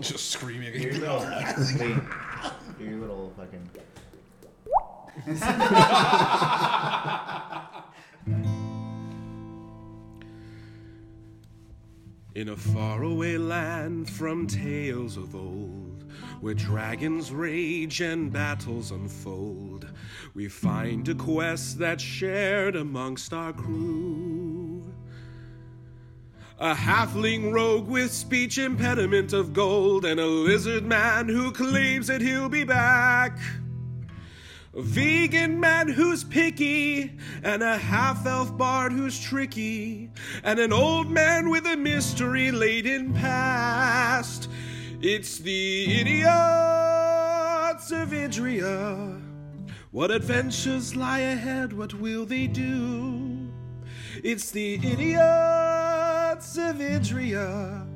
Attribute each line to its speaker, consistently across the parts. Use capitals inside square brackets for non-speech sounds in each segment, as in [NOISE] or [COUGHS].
Speaker 1: Just screaming.
Speaker 2: Your
Speaker 1: [LAUGHS]
Speaker 2: little, [LAUGHS] wait, your little
Speaker 3: [LAUGHS]
Speaker 2: fucking.
Speaker 4: In a faraway land from tales of old, where dragons rage and battles unfold, we find a quest that's shared amongst our crew. A halfling rogue with speech impediment of gold, and a lizard man who claims that he'll be back. A vegan man who's picky, and a half elf bard who's tricky, and an old man with a mystery laden past. It's the idiots of Idria. What adventures lie ahead? What will they do? It's the idiots of Idria.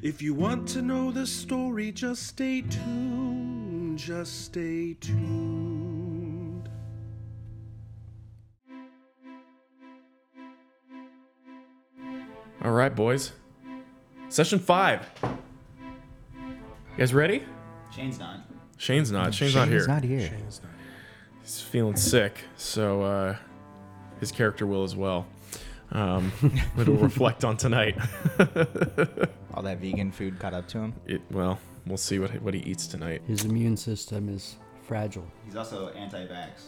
Speaker 4: If you want to know the story, just stay tuned. Just stay tuned.
Speaker 5: All right, boys. Session five. You guys ready?
Speaker 2: Shane's not.
Speaker 5: Shane's not. Shane's, not here. He's feeling sick, so uh, his character will as well. Um, [LAUGHS] it'll reflect on tonight. [LAUGHS]
Speaker 2: All that vegan food caught up to him.
Speaker 5: It, well, we'll see what what he eats tonight.
Speaker 6: His immune system is fragile.
Speaker 2: He's also anti-vax.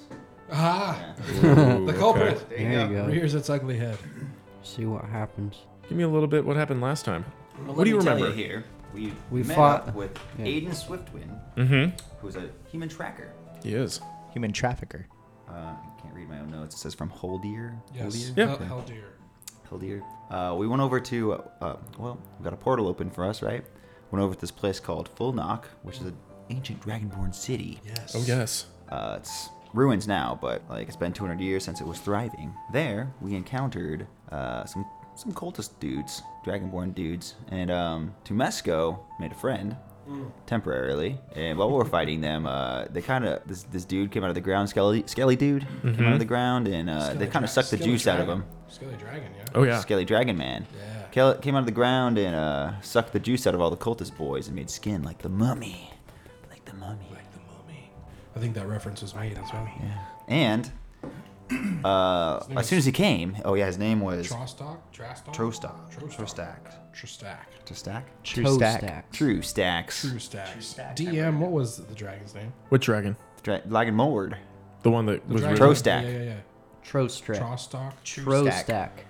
Speaker 1: Ah,
Speaker 5: Ooh,
Speaker 1: the
Speaker 5: okay.
Speaker 1: culprit
Speaker 2: There you
Speaker 6: There
Speaker 2: go.
Speaker 6: you go.
Speaker 1: rears its ugly head.
Speaker 6: See what happens.
Speaker 5: Give me a little bit. What happened last time?
Speaker 2: Well,
Speaker 5: What do
Speaker 2: let
Speaker 5: you
Speaker 2: me tell
Speaker 5: remember?
Speaker 2: here, we,
Speaker 6: We
Speaker 2: met
Speaker 6: fought-
Speaker 2: up with
Speaker 6: yeah.
Speaker 2: Aiden Swiftwind,
Speaker 5: Mm-hmm.
Speaker 2: who's a human tracker.
Speaker 5: He is.
Speaker 2: Human trafficker. Uh, I can't read my own notes. It says from Holdier.
Speaker 1: Yes.
Speaker 5: Yeah.
Speaker 1: Hell, hell dear.
Speaker 2: Hildier. Uh, we went over to, uh, well, we got a portal open for us, right? Went over to this place called Fullnock, which is an ancient dragonborn city.
Speaker 1: Yes.
Speaker 5: Oh yes.
Speaker 2: Uh, it's ruins now, but like it's been 200 years since it was thriving. There, we encountered uh, some some cultist dudes, dragonborn dudes, and um, Tumesco made a friend
Speaker 1: Mm.
Speaker 2: temporarily. And while we were fighting them, uh, they kind of this this dude came out of the ground, skelly skelly dude came out
Speaker 5: Mm-hmm.
Speaker 2: of the ground, and uh,
Speaker 1: Skelly
Speaker 2: they kind
Speaker 1: dra-
Speaker 2: of sucked the
Speaker 1: skelly
Speaker 2: juice out of
Speaker 1: dragon.
Speaker 2: him.
Speaker 1: Skelly dragon, yeah.
Speaker 5: Oh yeah.
Speaker 2: Skelly Dragon Man.
Speaker 1: Yeah.
Speaker 2: Kel- Came out of the ground and uh, sucked the juice out of all the cultist boys and made skin like the mummy. Like the mummy.
Speaker 1: Like the mummy. I think that reference was made as well.
Speaker 2: And [CLEARS THROAT] uh,
Speaker 1: name
Speaker 2: as
Speaker 1: is-
Speaker 2: soon as he came, oh yeah, his name was
Speaker 1: Trostock? Trastock?
Speaker 2: Trostock.
Speaker 1: Trostock. Trostack.
Speaker 2: Trostack?
Speaker 6: Toe stacks.
Speaker 2: True Stacks.
Speaker 1: True
Speaker 2: True.
Speaker 1: stacks. DM, what was the dragon's name?
Speaker 5: What dragon?
Speaker 2: Dra- Dragon Mord.
Speaker 5: The one that was.
Speaker 1: Dragon-
Speaker 5: written-
Speaker 2: Trostack.
Speaker 1: Yeah, yeah, yeah.
Speaker 6: Trostrack.
Speaker 1: Trostock.
Speaker 6: Tro
Speaker 2: stack.
Speaker 6: stack.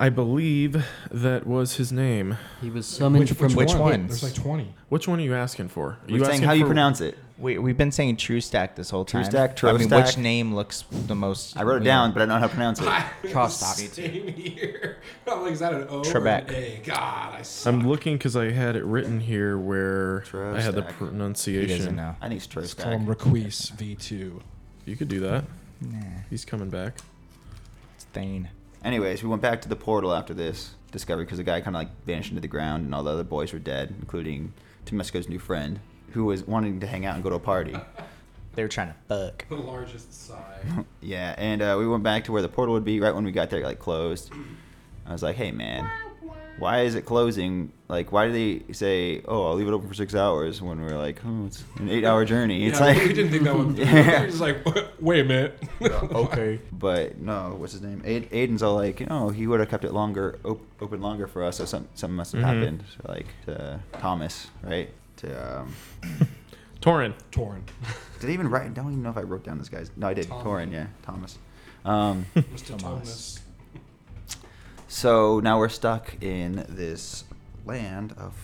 Speaker 5: I believe that was his name.
Speaker 6: He was summoned from
Speaker 1: which
Speaker 3: Which
Speaker 1: one?
Speaker 3: ones?
Speaker 1: There's like 20.
Speaker 5: Which one are you asking for? Are you
Speaker 2: We're saying
Speaker 5: asking
Speaker 2: how you
Speaker 5: for-
Speaker 2: pronounce it.
Speaker 3: We, we've been saying True Stack this whole
Speaker 2: True
Speaker 3: time.
Speaker 2: Stack, True
Speaker 3: I mean,
Speaker 2: Stack.
Speaker 3: which name looks the most?
Speaker 2: I wrote it
Speaker 3: weird?
Speaker 2: down, but I don't know how to pronounce it.
Speaker 6: Trostock.
Speaker 1: [LAUGHS] Same here. [LAUGHS] I'm like, is that an O?
Speaker 3: Trebek.
Speaker 1: Or an a? God, I suck.
Speaker 5: I'm looking because I had it written here where I had the
Speaker 2: Trostack.
Speaker 3: He
Speaker 5: pronunciation.
Speaker 3: doesn't know.
Speaker 2: I think it's True
Speaker 1: Let's call him
Speaker 2: Stack.
Speaker 1: Requise V2.
Speaker 5: You could do that.
Speaker 3: Nah,
Speaker 5: He's coming back.
Speaker 3: it's Thane.
Speaker 2: Anyways, we went back to the portal after this discovery because the guy kind of like vanished into the ground and all the other boys were dead, including Tomesco's new friend who was wanting to hang out and go to
Speaker 1: [LAUGHS]
Speaker 2: a party.
Speaker 3: They were trying to fuck.
Speaker 1: [LAUGHS] The largest sigh.
Speaker 2: yeah, and uh, we went back to where the portal would be right when we got there, like closed. I was like, hey man, why is it closing? Like, why do they say, oh, I'll leave it open for six hours when we're like, oh, it's an eight hour journey? [LAUGHS] It's
Speaker 1: yeah,
Speaker 2: like,
Speaker 1: we didn't think that
Speaker 2: [LAUGHS]
Speaker 1: one. [LAUGHS]
Speaker 2: Yeah.
Speaker 1: It's like, wait a minute. [LAUGHS]
Speaker 5: Okay.
Speaker 2: But no, what's his name? Aid- Aiden's all like, you know, he would have kept it longer, op- open longer for us, so some, something must have happened. Like to Thomas, right? To um,
Speaker 5: Torin.
Speaker 1: Torn.
Speaker 2: [LAUGHS] did I even write? I don't even know if I wrote down this guy's. No, I did.
Speaker 1: Tom.
Speaker 2: Torin, yeah, Thomas. Um,
Speaker 1: Mr. Thomas.
Speaker 2: so now we're stuck in this land of.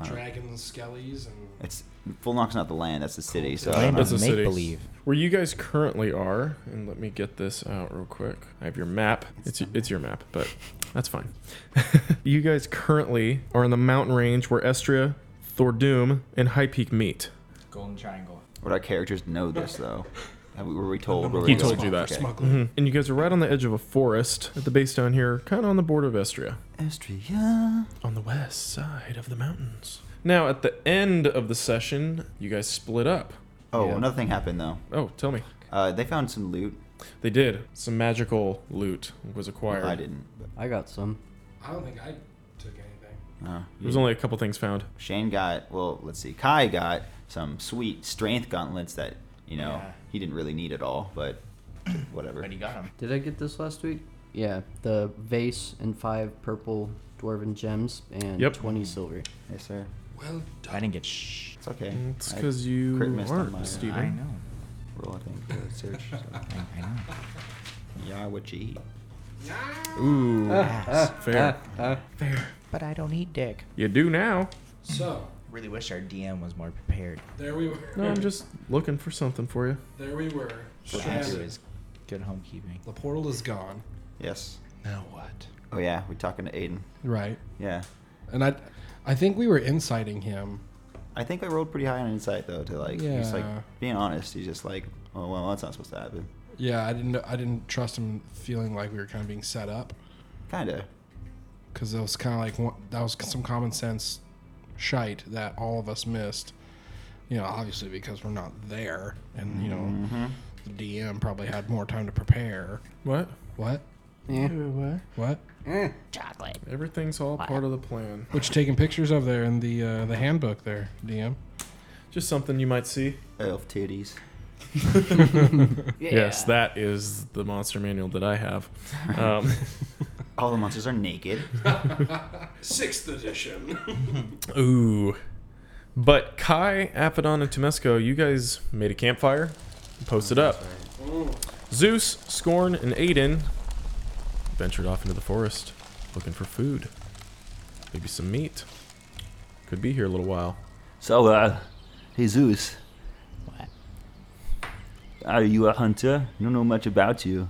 Speaker 2: I don't know.
Speaker 1: Dragons, skellies, and
Speaker 2: It's Full Knock's not the land. That's the city. So I don't
Speaker 3: Land
Speaker 2: know.
Speaker 5: That's
Speaker 3: of
Speaker 5: a
Speaker 3: make
Speaker 5: city.
Speaker 3: believe.
Speaker 5: Where you guys currently are, and let me get this out real quick. I have your map. It's it's your map, but that's fine. [LAUGHS] you guys currently are in the mountain range where Estria, Thordoom, and High Peak meet.
Speaker 3: Golden Triangle.
Speaker 2: would our characters know this though? Have we- Were we told? where
Speaker 5: He
Speaker 2: we were
Speaker 5: told
Speaker 2: going?
Speaker 5: you that. Mm-hmm.
Speaker 2: Okay.
Speaker 1: smuggling.
Speaker 5: And you guys are right on the edge of a forest at the base down here, kind of on the border of Estria.
Speaker 2: Estria.
Speaker 5: on the west side of the mountains. Now, at the end of the session, you guys split up.
Speaker 2: Oh,
Speaker 6: Yeah.
Speaker 2: another thing happened though.
Speaker 5: Oh, tell me.
Speaker 2: Uh, they found some loot.
Speaker 5: They did. Some magical loot was acquired.
Speaker 2: I didn't.
Speaker 6: I got some.
Speaker 1: I don't think I took anything.
Speaker 5: There's
Speaker 2: Oh, yeah.
Speaker 5: Mm-hmm. only a couple things found.
Speaker 2: Shane got well. Let's see. Kai got some sweet strength gauntlets that you know
Speaker 3: Yeah.
Speaker 2: he didn't really need at all, but whatever.
Speaker 3: But he got him.
Speaker 6: Did I get this last week? Yeah, the vase and five purple dwarven gems and
Speaker 5: Yep.
Speaker 6: 20 silver.
Speaker 2: Yes, sir.
Speaker 1: Well
Speaker 3: I didn't get shh.
Speaker 2: It's okay.
Speaker 5: It's
Speaker 2: I
Speaker 5: because you
Speaker 2: crit missed on
Speaker 5: aren't,
Speaker 2: my
Speaker 3: I
Speaker 5: Steven.
Speaker 3: know.
Speaker 2: roll. I think for search. So.
Speaker 3: I, [LAUGHS] I know.
Speaker 2: yeah, what you eat?
Speaker 5: Ooh,
Speaker 2: Ah,
Speaker 5: fair.
Speaker 3: But I don't eat dick.
Speaker 5: You do now.
Speaker 1: So
Speaker 3: Really wish our DM was more prepared.
Speaker 1: there we were.
Speaker 5: No, I'm just looking for something for you.
Speaker 1: there we were.
Speaker 3: What I do
Speaker 1: Stranded.
Speaker 3: is good homekeeping.
Speaker 1: The portal is gone.
Speaker 2: Yes.
Speaker 1: Now what?
Speaker 2: Oh yeah, we talking to Aiden.
Speaker 1: Right.
Speaker 2: Yeah.
Speaker 1: And I, I think we were inciting him.
Speaker 2: I think I rolled pretty high on insight though. To like, he's like
Speaker 1: Yeah.
Speaker 2: being honest. He's just like, oh well, that's not supposed to happen.
Speaker 1: Yeah, I didn't. I didn't trust him, feeling like we were kind of being set up,
Speaker 2: Kinda.
Speaker 1: because it was kind of like one, that was some common sense shite that all of us missed. You know, obviously because we're not there, and you know, the DM probably had more time to prepare.
Speaker 5: What?
Speaker 1: What? What?
Speaker 5: Everything's all part of the plan.
Speaker 1: What you taking pictures of there in the uh, the handbook there, DM?
Speaker 5: Just something you might see.
Speaker 2: Elf titties.
Speaker 5: [LAUGHS] Yes, that is the monster manual that I have. Um,
Speaker 2: [LAUGHS] All the monsters are naked.
Speaker 1: [LAUGHS] Sixth edition.
Speaker 5: [LAUGHS] ooh. But Kai, Apodon, and Temesco, you guys made a campfire, and posted up.
Speaker 2: Mm.
Speaker 5: Zeus, Scorn, and Aiden ventured off into the forest looking for food. Maybe some meat. Could be here a little while.
Speaker 7: So, uh, Jesus,
Speaker 3: What?
Speaker 7: are you a hunter? I don't know much about you.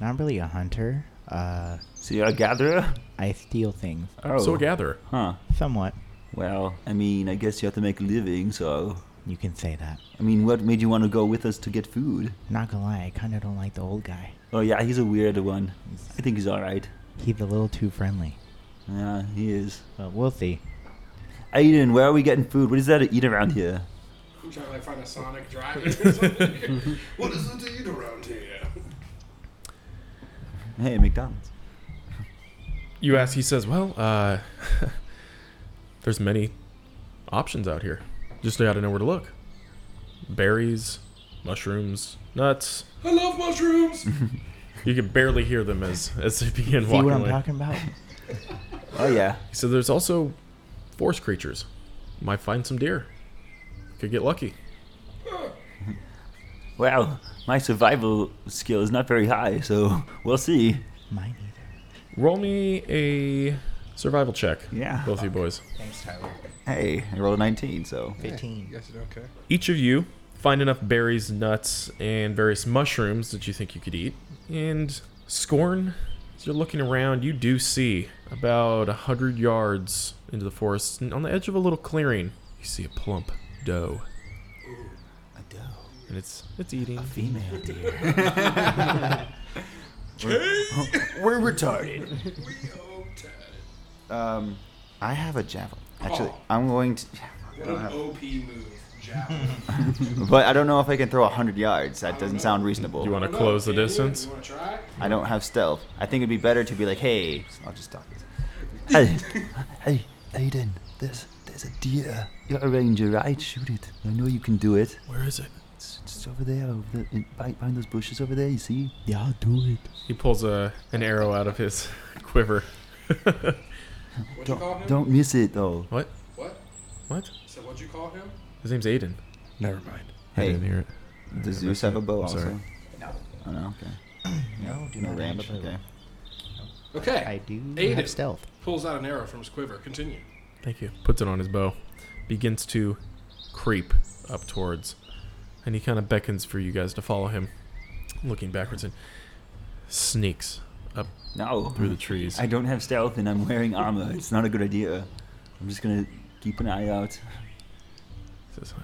Speaker 3: Not really a hunter. Uh,
Speaker 7: So you're a gatherer?
Speaker 3: I steal things.
Speaker 7: Oh,
Speaker 5: So a gatherer.
Speaker 7: huh.
Speaker 3: Somewhat.
Speaker 7: Well, I mean, I guess you have to make a living, so.
Speaker 3: You can say that.
Speaker 7: I mean, what made you want to go with us to get food?
Speaker 3: Not gonna lie, I kinda don't like the old guy.
Speaker 7: Oh, yeah, he's a weird one. I think he's alright.
Speaker 3: He's a little too friendly.
Speaker 7: Yeah, he is.
Speaker 3: But we'll see.
Speaker 7: Aiden, where are we getting food? What is there to eat around here?
Speaker 1: I'm trying to like find a
Speaker 5: [LAUGHS]
Speaker 1: Sonic drive or something. what is it to eat around here?
Speaker 7: Hey, McDonald's.
Speaker 5: You ask, he says, Well, uh, [LAUGHS] there's many options out here. Just gotta know where to look. Berries, mushrooms,
Speaker 3: [LAUGHS]
Speaker 5: nuts.
Speaker 1: I love mushrooms.
Speaker 5: You can barely hear them as, as they begin
Speaker 3: See
Speaker 5: walking
Speaker 3: what I'm
Speaker 5: away.
Speaker 3: talking [LAUGHS] about?
Speaker 7: Oh, yeah.
Speaker 5: He said, There's also forest creatures. Might find some deer. Could get lucky.
Speaker 7: Well, my survival skill is not very high, so we'll see.
Speaker 3: Mine either.
Speaker 5: Roll me a survival check.
Speaker 2: Yeah.
Speaker 5: Both of you boys.
Speaker 3: Thanks, Tyler.
Speaker 2: Hey, I rolled a 19, so
Speaker 3: 15.
Speaker 1: yes, okay.
Speaker 5: Each of you find enough berries, nuts, and various mushrooms that you think you could eat. And Scorn, as you're looking around, you do see about a hundred yards into the forest, and on the edge of a little clearing, you see a plump doe.
Speaker 2: a doe,
Speaker 5: And it's it's eating.
Speaker 2: female deer.
Speaker 5: [LAUGHS]
Speaker 2: [LAUGHS] we're, we're retarded. Um, I have a javelin. Actually,
Speaker 1: Oh.
Speaker 2: I'm going to,
Speaker 1: What an OP move,
Speaker 3: [LAUGHS]
Speaker 1: Javelin.
Speaker 2: but I don't know if I can throw 100 yards. That doesn't sound reasonable.
Speaker 5: You want to close the distance?
Speaker 1: want to try?
Speaker 2: I don't have stealth. I think it'd be better to be like, hey, I'll just talk. This.
Speaker 7: Hey, hey, Aiden, there's there's a deer. You're a ranger, right? Shoot it. I know you can do it.
Speaker 5: Where is it?
Speaker 7: It's just over there, over there in- behind, behind those bushes over there. You see?
Speaker 3: Yeah, do it.
Speaker 5: He pulls a an arrow out of his [LAUGHS] quiver.
Speaker 1: What'd you call
Speaker 7: Don't
Speaker 1: him?
Speaker 7: don't miss it though.
Speaker 5: What?
Speaker 1: What?
Speaker 5: What?
Speaker 1: So what'd you call him?
Speaker 5: His name's Aiden.
Speaker 1: Never mind.
Speaker 5: I
Speaker 2: Hey,
Speaker 5: didn't hear it.
Speaker 2: does Zeus have a bow also?
Speaker 5: sorry.
Speaker 2: Oh, no, okay.
Speaker 3: No, do
Speaker 2: No
Speaker 3: not
Speaker 2: range,
Speaker 3: have a bow.
Speaker 2: okay.
Speaker 1: Okay.
Speaker 3: I do
Speaker 1: Aiden.
Speaker 3: have stealth.
Speaker 1: Pulls out an arrow from his quiver. Continue.
Speaker 5: Thank you. Puts it on his bow. Begins to creep up towards. And he kind of beckons for you guys to follow him, looking backwards and sneaks up
Speaker 7: No,
Speaker 5: through the trees.
Speaker 7: I don't have stealth and I'm wearing armor. It's not a good idea. I'm just gonna keep an eye out.
Speaker 5: Says,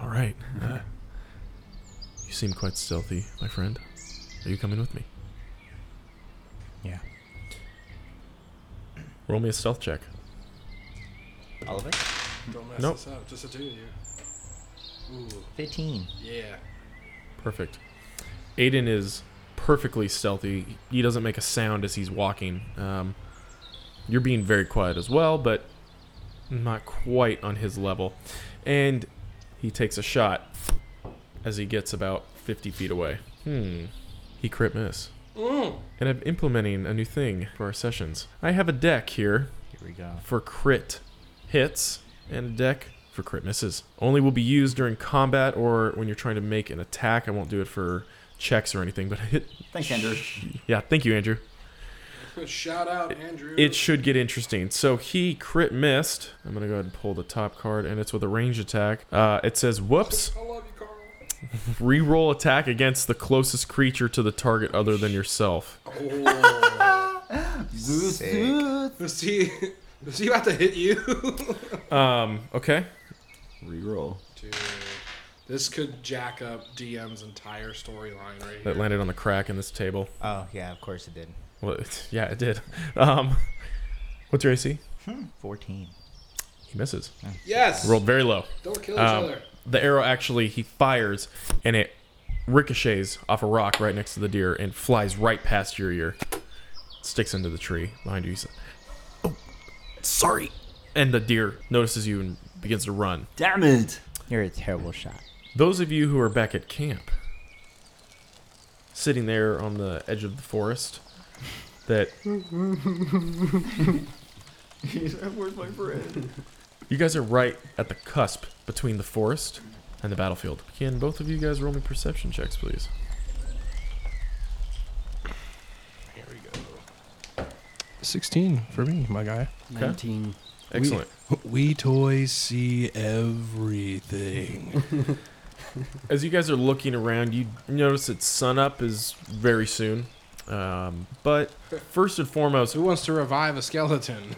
Speaker 5: All right. uh, you seem quite stealthy, my friend. Are you coming with me?
Speaker 3: Yeah.
Speaker 5: Roll me a stealth check.
Speaker 3: All of it?
Speaker 1: Don't mess
Speaker 5: Nope.
Speaker 1: this up. Just the two of you. Ooh,
Speaker 3: 15.
Speaker 1: yeah. [LAUGHS]
Speaker 5: Perfect. Aiden is perfectly stealthy. He doesn't make a sound as he's walking. Um, You're being very quiet as well, but not quite on his level. And he takes a shot as he gets about 50 feet away. Hmm. He crit miss. And I'm implementing a new thing for our sessions. I have a deck here
Speaker 3: Here we go.
Speaker 5: for crit hits and a deck for crit misses. Only will be used during combat or when you're trying to make an attack. I won't do it for checks or anything, but [LAUGHS] it,
Speaker 2: Thanks, Andrew.
Speaker 5: yeah, thank you, Andrew.
Speaker 1: Shout out, Andrew.
Speaker 5: It should get interesting. So he crit missed. I'm gonna go ahead and pull the top card, and it's with a range attack. Uh, it says, "Whoops."
Speaker 1: I love you, Carl.
Speaker 5: Reroll attack against the closest creature to the target other than yourself.
Speaker 1: Oh. [LAUGHS] Is [LAUGHS] he? Is he about to hit you?
Speaker 5: Um, okay.
Speaker 2: Reroll.
Speaker 1: [LAUGHS] Dude, this could jack up DM's entire storyline right here.
Speaker 5: That landed on the crack in this table.
Speaker 3: Oh, yeah, of course it did.
Speaker 5: Well, [LAUGHS] it, yeah, it did. Um, [LAUGHS] what's your AC?
Speaker 3: 14.
Speaker 5: He misses.
Speaker 1: Yes.
Speaker 5: Rolled very low.
Speaker 1: Don't kill each
Speaker 5: Um,
Speaker 1: other.
Speaker 5: the arrow actually he fires and it ricochets off a rock right next to the deer and flies right past your ear sticks into the tree behind you He says, oh sorry and the deer notices you and begins to run
Speaker 2: Damn it!
Speaker 3: You're a terrible shot.
Speaker 5: those of you who are back at camp sitting there on the edge of the forest that
Speaker 2: Where's my friend?
Speaker 5: you guys are right at the cusp between the forest and the battlefield can both of you guys roll me perception checks please
Speaker 1: Here we go. Sixteen for me, my guy.
Speaker 6: 19.
Speaker 5: excellent
Speaker 1: We toys see everything.
Speaker 5: As you guys are looking around, you notice that sunup is very soon. Um, but first and foremost,
Speaker 1: Who wants to revive a skeleton?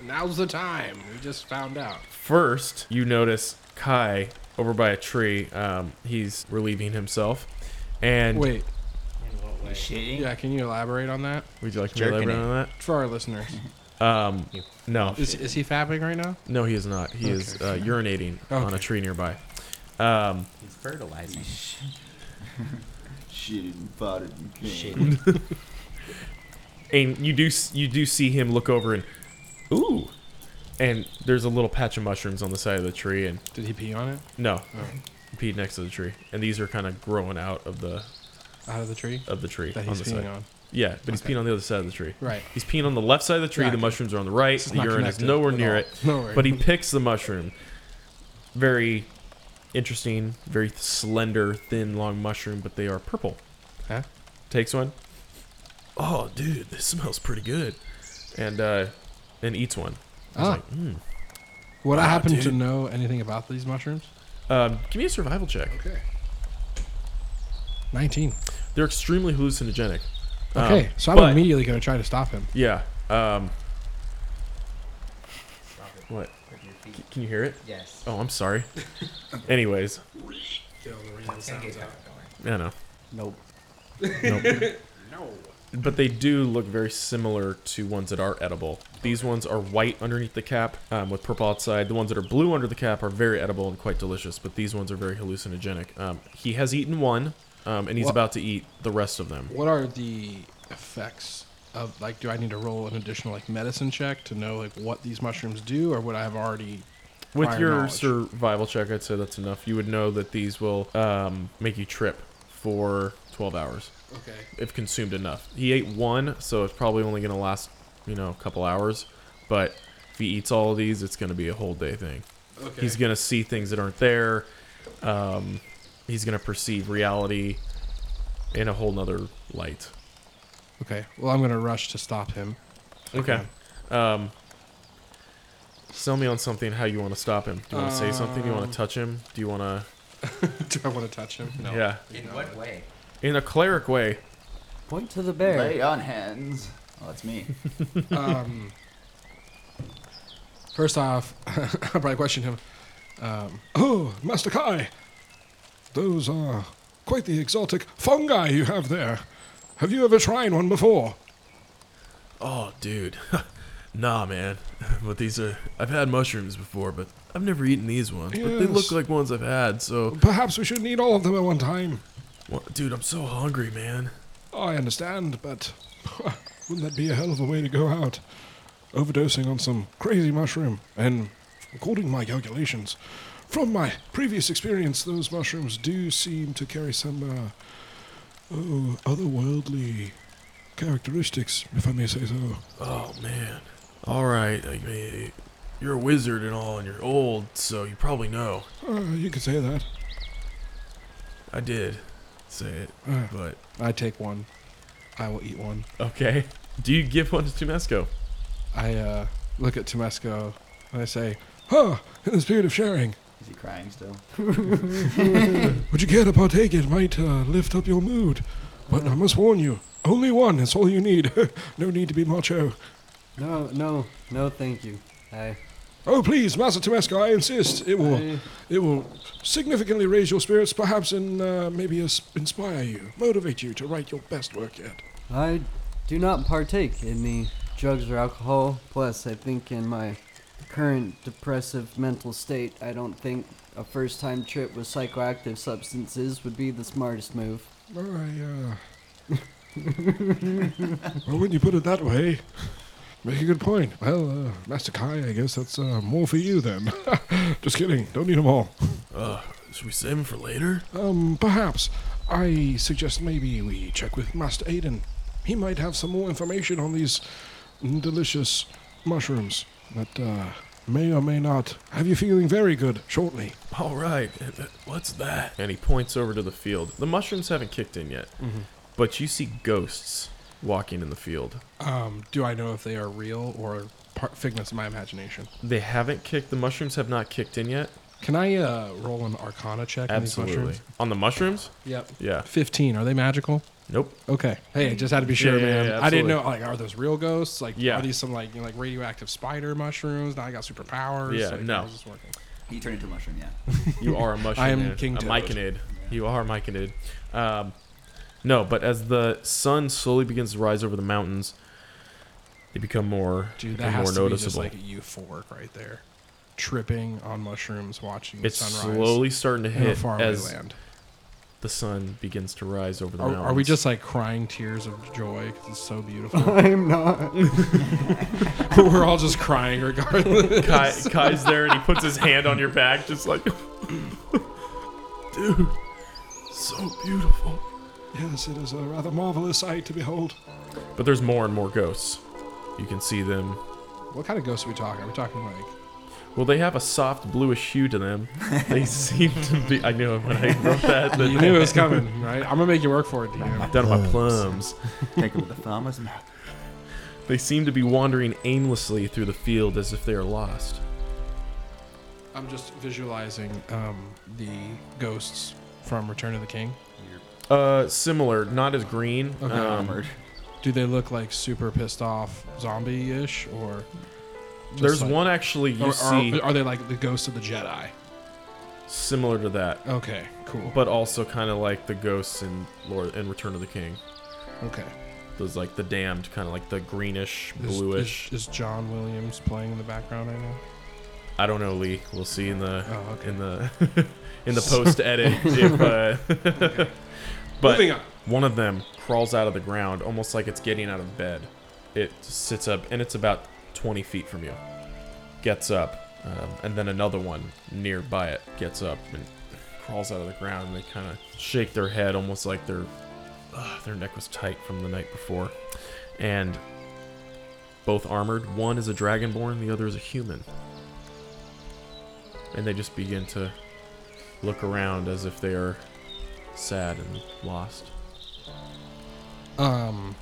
Speaker 1: [LAUGHS] Now's the time. We just found out.
Speaker 5: first you notice Kai over by a tree. Um, he's relieving himself, and
Speaker 1: Wait.
Speaker 2: Shitting.
Speaker 1: Yeah, can you elaborate on that
Speaker 5: would you like to
Speaker 2: Jerking
Speaker 5: elaborate on
Speaker 1: for our listeners?
Speaker 5: that? Um,
Speaker 3: You-
Speaker 5: no,
Speaker 1: Is, is he fapping right now?
Speaker 5: no, he is not. He is uh, urinating on
Speaker 1: Okay.
Speaker 5: a tree nearby. Um,
Speaker 3: He's fertilizing.
Speaker 2: [LAUGHS] Shitting, potted, and
Speaker 3: Shit.
Speaker 2: [LAUGHS]
Speaker 5: and you do s- you do see him look over and ooh, and there's a little patch of mushrooms on the side of the tree, and
Speaker 1: Did he pee on it?
Speaker 5: No.
Speaker 1: Oh.
Speaker 5: Peed next to the tree. And these are kind of growing out of the
Speaker 1: Out of the tree
Speaker 5: of the tree
Speaker 1: that
Speaker 5: on
Speaker 1: he's
Speaker 5: the
Speaker 1: peeing
Speaker 5: side.
Speaker 1: on.
Speaker 5: Yeah, but he's
Speaker 1: Okay.
Speaker 5: peeing on the other side of the tree.
Speaker 1: Right.
Speaker 5: He's peeing on the left side of the tree,
Speaker 1: Yeah, I
Speaker 5: the
Speaker 1: can-
Speaker 5: mushroons are on the right,
Speaker 1: This is
Speaker 5: the
Speaker 1: not
Speaker 5: urine is
Speaker 1: connected
Speaker 5: nowhere
Speaker 1: at
Speaker 5: near
Speaker 1: all.
Speaker 5: it.
Speaker 1: [LAUGHS] Nowhere.
Speaker 5: But he picks the mushroom. Very interesting, very slender, thin, long mushroom, but they are purple.
Speaker 1: Huh?
Speaker 5: Takes one. Oh, dude, this smells pretty good. And uh and eats one. I was
Speaker 1: Ah.
Speaker 5: like, hmm.
Speaker 1: Would I happen to
Speaker 5: dude.
Speaker 1: know anything about these mushrooms?
Speaker 5: Um, give me a survival check.
Speaker 1: Okay. Nineteen.
Speaker 5: They're extremely hallucinogenic. Um,
Speaker 1: Okay, so I'm
Speaker 5: but-
Speaker 1: immediately going to try to stop him.
Speaker 5: Yeah. Um. What? C- Can you hear it?
Speaker 3: Yes.
Speaker 5: Oh,
Speaker 1: [LAUGHS]
Speaker 5: I'm sorry. Anyways, I know.
Speaker 6: Nope.
Speaker 1: [LAUGHS] No.
Speaker 5: But they do look very similar to ones that are edible. These ones are white underneath the cap um, with purple outside. The ones that are blue under the cap are very edible and quite delicious, but these ones are very hallucinogenic. Um, he has eaten one, um, and he's
Speaker 1: Wha-
Speaker 5: about to eat the rest of them.
Speaker 1: What are the effects of like? Do I need to roll an additional like medicine check to know like what these mushrooms do, or would I have already?
Speaker 5: With
Speaker 1: prior
Speaker 5: your
Speaker 1: knowledge?
Speaker 5: survival check, I'd say that's enough. You would know that these will um, make you trip for 12 hours.
Speaker 1: Okay.
Speaker 5: if consumed enough. He ate one, so it's probably only going to last, you know, a couple hours. But if he eats all of these, it's going to be a whole day thing.
Speaker 1: Okay.
Speaker 5: He's going to see things that aren't there. Um, he's going to perceive reality in a whole nother light.
Speaker 1: okay. Well, I'm going to rush to stop him.
Speaker 5: Okay. Um, sell me on something how you want to stop him. Do you want to say something? Do you
Speaker 1: Um,
Speaker 5: want to touch him? Do you want to.
Speaker 1: [LAUGHS] do I want to touch him? No.
Speaker 5: Yeah.
Speaker 3: In what way?
Speaker 5: In a cleric way.
Speaker 6: Point to the bear.
Speaker 2: Lay on hands. Oh, that's me.
Speaker 1: Um. First off, [LAUGHS] I'll probably question him. [LAUGHS] Um, oh, Master Kai, those are quite the exotic fungi you have there. Have you ever tried one before?
Speaker 5: Oh, dude. [LAUGHS] nah, man. [LAUGHS] But these are. I've had mushrooms before, but I've never eaten these ones. But they look
Speaker 1: Yes.
Speaker 5: like ones I've had, so.
Speaker 1: Perhaps we should need all of them at one time.
Speaker 5: Wha- Dude, I'm so hungry, man.
Speaker 1: I understand, but wouldn't that be a hell of a way to go out? overdosing on some crazy mushroom, and according to my calculations, from my previous experience, those mushrooms do seem to carry some uh, oh, otherworldly characteristics, if I may say so.
Speaker 8: Oh man. All right. I mean, you're a wizard and all, and you're old, so you probably know.
Speaker 1: Uh, you could say that.
Speaker 8: I did say it,
Speaker 1: Uh,
Speaker 8: but
Speaker 1: I take one. I will eat one.
Speaker 5: Okay. Do you give one to Tumesco?
Speaker 1: I uh, look at Tomesco and I say, Huh, in the spirit of sharing,
Speaker 2: Is he crying
Speaker 3: [LAUGHS]
Speaker 2: still?
Speaker 1: [LAUGHS] would you care to partake? It might uh, lift up your mood. But I must warn you, only one is all you need. [LAUGHS] no need to be macho.
Speaker 6: No, no, no, thank you. I,
Speaker 1: Oh, please, Master Tomesco, I insist. It will,
Speaker 6: I
Speaker 1: it will significantly raise your spirits, perhaps, and uh, maybe ins- inspire you, motivate you to write your best work yet.
Speaker 6: I do not partake in the drugs or alcohol. Plus, I think in my current depressive mental state, I don't think a first time trip with psychoactive substances would be the smartest move.
Speaker 1: I, uh... [LAUGHS] well, when you put it that way, make a good point. Well, uh, Master Kai, I guess that's uh, more for you then. [LAUGHS] Just kidding. Don't need them all.
Speaker 8: uh, should we save him for later?
Speaker 1: Um, perhaps I suggest maybe we check with Master Aiden. He might have some more information on these delicious mushrooms that uh, may or may not have you feeling very good shortly.
Speaker 8: All right. and th- What's that?
Speaker 5: And he points over to the field. The mushrooms haven't kicked in yet,
Speaker 1: Mm-hmm.
Speaker 5: but you see ghosts walking in the field.
Speaker 1: Um, do I know if they are real or part figments of my imagination?
Speaker 5: They haven't kicked. The mushrooms have not kicked in yet.
Speaker 1: Can I uh, roll an Arcana check on these
Speaker 5: Absolutely.
Speaker 1: mushrooms?
Speaker 5: On the mushrooms?
Speaker 1: Yep.
Speaker 5: Yeah.
Speaker 1: Fifteen. Are they magical?
Speaker 5: Ah. Nope.
Speaker 1: Okay. Hey, I just had to be sure,
Speaker 5: yeah,
Speaker 1: man.
Speaker 5: yeah,
Speaker 1: I didn't
Speaker 5: absolutely.
Speaker 1: know. Like, are those real ghosts? Like,
Speaker 5: Yeah.
Speaker 1: are these some like you know, like radioactive spider mushrooms? Now I got superpowers.
Speaker 5: Yeah,
Speaker 1: Like,
Speaker 5: no.
Speaker 1: how's this working?
Speaker 2: He turned into a mushroom, yeah.
Speaker 5: You are a
Speaker 1: [LAUGHS]
Speaker 5: mushroom.
Speaker 1: I am
Speaker 5: man.
Speaker 1: King
Speaker 5: a
Speaker 1: Toad.
Speaker 5: myconid. You are a myconid. Um, no, but as the sun slowly begins to rise over the mountains, they become more
Speaker 1: Dude, that
Speaker 5: and more
Speaker 1: has to
Speaker 5: noticeable.
Speaker 1: be just like euphoric right there. Tripping on mushrooms, watching
Speaker 5: it's
Speaker 1: the sunrise.
Speaker 5: slowly starting to
Speaker 1: in a
Speaker 5: hit
Speaker 1: faraway
Speaker 5: as
Speaker 1: land.
Speaker 5: the sun begins to rise over the
Speaker 1: Are,
Speaker 5: mountains.
Speaker 1: are we just [LAUGHS] like crying tears of joy because it's so beautiful?
Speaker 6: [LAUGHS] I'm not.
Speaker 1: [LAUGHS] We're all just crying regardless.
Speaker 5: Kai, Kai's there and he puts his hand on your back, just like [LAUGHS]
Speaker 8: Dude, so beautiful.
Speaker 1: yes, it is a rather marvelous sight to [LAUGHS] behold.
Speaker 5: But there's more and more ghosts. You can see them.
Speaker 1: What kind of ghosts are we talking? Are we talking like
Speaker 5: Well, they have a soft bluish hue
Speaker 1: [LAUGHS]
Speaker 5: to them. They seem to be. I knew it when I wrote that. that
Speaker 1: you knew it was coming, right? I'm gonna make you work for it, DM.
Speaker 5: Down to my plums.
Speaker 2: Take him with the thumb. Isn't that-
Speaker 5: They seem to be wandering aimlessly through the field as if they are lost.
Speaker 1: I'm just visualizing um, the ghosts from Return of the King.
Speaker 5: Uh, similar, not as green.
Speaker 1: Okay.
Speaker 5: Um,
Speaker 2: Armored.
Speaker 1: Do they look like super pissed off zombie-ish, or just
Speaker 5: there's
Speaker 1: like-
Speaker 5: one actually you
Speaker 1: Or,
Speaker 5: see
Speaker 1: are, are they like the ghosts of the Jedi?
Speaker 5: similar to that,
Speaker 1: Okay, cool.
Speaker 5: but also kind of like the ghosts in Lord and Return of the King.
Speaker 1: Okay.
Speaker 5: Those like the damned, kind of like the greenish,
Speaker 1: Is,
Speaker 5: bluish.
Speaker 1: Is, is John Williams playing in the background right now?
Speaker 5: I don't know, Lee. We'll see in the
Speaker 1: Oh, okay.
Speaker 5: in the [LAUGHS] in the
Speaker 1: [LAUGHS]
Speaker 5: post edit. if, uh, [LAUGHS] but
Speaker 1: Moving on.
Speaker 5: one of them crawls out of the ground, almost like it's getting out of bed. It sits up, and it's about 20 feet from you. Gets up, um, and then another one nearby it gets up and crawls out of the ground. And they kind of shake their head, almost like their ugh, their neck was tight from the night before. And both armored. One is a dragonborn, the other is a human and they just begin to look around as if they are sad and lost.
Speaker 1: Um,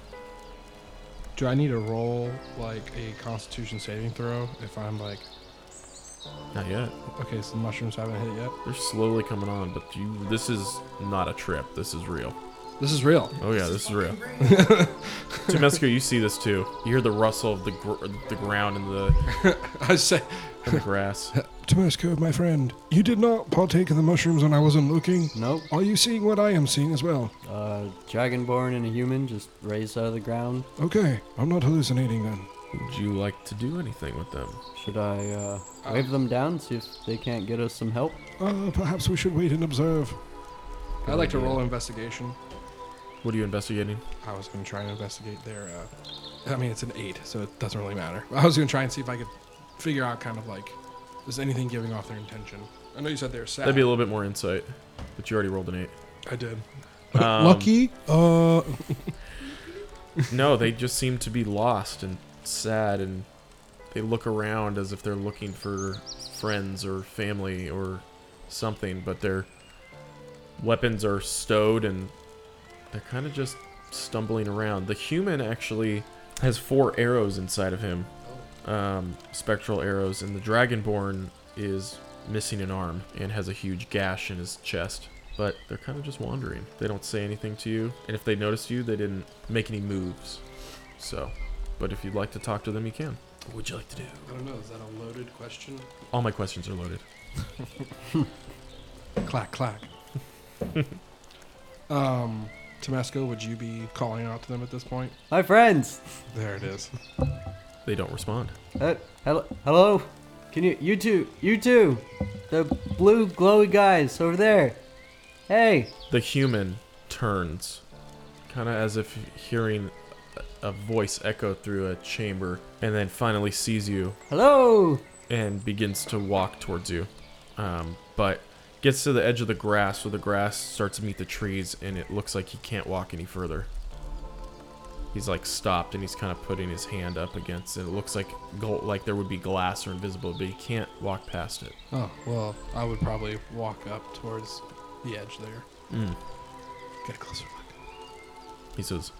Speaker 1: do I need to roll like a Constitution saving throw if I'm like,
Speaker 5: Not yet.
Speaker 1: okay, so the mushrooms haven't hit yet?
Speaker 5: They're slowly coming on, but you. This is not a trip. This is real.
Speaker 1: This is real.
Speaker 5: Oh yeah, this
Speaker 1: [LAUGHS]
Speaker 5: is real. Tomesco, you see this too. You hear the rustle of the gr- the ground and the,
Speaker 1: [LAUGHS] I say,
Speaker 5: and the grass.
Speaker 1: Tomasco, my friend, you did not partake of the mushrooms when I wasn't looking.
Speaker 6: Nope.
Speaker 1: Are you seeing what I am seeing as well?
Speaker 6: Uh, dragonborn and a human just raised out of the ground.
Speaker 1: Okay, I'm not hallucinating then.
Speaker 5: Would you like to do anything with them?
Speaker 6: Should I uh, wave them down, see if they can't get us some help?
Speaker 1: Uh, perhaps we should wait and observe. I'd like to roll investigation.
Speaker 5: What are you investigating?
Speaker 1: I was going to try and investigate their. Uh, I mean, it's an eight, so it doesn't really matter. [LAUGHS] I was going to try and see if I could figure out kind of like, is anything giving off their intention? I know you said they're sad.
Speaker 5: That'd be a little bit more insight, but you already rolled an
Speaker 1: I did.
Speaker 5: eight.
Speaker 1: [LAUGHS]
Speaker 5: Um,
Speaker 1: Lucky. Uh,
Speaker 5: No, they just seem to be lost and sad, and they look around as if they're looking for friends or family or something, but their weapons are stowed and they're kind of just stumbling around. The human actually has four arrows inside of him um, spectral arrows, and the dragonborn is missing an arm and has a huge gash in his chest. But they're kind of just wandering. They don't say anything to you, and if they notice you, they didn't make any moves. So, but if you'd like to talk to them, you can. What would you like to do?
Speaker 1: I don't know. Is that a loaded question?
Speaker 5: All my questions are loaded.
Speaker 1: [LAUGHS] Clack clack. um, Tomesco, would you be calling out to them at this point?
Speaker 6: Hi, friends.
Speaker 1: There it is. [LAUGHS]
Speaker 5: They don't respond.
Speaker 6: Uh, hello, hello. Can you, you two, you two, the blue glowy guys over there. Hey,
Speaker 5: The human turns, kind of as if hearing a- a voice echo through a chamber, and then finally sees you
Speaker 6: hello.
Speaker 5: and begins to walk towards you. Um, but gets to the edge of the grass where the grass starts to meet the trees, and it looks like he can't walk any further. He's like stopped and he's kind of putting his hand up against it. It looks like gold, like there would be glass or invisible, but he can't walk past it.
Speaker 1: Oh well, I would probably walk up towards the edge there.
Speaker 5: Hmm.
Speaker 1: Get a closer look.
Speaker 5: He says,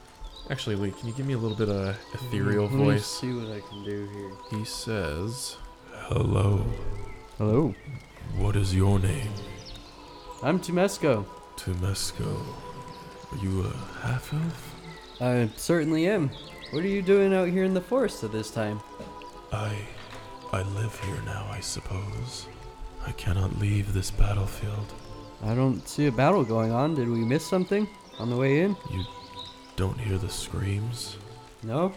Speaker 5: "Actually, Lee, can you give me a little bit of ethereal
Speaker 6: Let me
Speaker 5: voice?"
Speaker 6: see what I can do here.
Speaker 5: He says,
Speaker 8: Hello.
Speaker 6: Hello.
Speaker 8: What is your name?
Speaker 6: I'm Tomesco.
Speaker 8: Tumesco. Are you a half elf?
Speaker 6: I certainly am. What are you doing out here in the forest at this time?
Speaker 8: I. I live here now, I suppose. I cannot leave this battlefield.
Speaker 6: I don't see a battle going on. Did we miss something on the way in?
Speaker 8: You don't hear the screams,
Speaker 6: No.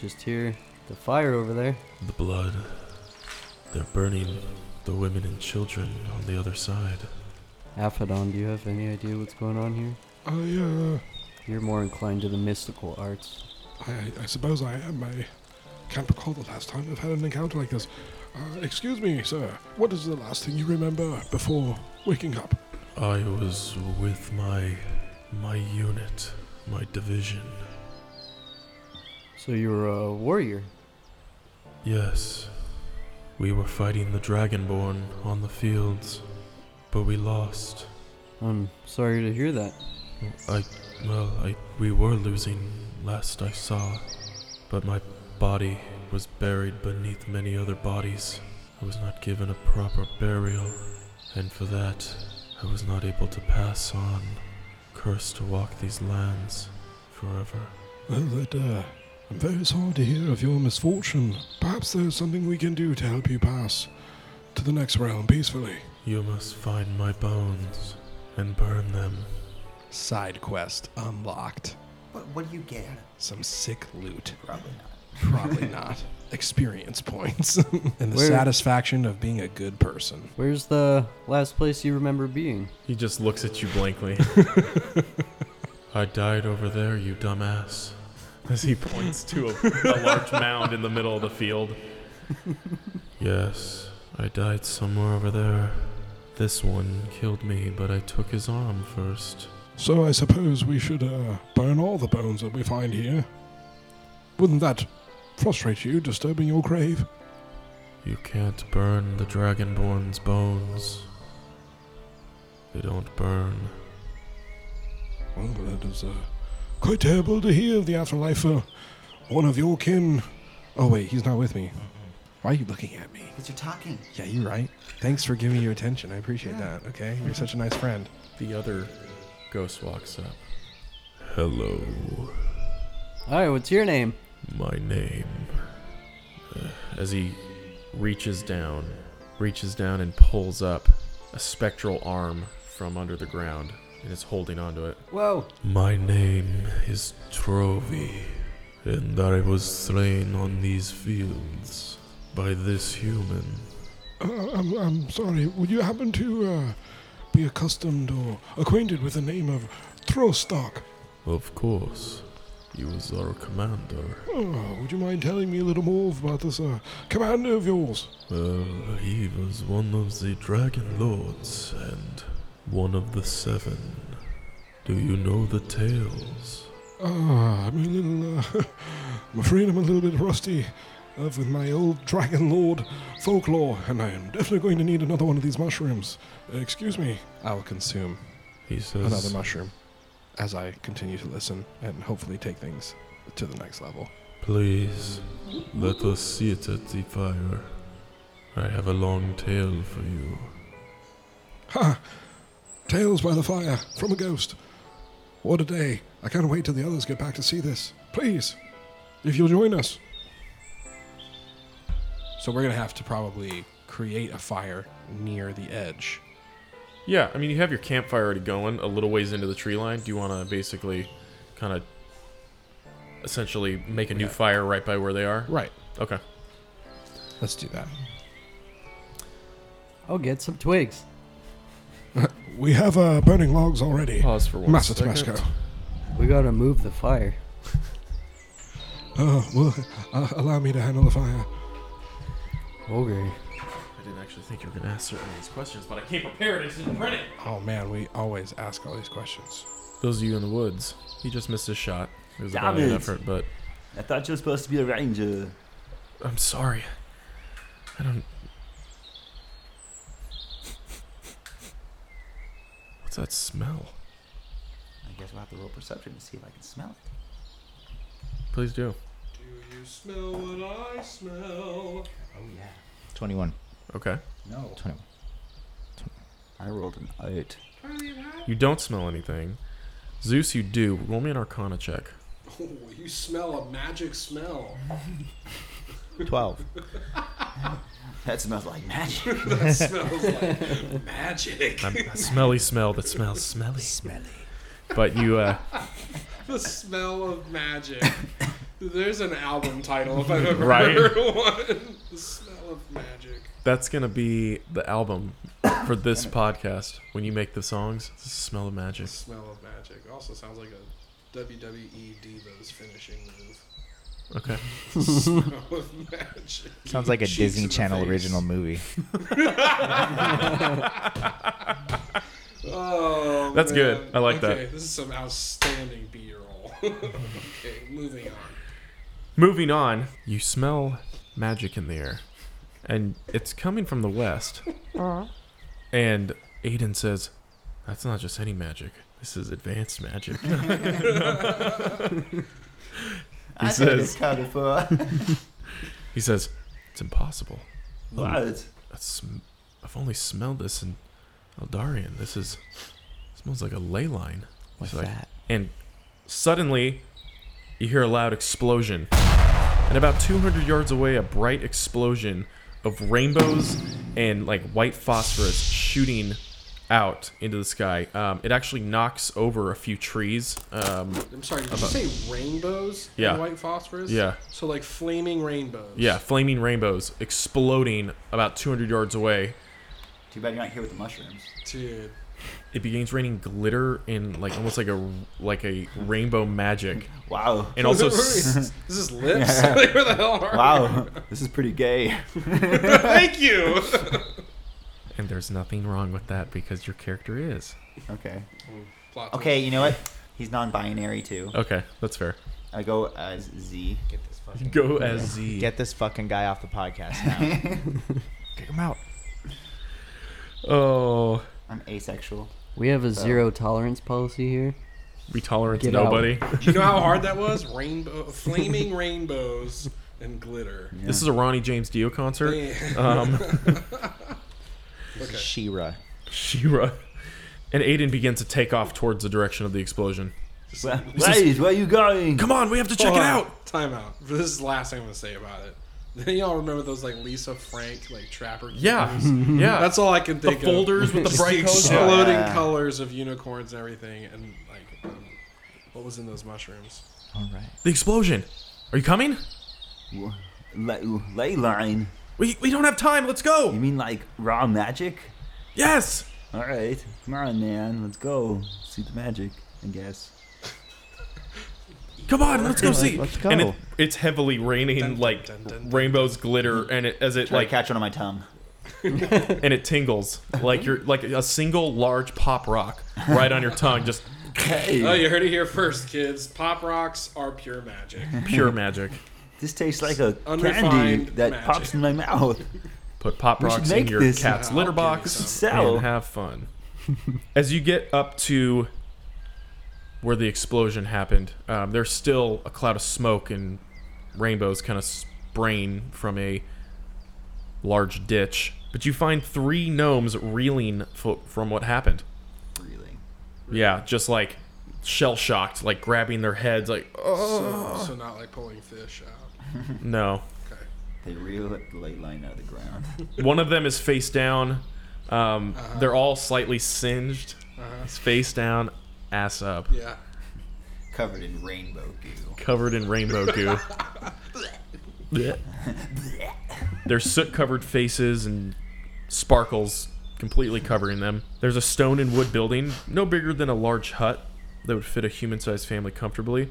Speaker 6: Just hear the fire over there.
Speaker 8: the blood. They're burning the women and children on the other side.
Speaker 6: Aphodon, do you have any idea what's going on here?
Speaker 1: [LAUGHS] I uh,
Speaker 6: You're more inclined to the mystical arts.
Speaker 1: I, I suppose I am. I can't recall the last time I've had an encounter like this. Uh, excuse me, sir. What is the last thing you remember before waking up?
Speaker 8: I was with my. my unit, my division.
Speaker 6: So you're a warrior.
Speaker 8: Yes, we were fighting the Dragonborn on the fields, but we lost.
Speaker 6: I'm sorry to hear that.
Speaker 8: I, well, I, we were losing last I saw, but my body was buried beneath many other bodies. I was not given a proper burial, and for that, I was not able to pass on, cursed to walk these lands forever.
Speaker 1: Well, that, uh, I'm very sorry to hear of your misfortune. Perhaps there's something we can do to help you pass to the next realm peacefully.
Speaker 8: You must find my bones and burn them.
Speaker 1: Side quest unlocked.
Speaker 2: What, what do you get?
Speaker 1: Some sick loot.
Speaker 2: Probably not. [LAUGHS]
Speaker 1: Probably not. Experience points. [LAUGHS] and the
Speaker 6: Where-
Speaker 1: satisfaction of being a good person.
Speaker 6: Where's the last place you remember being?
Speaker 5: "He just looks at you blankly [LAUGHS]
Speaker 8: [LAUGHS] I died over there, you dumbass.
Speaker 5: as he points to a, a large mound in the middle of the field."
Speaker 8: Yes, I died somewhere over there. This one killed me, but I took his arm first.
Speaker 1: So I suppose we should uh, burn all the bones that we find here. Wouldn't that frustrate you, disturbing your grave?
Speaker 8: You can't burn the Dragonborn's bones. They don't burn.
Speaker 1: Well, that is uh, quite terrible to hear of the afterlife for one of your kin. Oh, wait, he's not with me. Why are you looking at me?
Speaker 2: Because you're talking.
Speaker 1: Yeah, you're right. Thanks for giving your attention. I appreciate that, okay? You're such a nice friend.
Speaker 5: The other ghost walks up.
Speaker 8: Hello,
Speaker 6: Alright, what's your name?
Speaker 8: my name.
Speaker 5: as he reaches down, reaches down and pulls up a spectral arm from under the ground and is holding onto it.
Speaker 6: Whoa.
Speaker 8: My name is Trovi, and I was slain on these fields by this human.
Speaker 1: Uh, I'm, I'm sorry. Would you happen to uh, be accustomed or acquainted with the name of Trostock?
Speaker 8: Of course. You was our commander.
Speaker 9: Oh, would you mind telling me a little more about this uh, commander of yours?
Speaker 8: Well, he was one of the Dragon Lords and one of the Seven. Do you know the tales?
Speaker 9: Ah, I'm a little. Uh, [LAUGHS] I'm afraid I'm a little bit rusty uh, with my old Dragon Lord folklore, and I am definitely going to need another one of these mushrooms. Uh, excuse me. I will consume
Speaker 8: He says.
Speaker 9: another mushroom as I continue to listen and hopefully take things to the next level.
Speaker 8: Please, let us sit at the fire. I have a long tale for you.
Speaker 9: Ha! Tales by the fire from a ghost. What a day. I can't wait till the others get back to see this. Please, if you'll join us. So we're going to have to probably create a fire near the edge.
Speaker 5: Yeah, I mean, you have your campfire already going a little ways into the tree line. Do you want to basically kind of essentially make a new fire right by where they are?
Speaker 9: Right.
Speaker 5: Okay.
Speaker 9: Let's do that.
Speaker 6: [LAUGHS] I'll get some twigs.
Speaker 9: We have uh, burning logs already.
Speaker 5: Pause for one
Speaker 9: Master
Speaker 5: second.
Speaker 9: Tabasco.
Speaker 6: We gotta move the fire.
Speaker 9: Uh, well, [LAUGHS] uh, allow me to handle the fire.
Speaker 6: Okay.
Speaker 5: I didn't actually think you were going to ask certain of these questions, but I came prepared. I just didn't print it.
Speaker 9: Oh man, we always ask all these questions.
Speaker 5: Those of you in the woods, he just missed his shot. It was a
Speaker 10: Damn
Speaker 5: bad
Speaker 10: it.
Speaker 5: effort, but
Speaker 10: I thought you were supposed to be a ranger.
Speaker 5: I'm sorry. I don't. What's that smell?
Speaker 7: I guess we'll have to roll perception to see if I can smell it.
Speaker 5: Please do.
Speaker 1: Do you smell what I smell?
Speaker 7: Oh yeah.
Speaker 3: 21.
Speaker 5: Okay.
Speaker 7: No.
Speaker 3: 21.
Speaker 7: I rolled an eight.
Speaker 5: You don't smell anything. Zeus, you do. Roll me an Arcana check.
Speaker 1: Oh, you smell a magic
Speaker 2: [LAUGHS]
Speaker 1: smell.
Speaker 7: Twelve. that smells like magic.
Speaker 1: [LAUGHS] That smells
Speaker 2: [LAUGHS]
Speaker 1: like magic.
Speaker 5: I'm a smelly smell that smells smelly. Smelly. But you, uh,
Speaker 1: [LAUGHS] The smell of magic. There's an album title
Speaker 5: [LAUGHS]
Speaker 1: if I've ever
Speaker 5: Right.
Speaker 1: heard one. The smell of magic.
Speaker 5: that's gonna be the album for this podcast. When you make the songs, it's the smell of magic.
Speaker 1: The smell of magic. Also sounds like a WWE Divas finishing move.
Speaker 5: Okay.
Speaker 1: Smell of magic.
Speaker 3: [LAUGHS]
Speaker 1: [LAUGHS]
Speaker 3: Sounds like a
Speaker 1: Cheeks
Speaker 3: Disney
Speaker 1: in the
Speaker 3: Channel
Speaker 1: face.
Speaker 3: original movie.
Speaker 1: [LAUGHS] Oh,
Speaker 5: That's
Speaker 1: man.
Speaker 5: good. I like
Speaker 1: okay,
Speaker 5: that.
Speaker 1: This is some outstanding B-roll. [LAUGHS] okay, moving on.
Speaker 5: Moving on, you smell magic in the air, and it's coming from the west. and Aiden says, "That's not just any magic. This is advanced magic."
Speaker 7: I
Speaker 5: says-
Speaker 7: think it's counted for.
Speaker 5: [LAUGHS] he says, "It's impossible.
Speaker 7: what?
Speaker 5: I sm- I've only smelled this in Eldarian. This is smells like a ley line."
Speaker 3: What's
Speaker 5: He's like,
Speaker 3: that?
Speaker 5: and suddenly you hear a loud explosion. And about 200 yards away, a bright explosion of rainbows and like white phosphorus shooting out into the sky. Um, it actually knocks over a few trees. Um,
Speaker 1: I'm sorry, did you say rainbows
Speaker 5: Yeah.
Speaker 1: and white phosphorus?
Speaker 5: Yeah.
Speaker 1: So like flaming rainbows.
Speaker 5: yeah, flaming rainbows exploding about 200 yards away.
Speaker 7: Too bad you're not here with the mushrooms.
Speaker 1: Dude.
Speaker 5: It begins raining glitter and like almost like a like a rainbow magic,
Speaker 7: Wow.
Speaker 1: [LAUGHS]
Speaker 5: and also
Speaker 1: This
Speaker 5: s-
Speaker 1: is this is lips? Like, [LAUGHS] Where the hell are
Speaker 7: Wow. this is pretty gay.
Speaker 1: [LAUGHS] Thank
Speaker 7: [LAUGHS]
Speaker 1: you.
Speaker 5: and there's nothing wrong with that because your character is
Speaker 7: Okay.
Speaker 1: Plot twist.
Speaker 7: Okay, you know what? He's non-binary too.
Speaker 5: okay. That's fair.
Speaker 7: I go as Z.
Speaker 3: Get this fucking
Speaker 5: Go as Z.
Speaker 3: Get this fucking guy off the podcast now. [LAUGHS] Kick him out.
Speaker 5: Oh,
Speaker 7: I'm asexual.
Speaker 6: We have a zero tolerance policy here.
Speaker 5: we tolerance
Speaker 6: Get out.
Speaker 5: nobody. [LAUGHS]
Speaker 1: You know how hard that was? Rainbow, flaming rainbows and glitter.
Speaker 5: This is a Ronnie James Dio concert.
Speaker 1: Yeah. [LAUGHS]
Speaker 5: Um,
Speaker 1: Okay.
Speaker 3: Shira.
Speaker 5: Shira and Aiden begin to take off towards the direction of the explosion.
Speaker 7: Where, wait, where are you going?
Speaker 5: Come on, we have to check
Speaker 1: Hold
Speaker 5: it
Speaker 1: on.
Speaker 5: out.
Speaker 1: Time out. [LAUGHS] This is the last thing I'm gonna say about it. [LAUGHS] Then y'all remember those like Lisa Frank like trapper?
Speaker 5: Yeah,
Speaker 1: keepers?
Speaker 5: [LAUGHS] yeah.
Speaker 1: That's all I can
Speaker 5: the
Speaker 1: think of.
Speaker 5: folders with the
Speaker 1: Just the
Speaker 5: bright colors.
Speaker 1: exploding
Speaker 7: Yeah.
Speaker 1: colors of unicorns and everything, and like um, what was in those mushrooms?
Speaker 3: All right.
Speaker 5: The explosion. Are you coming?
Speaker 7: Wha- Ley, ley line.
Speaker 5: We we don't have time. Let's
Speaker 7: You
Speaker 5: go.
Speaker 7: mean like raw magic?
Speaker 5: Yes.
Speaker 7: All right, come on, man. Let's go see the magic. I guess.
Speaker 5: Come on,
Speaker 7: [LAUGHS]
Speaker 5: let's go see.
Speaker 3: let's
Speaker 5: And
Speaker 3: go.
Speaker 5: it, it's heavily raining,
Speaker 4: Dun, dun,
Speaker 5: like
Speaker 4: dun, dun, dun,
Speaker 5: rainbows glitter, and it as it
Speaker 2: Try
Speaker 5: like
Speaker 2: to catch one on my tongue.
Speaker 5: [LAUGHS] and it tingles like you're like a single large pop rock right on your tongue, just
Speaker 2: Hey,
Speaker 1: Oh, you heard it here first, kids. Pop rocks are pure magic.
Speaker 5: pure magic.
Speaker 2: this tastes like a candy
Speaker 1: Unrefined
Speaker 2: that
Speaker 1: magic.
Speaker 2: pops in my mouth.
Speaker 5: Put pop
Speaker 2: We should
Speaker 5: rocks in
Speaker 2: make
Speaker 5: your
Speaker 2: this.
Speaker 5: cat's
Speaker 1: I'll
Speaker 5: litter
Speaker 1: give you
Speaker 5: box.
Speaker 1: some.
Speaker 2: So,
Speaker 5: and have fun. [LAUGHS] As you get up to where the explosion happened, um, there's still a cloud of smoke and rainbows kind of spraying from a large ditch. But you find three gnomes reeling fo- from what happened.
Speaker 2: Really?
Speaker 5: Yeah, just like shell shocked, like grabbing their heads, like, oh, [LAUGHS]
Speaker 1: So, so not like pulling fish out.
Speaker 5: no.
Speaker 1: Okay.
Speaker 2: They reel it ley line out of the ground.
Speaker 5: One of them is face down. Um, They're all slightly singed. He's face down, ass up.
Speaker 1: [LAUGHS] Yeah.
Speaker 2: [LAUGHS] Covered in rainbow goo.
Speaker 5: covered in rainbow goo. Their soot covered faces and sparkles completely covering them. There's a stone and wood building, no bigger than a large hut that would fit a human sized family comfortably.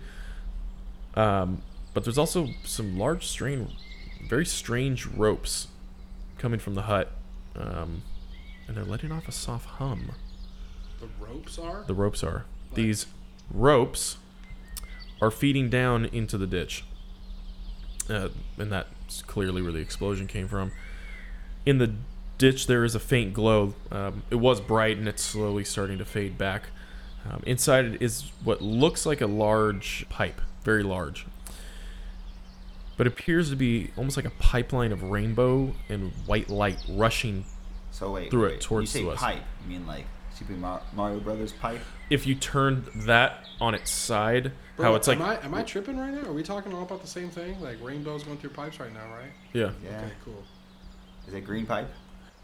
Speaker 5: Um, but there's also some large, strange, very strange ropes coming from the hut. Um, and they're letting off a soft hum
Speaker 1: The ropes are?
Speaker 5: the ropes are. These ropes are feeding down into the ditch. Uh, and that's clearly where the explosion came from. In the ditch, there is a faint glow. Um, it was bright and it's slowly starting to fade back. Um, inside it is what looks like a large pipe, very large, but appears to be almost like a pipeline of rainbow and white light rushing
Speaker 2: So wait,
Speaker 5: Threw it
Speaker 2: wait.
Speaker 5: towards
Speaker 2: you say
Speaker 5: the west.
Speaker 2: pipe? You mean like Super Mar- Mario Brothers pipe?
Speaker 5: if you turned that on its side, how
Speaker 1: Bro,
Speaker 5: it's like,
Speaker 1: Am I, am I tripping right now? Are we talking all about the same thing? Like rainbows going through pipes right now, right?
Speaker 5: yeah,
Speaker 2: Yeah.
Speaker 1: Okay, cool.
Speaker 2: Is it green pipe?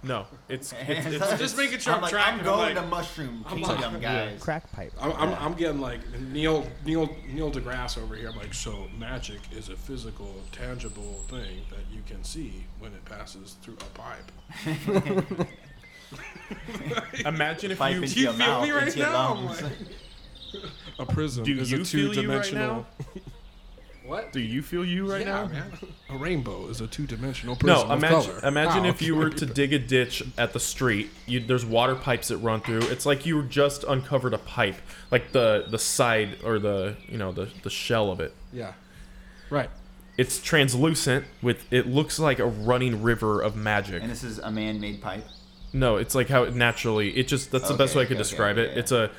Speaker 5: no,
Speaker 2: [LAUGHS]
Speaker 5: it's, it's, it's
Speaker 1: just making sure I'm
Speaker 2: like,
Speaker 1: tracking, I'm
Speaker 2: I'm going
Speaker 1: like-
Speaker 2: to Mushroom
Speaker 1: like-
Speaker 2: Kingdom, guys.
Speaker 3: Crack pipe.
Speaker 1: I'm, I'm, I'm getting like Neil Neil Neil deGrasse over here. I'm like, so magic is a physical, tangible thing that you can see when it passes through a pipe.
Speaker 5: [LAUGHS] Imagine if
Speaker 2: Pipe
Speaker 5: you.
Speaker 2: into
Speaker 1: Do you
Speaker 2: your
Speaker 1: feel
Speaker 2: mouth,
Speaker 1: me right
Speaker 2: into your
Speaker 1: now? I'm
Speaker 2: lungs.
Speaker 1: like, a prism
Speaker 5: Do
Speaker 1: is
Speaker 5: you
Speaker 1: a
Speaker 5: feel you right
Speaker 1: two-dimensional.
Speaker 5: now?
Speaker 1: what?
Speaker 5: Do you feel you right
Speaker 1: yeah,
Speaker 5: now?
Speaker 1: man. A rainbow is a two-dimensional prism
Speaker 5: No, imagine
Speaker 1: of color.
Speaker 5: imagine
Speaker 1: Wow.
Speaker 5: if you were to dig a ditch at the street. You, there's water pipes that run through. It's like you just uncovered a pipe, like the the side or the you know the the shell of it.
Speaker 1: Yeah. Right.
Speaker 5: It's translucent with it looks like a running river of magic.
Speaker 2: And this is a man-made pipe.
Speaker 5: No, it's like how it naturally. It just that's the best
Speaker 2: Okay,
Speaker 5: way I could
Speaker 2: okay,
Speaker 5: describe
Speaker 2: okay,
Speaker 5: it.
Speaker 2: yeah.
Speaker 5: It's a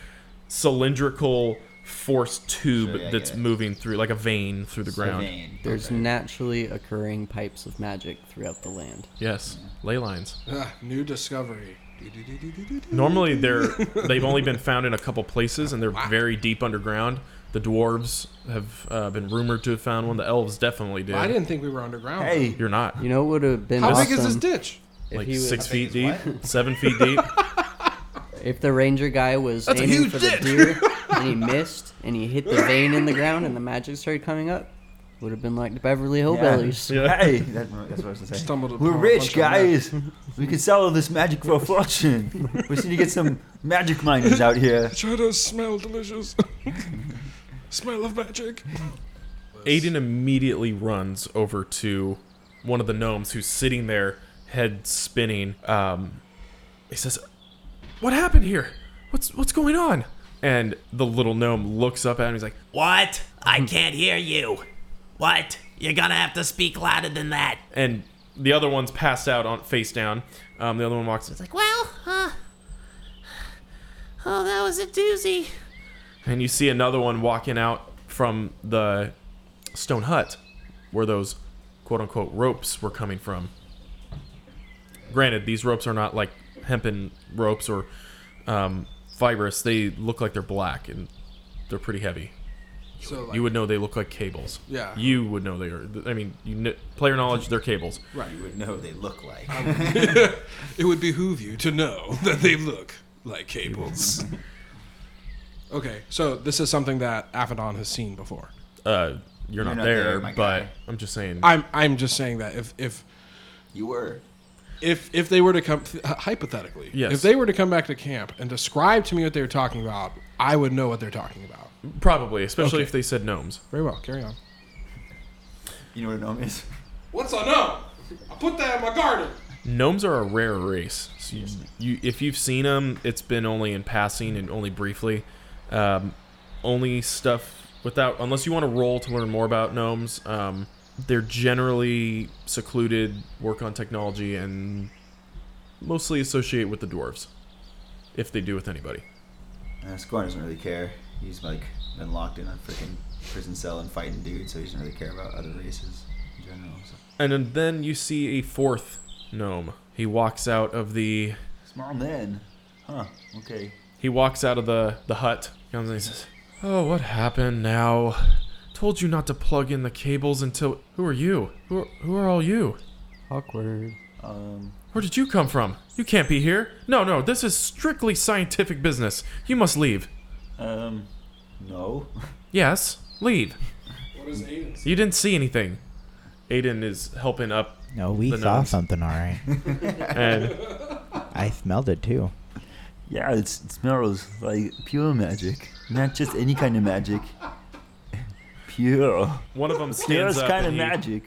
Speaker 5: cylindrical force tube
Speaker 2: Sure, yeah, I
Speaker 5: that's
Speaker 2: get it.
Speaker 5: moving through like a vein through the ground.
Speaker 2: Vein.
Speaker 6: There's naturally occurring pipes of magic throughout the land.
Speaker 5: Yes, ley lines.
Speaker 1: Ah, new discovery. Do-do-do-do-do-do-do.
Speaker 5: Normally they're they've only been found in a couple places and they're very deep underground. The dwarves have uh, been rumored to have found one. The elves definitely
Speaker 1: [LAUGHS]
Speaker 5: did.
Speaker 1: I didn't think we were underground.
Speaker 2: Hey,
Speaker 5: You're not
Speaker 6: You know what would have been
Speaker 1: How
Speaker 6: awesome
Speaker 1: big is this ditch?
Speaker 6: if,
Speaker 5: like
Speaker 6: he was,
Speaker 5: six feet deep,
Speaker 2: it's
Speaker 5: seven
Speaker 1: [LAUGHS]
Speaker 5: feet deep.
Speaker 6: if the ranger guy was
Speaker 1: a
Speaker 6: aiming
Speaker 1: huge
Speaker 6: for
Speaker 1: ditch.
Speaker 6: the deer
Speaker 1: [LAUGHS]
Speaker 6: and he missed and he hit the vein in the ground and the magic started coming up, would have been like the Beverly
Speaker 7: [LAUGHS]
Speaker 6: Hillbillies.
Speaker 5: Yeah.
Speaker 2: hey, that, that's what I was gonna say.
Speaker 1: Stumbled upon
Speaker 2: We're
Speaker 1: a bunch
Speaker 2: rich,
Speaker 1: of
Speaker 2: guys. we can sell all this magic for a fortune.
Speaker 1: [LAUGHS]
Speaker 2: we need to get some magic miners out here.
Speaker 1: Shadows smell delicious. [LAUGHS] smell of magic.
Speaker 5: Aiden immediately runs over to one of the gnomes who's sitting there, head spinning. Um, he says, "What happened here? What's what's going on?" And the little gnome looks up at him. He's like,
Speaker 11: What? I can't hear you. What? You're gonna have to speak louder than that.
Speaker 5: and the other one's passed out on face down. Um, the other one walks. It's like,
Speaker 11: Well, uh. Oh, that was a doozy.
Speaker 5: and you see another one walking out from the stone hut where those quote unquote ropes were coming from. Granted, these ropes are not like hempen ropes or um, fibrous. They look like they're black and they're pretty heavy.
Speaker 1: So like,
Speaker 5: You would know they look like cables.
Speaker 1: Yeah.
Speaker 5: You would know they are. I mean, you kn- player knowledge, they're cables.
Speaker 2: You would know what they look like.
Speaker 1: Um, [LAUGHS] it would behoove you to know [LAUGHS] that they look like
Speaker 2: [LAUGHS]
Speaker 1: cables. okay, so this is something that Aphodon has seen before.
Speaker 5: Uh, you're, not,
Speaker 2: not
Speaker 5: there,
Speaker 2: there, my
Speaker 5: but
Speaker 2: guy.
Speaker 5: I'm just saying.
Speaker 1: I'm I'm just saying that if if
Speaker 2: Mm. You were.
Speaker 1: if if they were to come th- hypothetically,
Speaker 5: Yes.
Speaker 1: if they were to come back to camp and describe to me what they were talking about, I would know what they're talking about.
Speaker 5: Probably, especially
Speaker 1: Okay.
Speaker 5: if they said gnomes.
Speaker 1: Very well, carry on.
Speaker 2: You know what a gnome is?
Speaker 1: What's I know? I put that in my garden.
Speaker 5: Gnomes are a rare race. So you, you, if you've seen them, it's been only in passing and only briefly. Um, only stuff without, unless you want to roll to learn more about gnomes. Um, they're generally secluded, work on technology, and mostly associate with the dwarves, if they do with anybody.
Speaker 2: Uh, Scorn doesn't really care. He's like been locked in a freaking prison cell and fighting dudes, so he doesn't really care about other races in general. So.
Speaker 5: And then- then you see a fourth gnome. He walks out of the
Speaker 2: Small man. Huh. Okay.
Speaker 5: He walks out of the, the hut, comes and he says, Oh, what happened now? Told you not to plug in the cables until. Who are you? Who are, who are all you?
Speaker 6: Awkward.
Speaker 2: Um.
Speaker 5: Where did you come from? You can't be here. No, no, this is strictly scientific business. You must leave.
Speaker 2: Um. No.
Speaker 5: Yes, leave.
Speaker 1: What is Aiden's?
Speaker 5: You didn't see anything. Aiden is helping up,
Speaker 3: No, we
Speaker 5: The
Speaker 3: saw
Speaker 5: gnomes.
Speaker 3: something, all right. [LAUGHS]
Speaker 5: and
Speaker 3: I smelled it too.
Speaker 2: Yeah, it's, it smells like pure magic, not just any kind of magic. Pure.
Speaker 5: [LAUGHS] one of them
Speaker 2: Pure
Speaker 5: stands up.
Speaker 2: kind of
Speaker 5: and he-
Speaker 2: magic.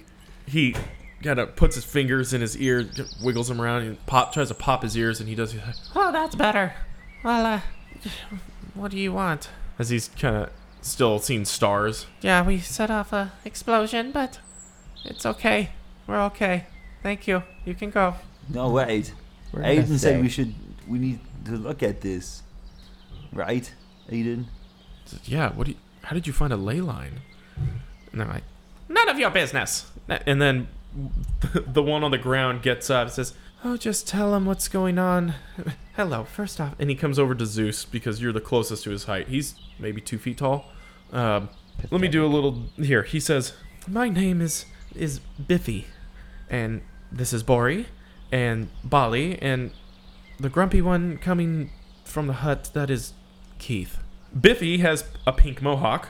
Speaker 5: he kind of puts his fingers in his ear, wiggles them around, and pop tries to pop his ears, and he does. He's like, oh, that's better. Well, uh, what do you want? As he's kind of still seeing stars.
Speaker 11: Yeah, we set off a explosion, but it's okay. We're okay. Thank you. You can go.
Speaker 2: No, wait.
Speaker 3: We're gonna
Speaker 2: Aiden said
Speaker 3: say-
Speaker 2: we should. We need to look at this, right? Aiden.
Speaker 5: He says, Yeah, what? Do you, how did you find a ley line? And they're like, none of your business. And then [LAUGHS] the one on the ground gets up and says, Oh, just tell him what's going on. [LAUGHS] Hello, first off. And he comes over to Zeus because you're the closest to his height. He's maybe two feet tall. Um, let me do a little here. He says, My name is is Biffy, and this is Bori, and Bali, and the grumpy one coming from the hut that is Keith. Biffy has a pink mohawk.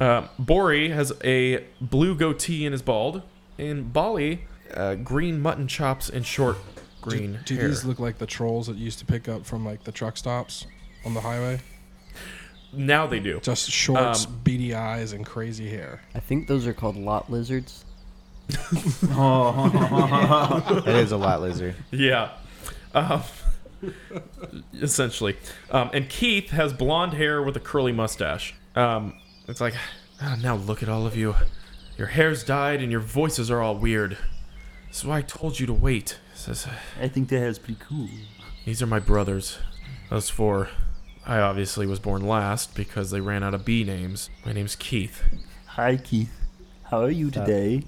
Speaker 5: Uh, Bori has a blue goatee and is bald. And Bali, uh, green mutton chops and short green
Speaker 1: Do, do
Speaker 5: hair.
Speaker 1: these look like the trolls that you used to pick up from like the truck stops on the highway?
Speaker 5: now they do.
Speaker 1: Just shorts,
Speaker 5: Um,
Speaker 1: beady eyes, and crazy hair.
Speaker 6: I think those are called lot lizards.
Speaker 5: Oh. [LAUGHS]
Speaker 1: [LAUGHS]
Speaker 3: It is a lot lizard.
Speaker 5: Yeah. Um, essentially. Um, and Keith has blonde hair with a curly mustache. Um, it's like, "Ah, now look at all of you. Your hair's dyed and your voices are all weird. This is why I told you to wait. He says,
Speaker 2: I think that is pretty cool.
Speaker 5: These are my brothers. Those four. I obviously was born last because they ran out of B names. My name's Keith.
Speaker 2: Hi, Keith. How are you today?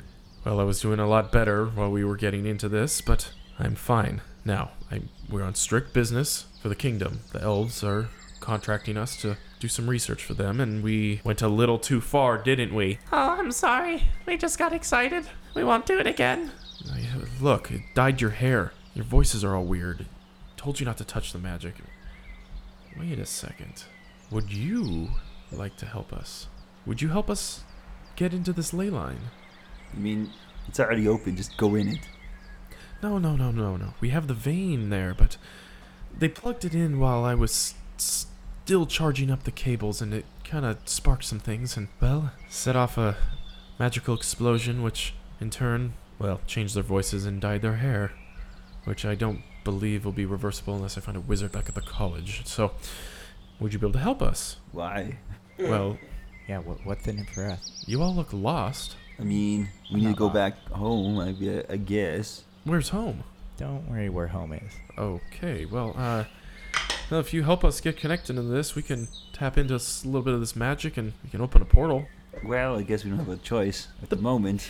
Speaker 5: Well, I was doing a lot better while we were getting into this, but I'm fine. Now, I, we're on strict business for the kingdom. The elves are contracting us to do some research for them, and we went a little too far, didn't we?
Speaker 11: Oh, I'm sorry. We just got excited. We won't do it again.
Speaker 5: I- Look, it dyed your hair. Your voices are all weird. Told you not to touch the magic. Wait a second. Would you like to help us? Would you help us get into this ley line?
Speaker 2: I mean, it's already open. Just go in it.
Speaker 5: No, no, no, no, no. We have the vein there, but they plugged it in while I was s- still charging up the cables, and it kind of sparked some things, and well, set off a magical explosion, which in turn, well, changed their voices and dyed their hair, which I don't believe will be reversible unless I find a wizard back at the college. So, would you be able to help us?
Speaker 2: Why?
Speaker 5: Well,
Speaker 3: [LAUGHS] Yeah, what, what's in it for us?
Speaker 5: you all look lost.
Speaker 2: I mean, we need to
Speaker 3: Not
Speaker 2: go
Speaker 3: lot.
Speaker 2: back home. I, gue- I guess.
Speaker 5: Where's home?
Speaker 3: Don't worry where home is.
Speaker 5: Okay, well, uh, well, if you help us get connected to this, we can tap into s- a little bit of this magic and we can open a portal.
Speaker 2: Well, I guess we don't have a choice at the moment.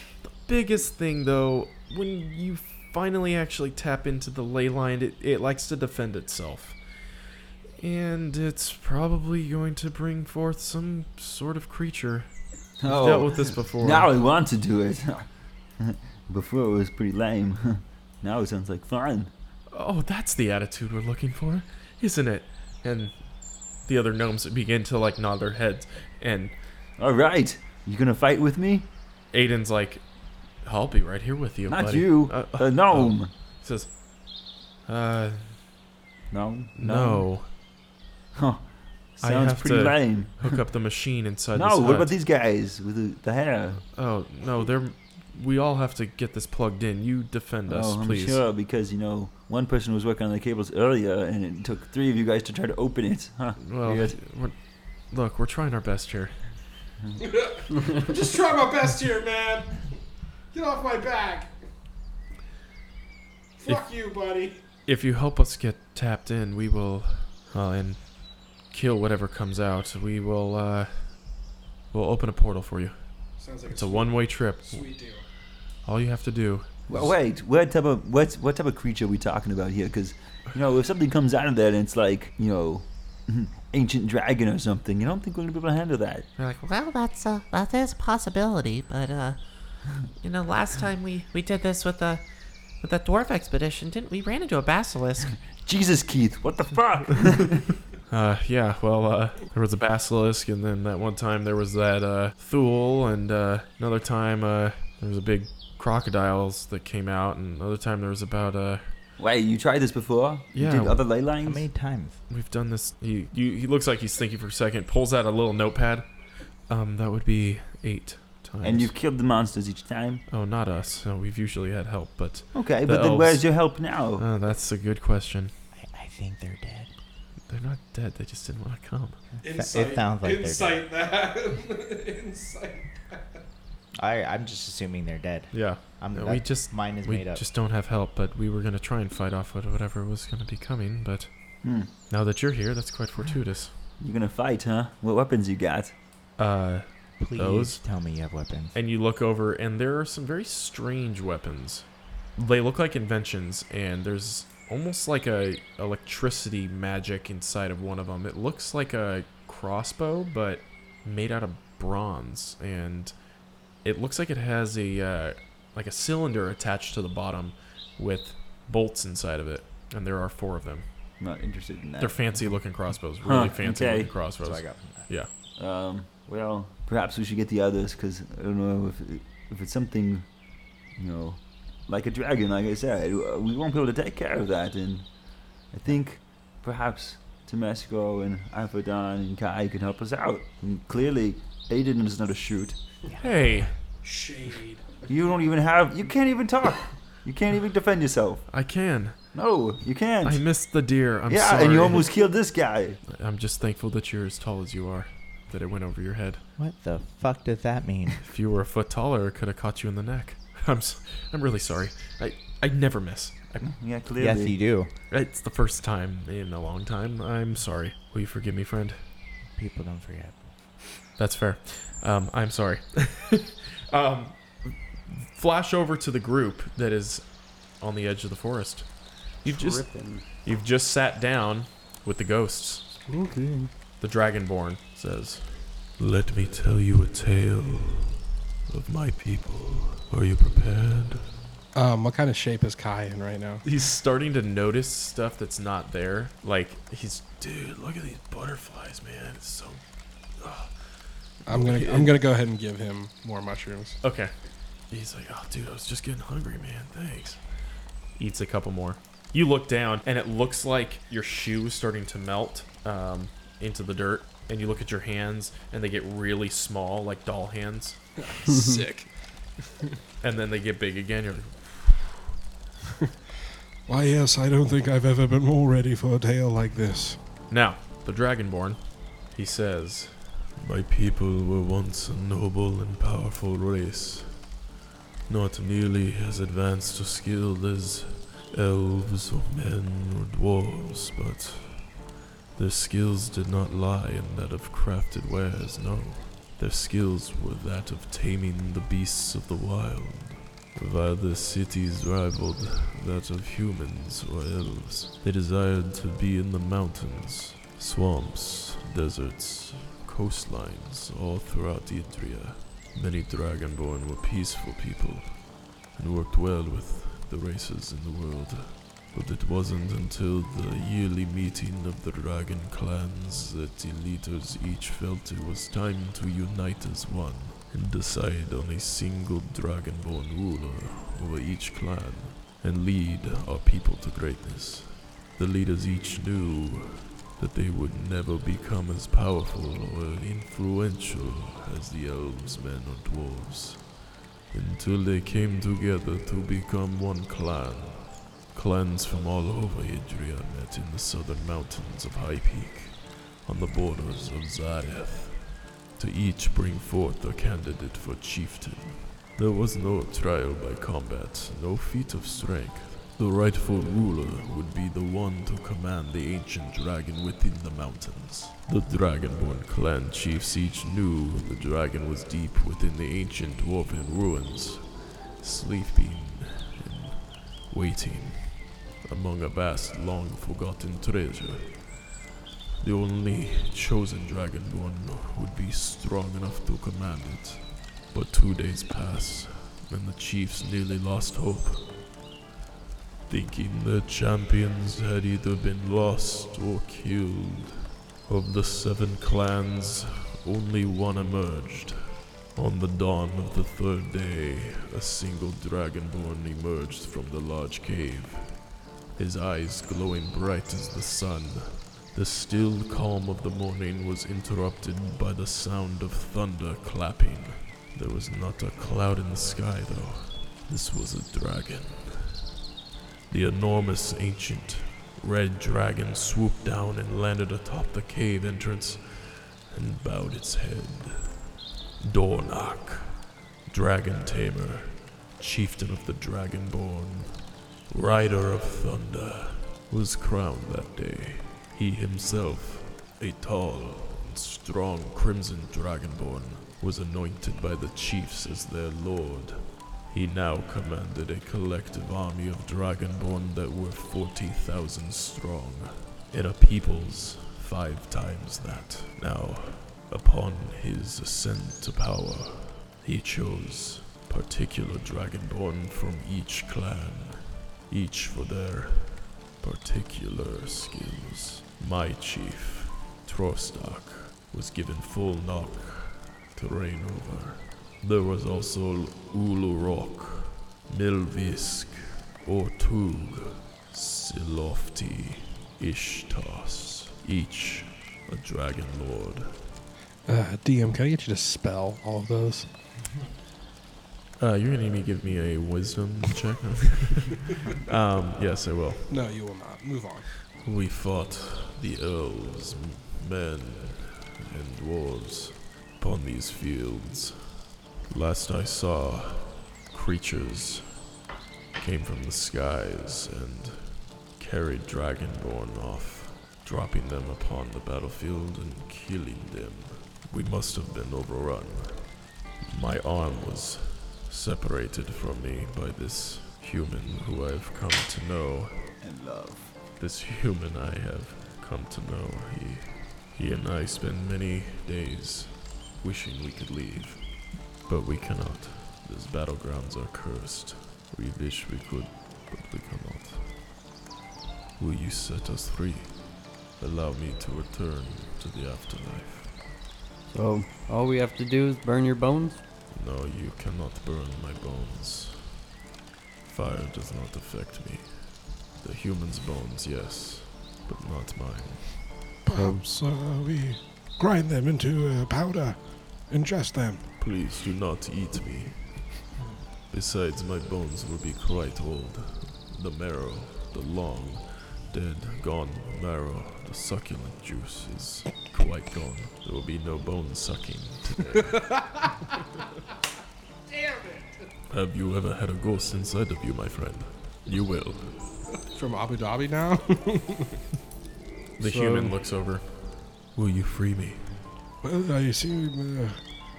Speaker 5: Biggest thing, though, when you finally actually tap into the ley line, it, it likes to defend itself. And it's probably going to bring forth some sort of creature. I've dealt with this
Speaker 7: [LAUGHS]
Speaker 5: before.
Speaker 2: Now I want to do it. [LAUGHS] Before it was pretty lame. [LAUGHS] now it sounds like fun.
Speaker 5: Oh, that's the attitude we're looking for, isn't it? And the other gnomes begin to like nod their heads, and
Speaker 2: All right, you gonna fight with me?
Speaker 5: Aiden's like, I'll be right here with you.
Speaker 2: Not
Speaker 5: buddy."
Speaker 2: you,
Speaker 5: Uh,
Speaker 2: the gnome.
Speaker 5: says, says, uh,
Speaker 7: No.
Speaker 5: no.
Speaker 7: Huh.
Speaker 5: I
Speaker 7: Sounds
Speaker 5: have
Speaker 7: pretty
Speaker 5: to-
Speaker 7: lame.
Speaker 5: Hook
Speaker 2: [LAUGHS]
Speaker 5: up the machine inside
Speaker 7: No,
Speaker 5: this
Speaker 7: what
Speaker 5: hut.
Speaker 7: about these guys with the, the hair?
Speaker 5: Oh, no, they're... We all have to get this plugged in. You defend us,
Speaker 7: oh, I'm
Speaker 5: please.
Speaker 7: sure because you know one person was working on the cables earlier, and it took three of you guys to try to open it. Huh?
Speaker 5: Well,
Speaker 7: Weird.
Speaker 5: we're, look, we're trying our best here. Um,
Speaker 1: [LAUGHS] Just try my best here, man. Get off my back. Fuck you, buddy.
Speaker 5: If you help us get tapped in, we will, uh, and kill whatever comes out. We will, uh, we'll open a portal for you.
Speaker 1: Sounds like
Speaker 5: It's a one-way trip.
Speaker 1: sweet deal.
Speaker 5: All you have to do.
Speaker 7: Well, wait, what type of what what type of creature are we talking about here? Because you know, if something comes out of that and it's like you know, [LAUGHS] ancient dragon or something, you don't think we're gonna be able to handle that.
Speaker 3: They're like, well, that's a that is a possibility, but uh, [LAUGHS] you know, last time we we did this with the with the dwarf expedition, didn't we? Ran into a [LAUGHS] basilisk.
Speaker 7: Jesus, Keith, what
Speaker 3: [LAUGHS]
Speaker 7: the fuck?
Speaker 5: Uh, yeah, well, uh, there was a basilisk, and then that one time there was that, uh, Thule, and, uh, another time, uh, there was a big crocodiles that came out, and another time there was about, uh,
Speaker 7: wait, you tried this before?
Speaker 5: Yeah,
Speaker 7: You did other ley lines?
Speaker 4: How many times?
Speaker 5: We've done this. He, you, he looks like he's thinking for a second, pulls out a little notepad. Um, that would be eight times.
Speaker 7: and you've killed the monsters each time.
Speaker 5: Oh, not us. No, we've usually had help, but.
Speaker 7: Okay,
Speaker 5: The
Speaker 7: but then
Speaker 5: elves.
Speaker 7: where's your help now?
Speaker 5: Uh, that's a good question.
Speaker 4: I, I think they're dead.
Speaker 5: They're not dead, they just didn't want to come.
Speaker 4: It sounds like they're dead. [LAUGHS]
Speaker 1: Insight that. Insight.
Speaker 4: I, I'm just assuming they're dead.
Speaker 5: Yeah.
Speaker 4: I'm,
Speaker 5: No,
Speaker 4: that-
Speaker 5: we just-
Speaker 4: mine is
Speaker 5: We
Speaker 4: made up.
Speaker 5: just don't have help, but we were going to try and fight off what- whatever was going to be coming, but
Speaker 7: Hmm.
Speaker 5: now that you're here, that's quite fortuitous.
Speaker 7: You're gonna fight, huh? What weapons you got?
Speaker 5: Uh,
Speaker 4: Please
Speaker 5: those-
Speaker 4: tell me you have weapons.
Speaker 5: and you look over and there are some very strange weapons they look like inventions and there's almost like a electricity magic inside of one of them it looks like a crossbow but made out of bronze and it looks like it has a uh, like a cylinder attached to the bottom with bolts inside of it and there are four of them
Speaker 7: I'm not interested in that.
Speaker 5: they're fancy looking crossbows really
Speaker 7: Huh,
Speaker 5: fancy
Speaker 7: okay.
Speaker 5: looking crossbows
Speaker 4: That's what I got. from
Speaker 5: yeah
Speaker 7: Um, well, perhaps we should get the others because I don't know if it, if it's something, you know, like a dragon. Like I said, uh, we won't be able to take care of that, and I think perhaps Temesco and Aphodon and Kai can help us out. And clearly, Aiden knows how to shoot.
Speaker 5: hey
Speaker 1: Shade.
Speaker 7: You don't even have. You can't even talk. You can't even defend yourself.
Speaker 5: i can
Speaker 7: No, you can't.
Speaker 5: i missed the deer i'm
Speaker 7: yeah,
Speaker 5: sorry
Speaker 7: and you almost killed this guy.
Speaker 5: I'm just thankful that you're as tall as you are, that it went over your head.
Speaker 4: that. What the fuck does that mean?
Speaker 5: If you were a foot taller, it could have caught you in the neck. [LAUGHS] I'm, s- I'm really sorry. I, I never miss. I,
Speaker 7: Mm-hmm, Yeah, clearly.
Speaker 4: yes, you do.
Speaker 5: it's the first time in a long time. I'm sorry. Will you forgive me, friend?
Speaker 4: People don't forget.
Speaker 5: That's fair. Um, I'm sorry. [LAUGHS] um, flash over to the group that is on the edge of the forest. You've just,
Speaker 12: Ripping.
Speaker 5: you've just sat down with the ghosts. The Dragonborn says,
Speaker 8: Let me tell you a tale of my people. Are you prepared?
Speaker 1: Um, what kind of shape is Kai in right now?
Speaker 5: he's starting to notice stuff that's not there. Like he's
Speaker 8: Dude, look at these butterflies, man. It's so.
Speaker 5: oh,
Speaker 1: I'm gonna I'm gonna go ahead and give him more mushrooms.
Speaker 5: okay.
Speaker 8: He's like, oh, dude, I was just getting hungry, man. Thanks.
Speaker 5: Eats a couple more. You look down, and it looks like your shoe is starting to melt um, into the dirt. And you look at your hands, and they get really small, like doll hands.
Speaker 1: Sick.
Speaker 5: [LAUGHS] And then they get big again. You're like,
Speaker 1: Why, yes, I don't think I've ever been more ready for a tale like this.
Speaker 5: now the Dragonborn. He says,
Speaker 8: My people were once a noble and powerful race, not nearly as advanced or skilled as elves or men or dwarves, but their skills did not lie in that of crafted wares, no. Their skills were that of taming the beasts of the wild, while the cities rivaled that of humans or elves. They desired to be in the mountains, swamps, deserts, coastlines all throughout Idria. Many Dragonborn were peaceful people and worked well with the races in the world. But it wasn't until the yearly meeting of the dragon clans that the leaders each felt it was time to unite as one and decide on a single dragonborn ruler over each clan. and lead our people to greatness. The leaders each knew that they would never become as powerful or influential as the elves, men, or dwarves until they came together to become one clan. Clans from all over Idria met in the southern mountains of High Peak, on the borders of Zareth, to each bring forth a candidate for chieftain. There was no trial by combat, no feat of strength. The rightful ruler would be the one to command the ancient dragon within the mountains. The dragonborn clan chiefs each knew the dragon was deep within the ancient dwarven ruins, sleeping and waiting among a vast, long forgotten treasure. The only chosen dragonborn would be strong enough to command it. But two days pass, and the chiefs nearly lost hope thinking their champions had either been lost or killed. Of the seven clans, only one emerged. On the dawn of the third day, a single dragonborn emerged from the large cave, his eyes glowing bright as the sun. The still calm of the morning was interrupted by the sound of thunder clapping. There was not a cloud in the sky, though. This was a dragon. The enormous ancient red dragon swooped down and landed atop the cave entrance and bowed its head. Dornak, dragon tamer, chieftain of the dragonborn, rider of thunder, was crowned that day. He himself, a tall and strong crimson dragonborn, was anointed by the chiefs as their lord he now commanded a collective army of Dragonborn that were 40,000 strong, in a people's five times that. Now, upon his ascent to power, he chose particular Dragonborn from each clan, each for their particular skills. My chief, Trostak, was given full knock to reign over. There was also Ulurok, Milvisk, Ortug, Silofti, Ishtas, each a dragon lord.
Speaker 1: Uh, DM, can I get you to spell all of those?
Speaker 5: Uh, you're gonna need to give me a wisdom check. [LAUGHS] um, yes, I will.
Speaker 1: No, you will not. Move on.
Speaker 8: We fought the elves, men, and dwarves upon these fields. Last I saw, creatures came from the skies and carried Dragonborn off, dropping them upon the battlefield and killing them. We must have been overrun. My arm was separated from me by this human who I've come to know.
Speaker 2: And love.
Speaker 8: This human I have come to know. He, he and I spend many days wishing we could leave. But we cannot. These battlegrounds are cursed. We wish we could, but we cannot. Will you set us free? Allow me to return to the afterlife.
Speaker 6: So all we have to do is burn your bones.
Speaker 8: No, you cannot burn my bones. Fire does not affect me. The human's bones, yes, but not mine.
Speaker 1: Perhaps uh, we grind them into uh, powder, ingest [LAUGHS] them.
Speaker 8: Please do not eat me. Besides, my bones will be quite old. The marrow, the long, dead, gone marrow, the succulent juice is quite gone. There will be no bone sucking today.
Speaker 4: Damn
Speaker 8: Have you ever had a ghost inside of you, my friend? You will.
Speaker 1: From Abu Dhabi now? [LAUGHS]
Speaker 5: The
Speaker 6: So-
Speaker 5: human looks over.
Speaker 8: Will you free me?
Speaker 1: well, I see. Uh,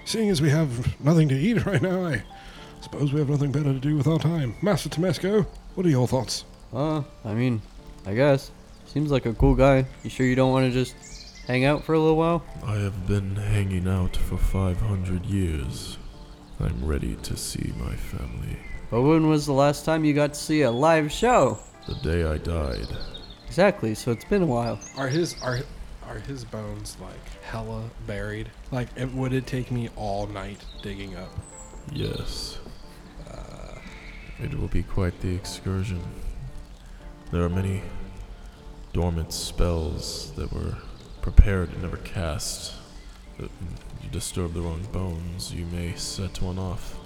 Speaker 1: seeing as we have nothing to eat [LAUGHS] right now, I suppose we have nothing better to do with our time. Master Tomesco, what are your thoughts?
Speaker 6: Uh, I mean, I guess. Seems like a cool guy. You sure you don't want to just hang out for a little while?
Speaker 8: I have been hanging out for 500 years. I'm ready to see my family.
Speaker 6: But when was the last time you got to see a live show?
Speaker 8: The day I died,
Speaker 6: Exactly. So it's been a while.
Speaker 1: Are his are are his bones like hella buried? Like, it, would it take me all night digging up?
Speaker 8: yes. It will be quite the excursion. There are many dormant spells that were prepared and never cast. That you disturb the wrong bones, you may set one off.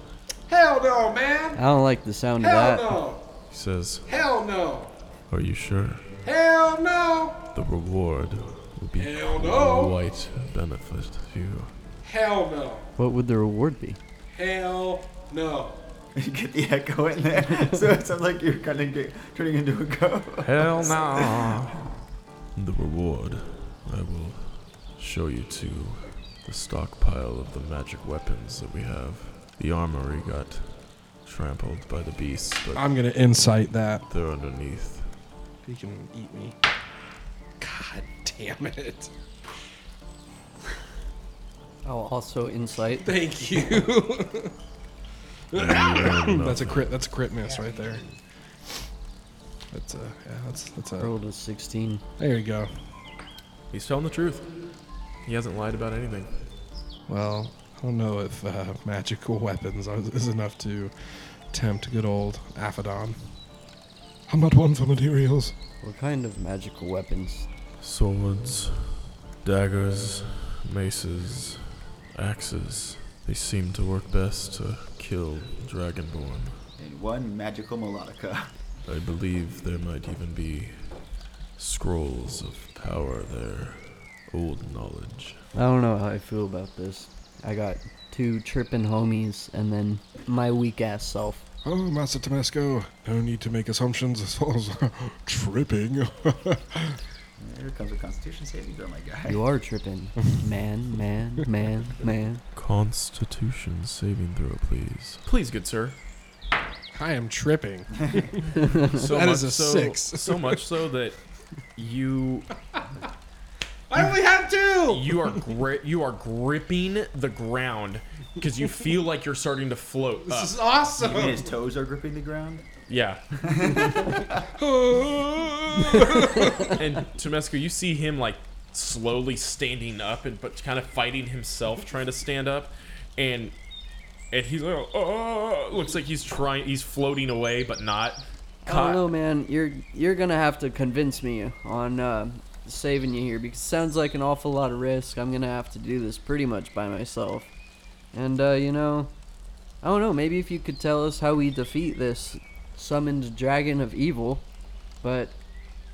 Speaker 1: Hell no, man.
Speaker 6: I don't like the sound of
Speaker 1: Hell
Speaker 6: that.
Speaker 1: no.
Speaker 8: He says,
Speaker 1: Hell no.
Speaker 8: Are you sure?
Speaker 1: Hell no.
Speaker 8: The reward will be
Speaker 1: Hell no.
Speaker 8: quite a benefit to you.
Speaker 1: Hell no.
Speaker 6: What would the reward be?
Speaker 1: Hell no.
Speaker 2: [LAUGHS] You get the echo in there, [LAUGHS] so it sounds like you're kind of turning into a ghost.
Speaker 5: Hell no.
Speaker 8: The reward I will show you to the stockpile of the magic weapons that we have. The armory got trampled by the beasts, but
Speaker 1: I'm gonna incite that.
Speaker 8: they're underneath.
Speaker 1: He can eat me. God damn it.
Speaker 6: Oh, also insight.
Speaker 1: Thank you. [LAUGHS] that's a crit. That's a crit miss right there. That's a. Yeah, that's that's a.
Speaker 6: Rolled a 16.
Speaker 1: There you go.
Speaker 5: He's telling the truth. He hasn't lied about anything.
Speaker 1: Well, I don't know if uh, magical weapons are, is enough to tempt good old Aphodon. I'm not one for materials.
Speaker 6: What kind of magical weapons?
Speaker 8: Swords, daggers, maces, axes. They seem to work best to kill Dragonborn.
Speaker 2: [LAUGHS] And one magical melodica.
Speaker 8: I believe there might even be scrolls of power there. Old knowledge.
Speaker 6: [LAUGHS] I don't know how I feel about this. I got two chirping homies and then my weak ass self.
Speaker 1: Oh, Master Tomesco, no need to make assumptions as far as [LAUGHS] tripping. [LAUGHS]
Speaker 2: Here comes a Constitution saving throw, my guy.
Speaker 6: You
Speaker 2: [LAUGHS]
Speaker 6: are tripping. Man, man, man, man.
Speaker 8: Constitution saving throw, please.
Speaker 5: Please, good sir.
Speaker 1: I am tripping.
Speaker 5: [LAUGHS] So
Speaker 1: That
Speaker 5: much
Speaker 1: is a
Speaker 5: so,
Speaker 1: six. [LAUGHS]
Speaker 5: So much so that you
Speaker 1: I only have two.
Speaker 5: you are gri- you are gripping the ground because you feel like you're starting to float up.
Speaker 1: This is awesome.
Speaker 2: You mean his toes are gripping the ground?
Speaker 1: [LAUGHS]
Speaker 5: Yeah. and Tomesco, you see him like slowly standing up and but kind of fighting himself trying to stand up and and he's like oh looks like he's trying he's floating away but not
Speaker 6: I don't
Speaker 5: Caught.
Speaker 6: know, man. You're you're gonna have to convince me on uh, saving you here because it sounds like an awful lot of risk. I'm gonna have to do this pretty much by myself. And uh, you know, I don't know. Maybe if you could tell us how we defeat this summoned dragon of evil, but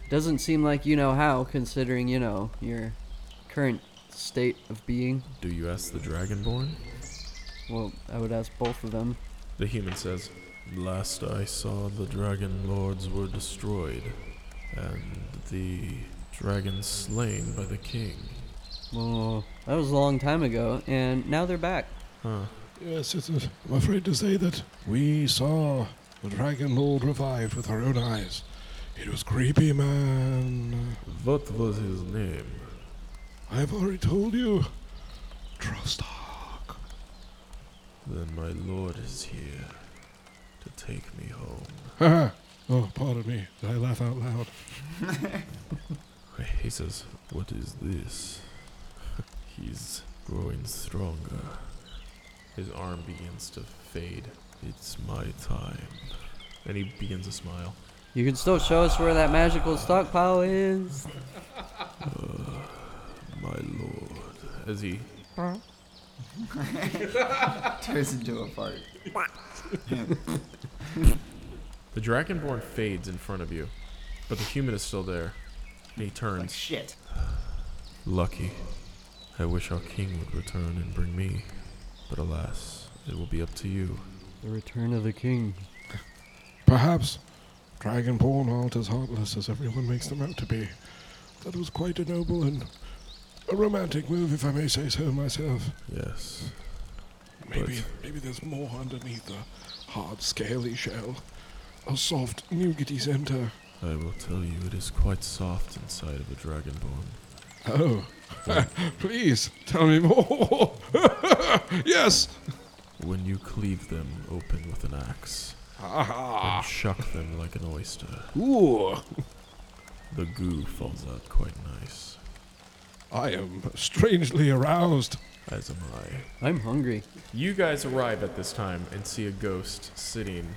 Speaker 6: doesn't seem like you know how, considering you know your current state of being.
Speaker 8: Do you ask the Dragonborn?
Speaker 6: Well, I would ask both of them.
Speaker 8: The human says, Last I saw, the dragon lords were destroyed, and the dragon slain by the king.
Speaker 6: Well, that was a long time ago, and now they're back.
Speaker 8: Huh.
Speaker 1: Yes, it is. I'm afraid to say that we saw the Dragon Lord revived with our own eyes. It was creepy, man.
Speaker 8: What was his name?
Speaker 1: I've already told you. Trostark.
Speaker 8: Then my lord is here to take me home.
Speaker 1: [LAUGHS] oh, pardon me. Did I laugh
Speaker 6: [LAUGHS]
Speaker 1: out loud?
Speaker 8: He says, What is this? [LAUGHS] He's growing stronger. His arm begins to fade. It's my time. And he begins to smile.
Speaker 6: You can still show us where that magical stockpile is.
Speaker 8: Uh, My lord. As he
Speaker 2: Turns into a fart.
Speaker 5: the dragonborn fades in front of you but the human is still there and he
Speaker 2: Like
Speaker 5: turns
Speaker 2: shit.
Speaker 8: Lucky. I wish our king would return and bring me. But alas, it will be up to you.
Speaker 6: The return of the king.
Speaker 1: Perhaps Dragonborn aren't as heartless as everyone makes them out to be. That was quite a noble and a romantic move, if I may say so myself.
Speaker 8: Yes.
Speaker 1: Maybe,
Speaker 8: But-
Speaker 1: maybe there's more underneath the hard, scaly shell. A soft, nougaty center.
Speaker 8: I will tell you it is quite soft inside of a dragonborn.
Speaker 9: [LAUGHS]
Speaker 1: Oh, [LAUGHS] please tell me more. [LAUGHS] yes.
Speaker 8: When you cleave them open with an axe and shuck them like an oyster,
Speaker 1: Ooh,
Speaker 8: the goo falls out quite [LAUGHS] nice.
Speaker 1: I am strangely aroused.
Speaker 8: As am I.
Speaker 6: I'm hungry.
Speaker 5: you guys arrive at this time and see a ghost sitting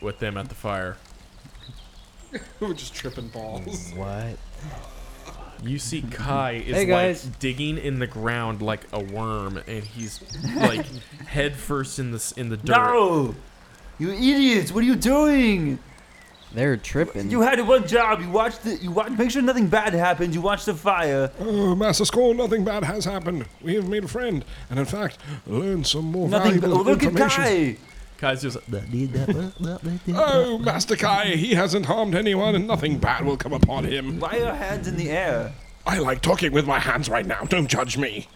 Speaker 5: with them at the fire.
Speaker 9: We're just tripping balls.
Speaker 3: What?
Speaker 6: [LAUGHS]
Speaker 5: You see Kai is
Speaker 6: Hey, guys.
Speaker 5: like digging in the ground like a worm and he's
Speaker 6: [LAUGHS]
Speaker 5: like head first in the s- in the dirt.
Speaker 1: No! You idiots! What are you doing?
Speaker 6: They're tripping.
Speaker 1: You had one job. You watched the. You watched. Make sure nothing bad happened. You watched the fire.
Speaker 9: Oh, Master Skull, nothing bad has happened. We have made a friend, and in fact, learned some more
Speaker 1: Nothing. Ba-
Speaker 9: valuable
Speaker 1: oh, look at
Speaker 9: information.
Speaker 1: Kai.
Speaker 5: Kai's just
Speaker 9: Oh, Master Kai, he hasn't harmed anyone, and nothing bad will come upon him.
Speaker 1: Why are your hands in the air?
Speaker 9: I like talking with my hands right now. Don't judge me.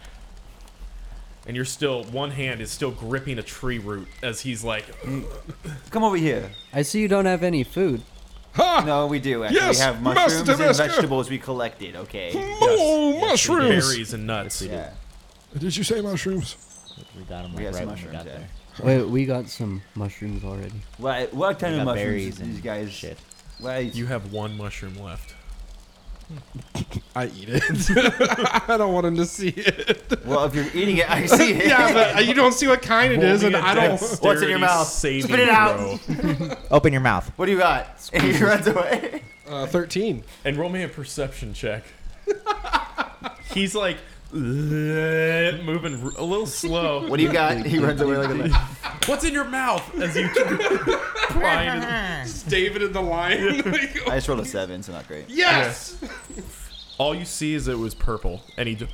Speaker 5: and you're still one hand is still gripping a tree root as he's like
Speaker 6: Mm.
Speaker 1: Come over here.
Speaker 6: I see you don't have any food.
Speaker 9: Ha!
Speaker 7: No, we do. Actually,
Speaker 9: Yes,
Speaker 7: we have
Speaker 9: Master
Speaker 7: mushrooms and
Speaker 9: Tabasco.
Speaker 7: vegetables we collected. Okay.
Speaker 9: Oh, mushrooms!
Speaker 5: berries and nuts.
Speaker 7: Yeah.
Speaker 9: Did you say mushrooms?
Speaker 3: We got them like,
Speaker 7: We got
Speaker 3: right
Speaker 7: some
Speaker 3: when we
Speaker 7: mushrooms.
Speaker 3: got
Speaker 7: Yeah.
Speaker 3: there.
Speaker 6: Wait, we got some mushrooms already.
Speaker 7: What, what kind
Speaker 3: We
Speaker 7: of
Speaker 3: got
Speaker 7: mushrooms?
Speaker 3: berries
Speaker 7: Did these
Speaker 3: and
Speaker 7: guys.
Speaker 3: shit.
Speaker 7: Why?
Speaker 5: You have one mushroom left.
Speaker 9: I eat it. [LAUGHS] I don't want him to see it.
Speaker 7: Well, if you're eating it, I
Speaker 4: [LAUGHS]
Speaker 7: see it.
Speaker 9: [LAUGHS] Yeah, but uh, you don't see what kind it is, and I don't.
Speaker 7: What's in your mouth?
Speaker 5: Saving
Speaker 7: Spit it out.
Speaker 5: throw.
Speaker 3: [LAUGHS] Open your mouth.
Speaker 7: What do you
Speaker 2: [LAUGHS]
Speaker 7: got? And he runs away.
Speaker 9: Uh, Thirteen.
Speaker 5: And roll me a
Speaker 9: [LAUGHS]
Speaker 5: perception check. he's like moving r- a little slow.
Speaker 7: [LAUGHS] What do you got?
Speaker 5: [LAUGHS]
Speaker 7: He runs away like a.
Speaker 5: What's in your mouth? As you
Speaker 9: [LAUGHS]
Speaker 5: pry into
Speaker 9: It's David and the [LAUGHS]
Speaker 5: [LAUGHS]
Speaker 9: lion.
Speaker 7: I just rolled a seven, so not great.
Speaker 9: yes.
Speaker 5: the- all you see is it was purple, and he just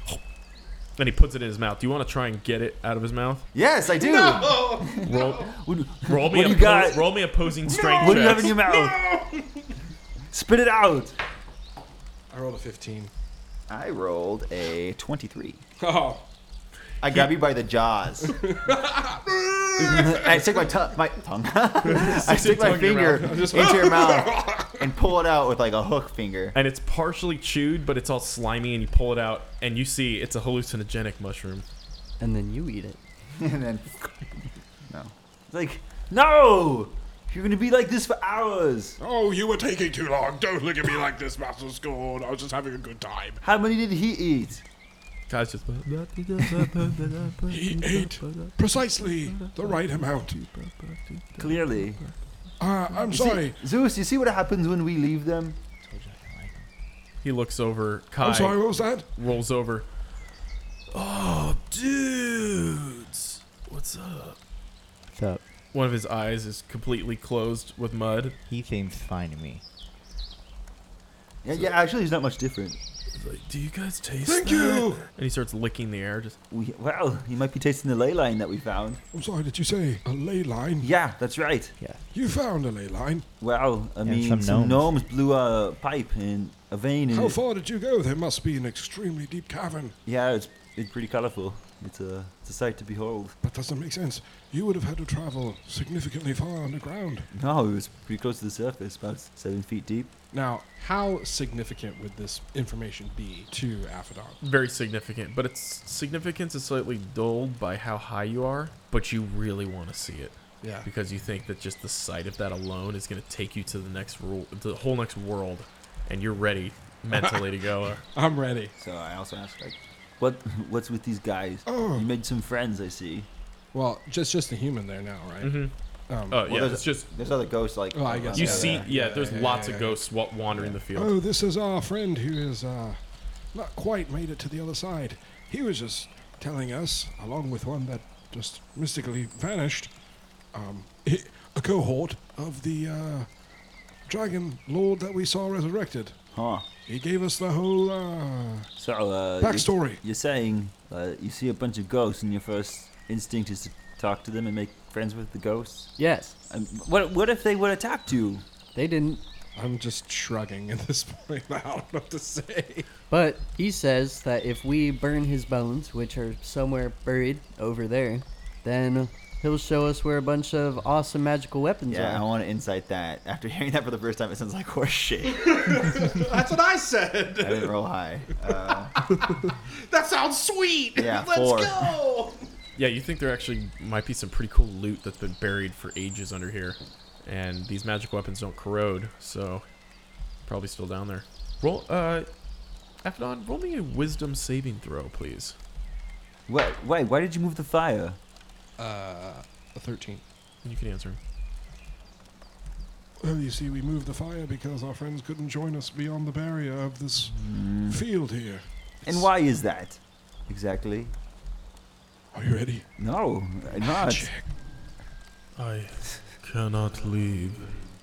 Speaker 5: and he puts it in his mouth. Do you want to try and get it out of his mouth?
Speaker 7: Yes, I do.
Speaker 9: Oh,
Speaker 5: Roll, roll me
Speaker 7: What
Speaker 5: a
Speaker 7: do you
Speaker 5: po-
Speaker 7: got?
Speaker 5: roll me opposing strength.
Speaker 7: What do you have
Speaker 5: checks.
Speaker 7: in your mouth? Spit it out.
Speaker 9: I rolled a fifteen.
Speaker 7: I rolled a 23.
Speaker 9: Oh.
Speaker 7: I grab you by the jaws.
Speaker 5: [LAUGHS]
Speaker 7: I stick my, tu- my tongue. [LAUGHS] I stick
Speaker 5: tongue
Speaker 7: my
Speaker 5: in your
Speaker 7: finger
Speaker 5: mouth.
Speaker 7: into your
Speaker 5: [LAUGHS]
Speaker 7: mouth and pull it out with like a hook finger.
Speaker 5: and it's partially chewed, but it's all slimy, and you pull it out, and you see it's a hallucinogenic mushroom.
Speaker 6: And then you eat it.
Speaker 7: [LAUGHS] And then. No. It's like, no! You're gonna be like this for hours.
Speaker 9: Oh, you were taking too long. Don't look at me like this, Master Scorn. I was just having a good time.
Speaker 7: How many did he eat?
Speaker 5: Guys,
Speaker 9: [LAUGHS]
Speaker 5: just
Speaker 9: He ate precisely the right amount.
Speaker 7: [LAUGHS] Clearly.
Speaker 9: Uh, I'm sorry.
Speaker 7: Zeus, you see what happens when we leave them?
Speaker 5: he looks over.
Speaker 9: I'm sorry,
Speaker 5: Kai
Speaker 9: what was that?
Speaker 5: rolls over. Oh, dudes, what's up?
Speaker 3: What's up?
Speaker 5: One of his eyes is completely closed with mud.
Speaker 3: He seems fine to me.
Speaker 7: Yeah, yeah, actually, he's not much different.
Speaker 5: He's like, "Do you guys taste?"
Speaker 9: Thank
Speaker 5: that?"
Speaker 9: you.
Speaker 5: And he starts licking the air. Just
Speaker 7: We, well, he might be tasting the ley line that we found.
Speaker 9: I'm sorry, did you say a ley line?
Speaker 7: Yeah, that's right.
Speaker 3: Yeah.
Speaker 9: You found a ley line.
Speaker 7: Well, I mean,
Speaker 3: some
Speaker 7: some,
Speaker 3: gnomes.
Speaker 7: gnomes. blew a pipe in a vein. And
Speaker 9: How
Speaker 7: it-
Speaker 9: far did you go? There must be an extremely deep cavern.
Speaker 7: Yeah, it's, it's pretty colorful. It's a, it's a sight to behold.
Speaker 9: That doesn't make sense. You would have had to travel significantly far underground.
Speaker 7: No, it was pretty close to the surface, about seven feet deep.
Speaker 9: Now, how significant would this information be to Aphodon?
Speaker 5: very significant, but its significance is slightly dulled by how high you are. But you really want to see it.
Speaker 9: Yeah.
Speaker 5: because you think that just the sight of that alone is going to take you to the next rule, to the whole next world, and you're ready [LAUGHS] mentally to go.
Speaker 9: [LAUGHS] I'm ready.
Speaker 7: So I also asked, like, what, what's with these guys?
Speaker 9: Oh.
Speaker 7: You made some friends, I see.
Speaker 9: Well, just just a human there now, right?
Speaker 1: Mm-hmm.
Speaker 9: Um,
Speaker 5: Oh yeah,
Speaker 7: there's-
Speaker 5: it's just
Speaker 7: There's other ghosts, like.
Speaker 9: Oh, I guess
Speaker 5: you
Speaker 9: yeah,
Speaker 5: see. Yeah,
Speaker 9: yeah, yeah,
Speaker 5: there's
Speaker 9: yeah,
Speaker 5: lots
Speaker 9: yeah,
Speaker 5: of
Speaker 9: yeah.
Speaker 5: ghosts wa- wandering the field.
Speaker 9: Oh, this is our friend who is uh, not quite made it to the other side. He was just telling us, along with one that just mystically vanished, um, i- a cohort of the uh, dragon lord that we saw resurrected.
Speaker 7: Huh.
Speaker 9: He gave us the whole uh,
Speaker 7: So, uh. you-
Speaker 9: backstory.
Speaker 7: You're saying uh, you see a bunch of ghosts, and your first instinct is to talk to them and make friends with the ghosts?
Speaker 6: Yes.
Speaker 7: Um, what, what if they would attack you?
Speaker 6: They didn't.
Speaker 9: I'm just shrugging at
Speaker 1: [LAUGHS]
Speaker 9: this point. I don't know what to say.
Speaker 6: But he says that if we burn his bones, which are somewhere buried over there, then he'll show us where a bunch of awesome magical weapons
Speaker 7: Yeah, I
Speaker 6: are.
Speaker 7: want to incite that. After hearing that for the first time, it sounds like
Speaker 5: [LAUGHS]
Speaker 7: horse shit.
Speaker 9: That's what I said.
Speaker 7: I didn't roll high. Uh,
Speaker 9: That sounds
Speaker 4: [LAUGHS]
Speaker 9: sweet.
Speaker 7: Yeah, Let's four.
Speaker 9: go.
Speaker 5: Yeah, you think there actually might be some pretty cool loot that's been buried for ages under here, and these magic weapons don't corrode, so probably still down there. Roll, uh, Aphodon, roll me a wisdom saving throw, please.
Speaker 7: wait, wait, why did you move the fire?
Speaker 9: Uh, a 13.
Speaker 5: You can answer. him.
Speaker 1: Oh, you see, we moved the fire because our friends couldn't join us beyond the barrier of this
Speaker 2: Mm.
Speaker 1: field here.
Speaker 2: And why is that? Exactly.
Speaker 1: Are you ready?
Speaker 2: No, I'm not.
Speaker 8: I cannot leave.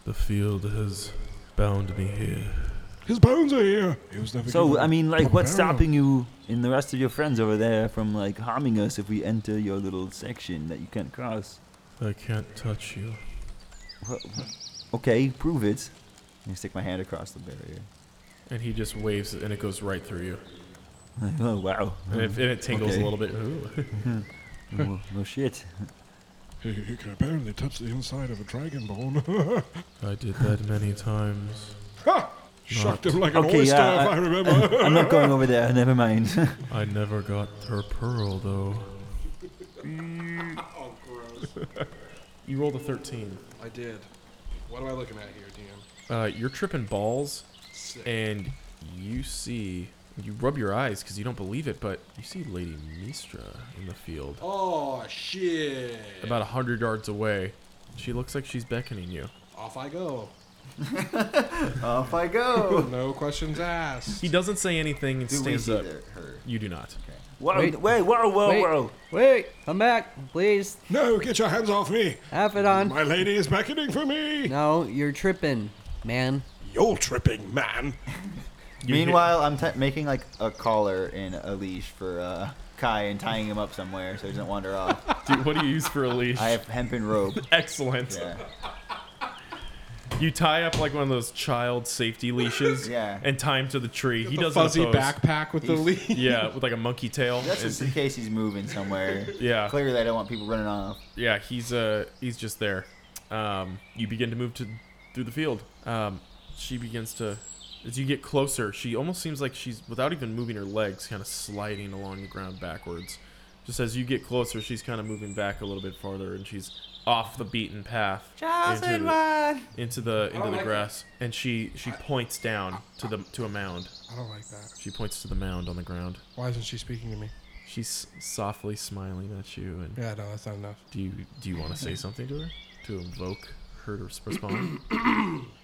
Speaker 8: The field has bound me here.
Speaker 1: His bones are here. He was never
Speaker 2: So
Speaker 1: given
Speaker 2: I mean, like,
Speaker 1: proper
Speaker 2: what's
Speaker 1: burial.
Speaker 2: stopping you and the rest of your friends over there from like harming us if we enter your little section that you can't cross?
Speaker 8: I can't touch you.
Speaker 2: Wha- wha- Okay, prove it. I stick my hand across the barrier.
Speaker 5: And he just waves it and it goes right through you.
Speaker 2: [LAUGHS] Oh wow!
Speaker 5: And it, and it tingles
Speaker 2: Okay.
Speaker 5: a little bit. Ooh. [LAUGHS]
Speaker 2: well, well, shit.
Speaker 1: You, you can apparently touch the inside of a
Speaker 5: [LAUGHS]
Speaker 1: dragonborn.
Speaker 8: I did that many times.
Speaker 1: ha! Shocked him like an
Speaker 2: Okay,
Speaker 1: oyster,
Speaker 2: yeah,
Speaker 1: if
Speaker 2: I-
Speaker 1: I remember.
Speaker 2: [LAUGHS] I'm not going over there. Never mind.
Speaker 8: I never got her pearl though.
Speaker 5: You rolled a 13.
Speaker 1: I did. What am I looking at here, DM?
Speaker 5: Uh, you're tripping balls,
Speaker 1: Sick.
Speaker 5: and you see. You rub your eyes because you don't believe it, but you see Lady Mistra in the field.
Speaker 1: Oh shit!
Speaker 5: About a 100 yards away. She looks like she's beckoning you.
Speaker 1: Off I go.
Speaker 2: [LAUGHS] Off I go.
Speaker 1: [LAUGHS] No questions asked.
Speaker 5: He doesn't say anything and
Speaker 2: Do we
Speaker 5: stands
Speaker 2: see
Speaker 5: up.
Speaker 2: the- her?
Speaker 5: You do not.
Speaker 2: Whoa! Wait!
Speaker 6: Wait.
Speaker 2: Whoa! Whoa!
Speaker 6: Wait.
Speaker 2: Whoa!
Speaker 6: Wait, come back, please.
Speaker 1: No, get your hands off me!
Speaker 6: Have it on.
Speaker 1: My lady is beckoning for me!
Speaker 6: No, you're tripping, man.
Speaker 1: You're tripping, man!
Speaker 5: You hit-
Speaker 2: [LAUGHS] Meanwhile, I'm t- making like a collar and a leash for uh, Kai and tying him up somewhere so he doesn't wander off.
Speaker 5: Dude, what do you use for a leash?
Speaker 2: I have hempen rope.
Speaker 5: [LAUGHS] Excellent.
Speaker 2: Yeah.
Speaker 5: You tie up like one of those child safety leashes
Speaker 2: [LAUGHS] Yeah.
Speaker 5: and tie him to the tree. he
Speaker 1: The
Speaker 5: doesn't
Speaker 1: fuzzy
Speaker 5: oppose.
Speaker 1: backpack with the
Speaker 2: He's-
Speaker 1: lead.
Speaker 5: Yeah, with like a monkey tail.
Speaker 2: That's
Speaker 5: And-
Speaker 2: just in case he's moving somewhere.
Speaker 5: Yeah.
Speaker 2: Clearly, I don't want people running off.
Speaker 5: yeah, he's uh he's just there. Um, you begin to move to through the field. Um, she begins to as you get closer, she almost seems like she's without even moving her legs, kind of sliding along the ground backwards. Just as you get closer, she's kind of moving back a little bit farther, and she's off the beaten path into the, into the into the grass. And she she points down to the to a mound.
Speaker 1: I don't like that.
Speaker 5: She points to the mound on the ground.
Speaker 1: Why isn't she speaking to me?
Speaker 5: She's softly smiling at you and
Speaker 1: Yeah, no, that's not enough.
Speaker 5: do you do you want to say something to her to invoke her to respond?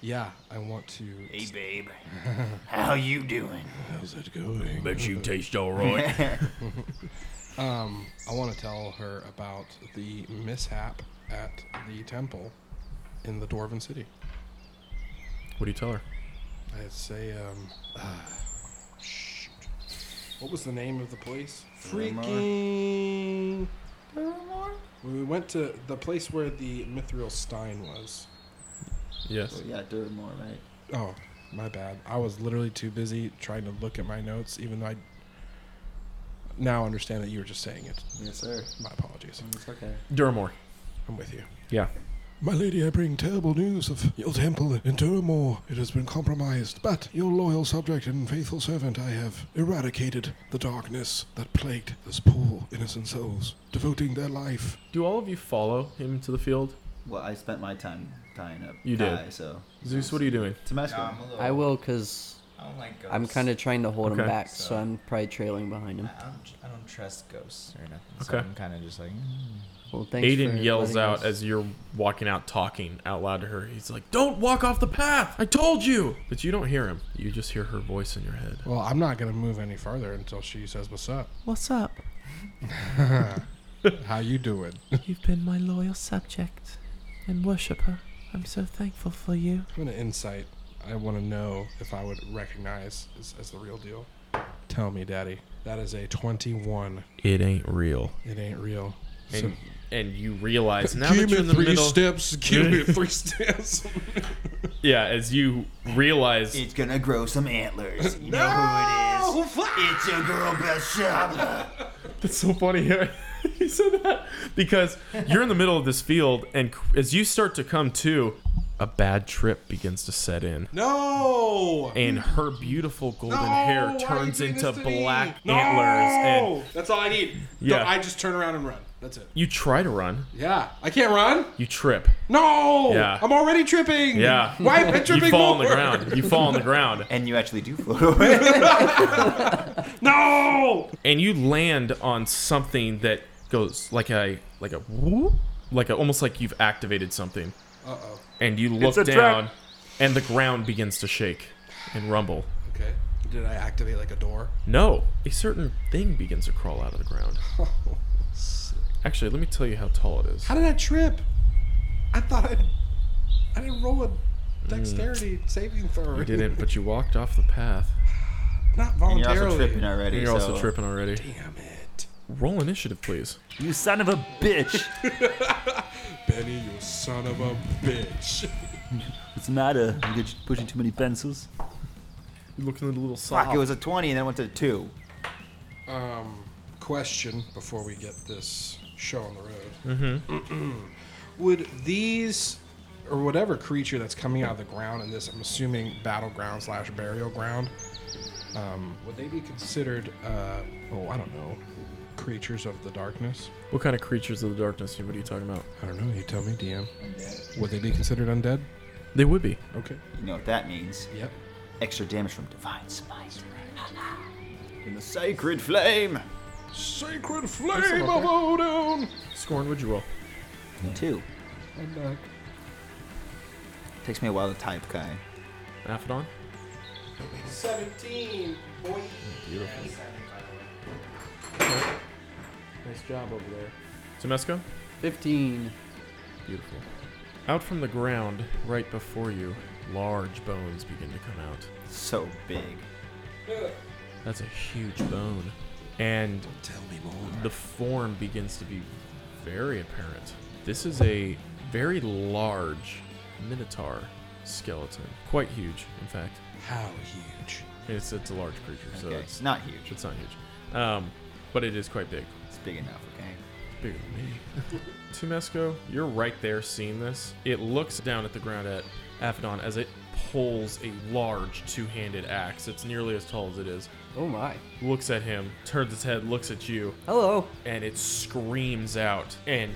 Speaker 1: Yeah, I want to.
Speaker 2: Hey,
Speaker 1: [LAUGHS]
Speaker 2: babe. How you doing?
Speaker 1: How's it going?
Speaker 8: Bet
Speaker 1: [LAUGHS]
Speaker 8: you taste alright.
Speaker 1: Um, I want to tell her about the mishap at the temple [COUGHS] in the Dwarven City.
Speaker 5: what do you tell her?
Speaker 1: I'd say, um, [SIGHS] ah, shoot. What was the name of the place? Freaking. We went to the place where the Mithril Stein was.
Speaker 5: Yes.
Speaker 2: Yeah, do it more, right?
Speaker 1: Oh, my bad. I was literally too busy trying to look at my notes, even though I now understand that you were just saying it.
Speaker 2: Yes, sir. Mm,
Speaker 1: My apologies.
Speaker 2: It's okay.
Speaker 5: Duramore.
Speaker 1: I'm with you.
Speaker 5: Yeah.
Speaker 1: My lady, I bring terrible news of your temple in Duramore. It has been compromised, but your loyal subject and faithful servant, I have eradicated the darkness that plagued this poor innocent souls, devoting their life.
Speaker 5: [LAUGHS] Do all of you follow him to the field?
Speaker 2: Well, I spent my time tying up.
Speaker 5: You
Speaker 2: Kai,
Speaker 5: did.
Speaker 2: So,
Speaker 5: Zeus, what are you doing?
Speaker 2: Tomesco.
Speaker 3: Nah, I'm a little.
Speaker 6: I will, cause
Speaker 3: I don't like ghosts.
Speaker 6: I'm kind of trying to hold
Speaker 5: Okay.
Speaker 6: him back, so I'm probably trailing behind him.
Speaker 3: I don't, I don't trust ghosts or nothing. So
Speaker 5: Okay.
Speaker 3: I'm kind of just like. mm.
Speaker 6: Well, thanks.
Speaker 5: Aiden
Speaker 6: for
Speaker 5: yells
Speaker 6: letting
Speaker 5: out
Speaker 6: us-
Speaker 5: as you're walking out talking out loud to her. He's like, Don't walk off the path! I told you! But you don't hear him. You just hear her voice in your head.
Speaker 1: Well, I'm not going to move any further until she says, What's
Speaker 5: [LAUGHS]
Speaker 1: up?
Speaker 11: What's up?
Speaker 1: How you doing? [LAUGHS]
Speaker 11: You've been my loyal subject and worshiper. I'm so thankful for you.
Speaker 1: I'm going to insight. I want to know if I would recognize as, as the real deal. Tell me, Daddy. That is a 21.
Speaker 8: It ain't real.
Speaker 1: It ain't real. So-
Speaker 5: And and you realize now that you're in the middle.
Speaker 1: steps. Give
Speaker 5: [LAUGHS]
Speaker 1: me three steps.
Speaker 5: yeah, as you realize
Speaker 2: It's gonna grow some antlers. You know who it is. It's your girl, Bathsheba.
Speaker 5: It's so funny [LAUGHS] here. you said that because you're in the middle of this field, and c- as you start to come to, a bad trip begins to set in,
Speaker 1: No.
Speaker 5: and her beautiful golden
Speaker 1: No, why
Speaker 5: hair
Speaker 1: you
Speaker 5: turns
Speaker 1: do this
Speaker 5: into
Speaker 1: to me?
Speaker 5: black
Speaker 1: No!
Speaker 5: antlers, and
Speaker 1: that's all I need.
Speaker 5: Yeah.
Speaker 1: No, I just turn around and run. That's it.
Speaker 5: you try to run,
Speaker 1: Yeah, I can't run.
Speaker 5: you trip,
Speaker 1: No.
Speaker 5: Yeah.
Speaker 1: I'm already [LAUGHS] tripping.
Speaker 5: Yeah.
Speaker 1: Why am I tripping
Speaker 5: you fall on the
Speaker 1: more?
Speaker 5: ground, you fall on the ground,
Speaker 2: and you actually do float away.
Speaker 1: [LAUGHS] No.
Speaker 5: and you land on something that goes like a like a whoop, like a, almost like you've activated something.
Speaker 1: Uh oh.
Speaker 5: and you look
Speaker 1: It's a trap.
Speaker 5: down, and the ground begins to shake and rumble.
Speaker 1: Okay. Did I activate like a door?
Speaker 5: No, a certain thing begins to crawl out of
Speaker 1: [LAUGHS]
Speaker 5: the ground. Actually, let me tell you how tall it is.
Speaker 1: How did I trip? I thought I'd. I didn't roll a dexterity saving throw.
Speaker 5: Mm. You didn't, but you walked off the path.
Speaker 1: Not
Speaker 2: And you're
Speaker 1: voluntarily.
Speaker 2: also tripping already.
Speaker 5: You're also
Speaker 2: so-
Speaker 5: tripping already.
Speaker 1: Damn it.
Speaker 5: Roll initiative, please.
Speaker 7: You son of a bitch!
Speaker 1: [LAUGHS] Benny, you son of a bitch. [LAUGHS]
Speaker 7: What's the matter? You get pushing too many pencils?
Speaker 5: You look in the little sock.
Speaker 2: Fuck, it was a 20 and then it went to 2.
Speaker 1: Um, question before we get this show on the road. Mm-hmm. [CLEARS THROAT] Would these or whatever creature that's coming out of the ground in this, I'm assuming battleground slash burial ground, um, would they be considered? Uh, oh, I don't know. Creatures of the darkness.
Speaker 5: What kind of creatures of the darkness? What are you talking about?
Speaker 1: I don't know. You tell me, DM. Would they be considered undead?
Speaker 5: They would be.
Speaker 1: Okay.
Speaker 2: You know what that means.
Speaker 1: Yep.
Speaker 2: Extra damage from Divine Smite. In the sacred flame!
Speaker 1: Sacred flame of Odin.
Speaker 5: Scorn, would you roll?
Speaker 2: 2.
Speaker 1: uh,
Speaker 2: Takes me a while to type, Kai.
Speaker 5: Aphodon?
Speaker 1: Seventeen. Boy.
Speaker 5: Nice job over there. Tomesco?
Speaker 6: 15.
Speaker 5: Beautiful. Out from the ground, right before you, large bones begin to come out.
Speaker 2: So big.
Speaker 5: That's a huge bone. And tell me more. The form begins to be very apparent. This is a very large minotaur skeleton. Quite huge, in fact.
Speaker 1: How huge?
Speaker 5: It's it's a large creature, so
Speaker 2: Okay.
Speaker 5: it's,
Speaker 2: Not huge.
Speaker 5: it's not huge. Um, but it is quite big.
Speaker 2: It's big enough, okay?
Speaker 5: Bigger than me. [LAUGHS] Tumesco, you're right there seeing this. It looks down at the ground at Aphodon as it pulls a large two-handed axe. It's nearly as tall as it is.
Speaker 6: Oh my.
Speaker 5: Looks at him, turns its head, looks at you,
Speaker 6: Hello.
Speaker 5: and it screams out and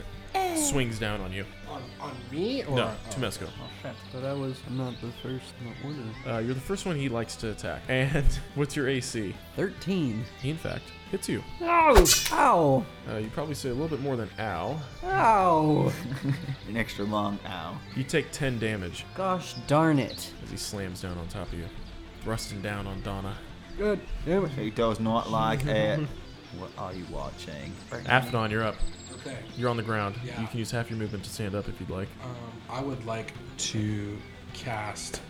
Speaker 5: swings down on you.
Speaker 1: On, on me or
Speaker 5: No, Tumesco.
Speaker 6: Oh, But I was not the first in the order.
Speaker 5: Uh, you're the first one he likes to attack. [LAUGHS] And what's your AC?
Speaker 6: 13.
Speaker 5: He, in fact, hits you.
Speaker 6: Ow! Oh, Ow!
Speaker 5: Uh, you probably say a little bit more than ow.
Speaker 6: Ow!
Speaker 2: [LAUGHS] An extra long ow.
Speaker 5: You take 10 damage
Speaker 6: Gosh darn it.
Speaker 5: as he slams down on top of you, thrusting down on Donna.
Speaker 6: Good. Damn it.
Speaker 2: It does not
Speaker 6: [LAUGHS]
Speaker 2: like it. What are you watching?
Speaker 5: Aphodon, you're up.
Speaker 1: Okay.
Speaker 5: You're on the ground.
Speaker 1: Yeah.
Speaker 5: You can use half your movement to stand up if you'd like.
Speaker 1: Um, I would like to cast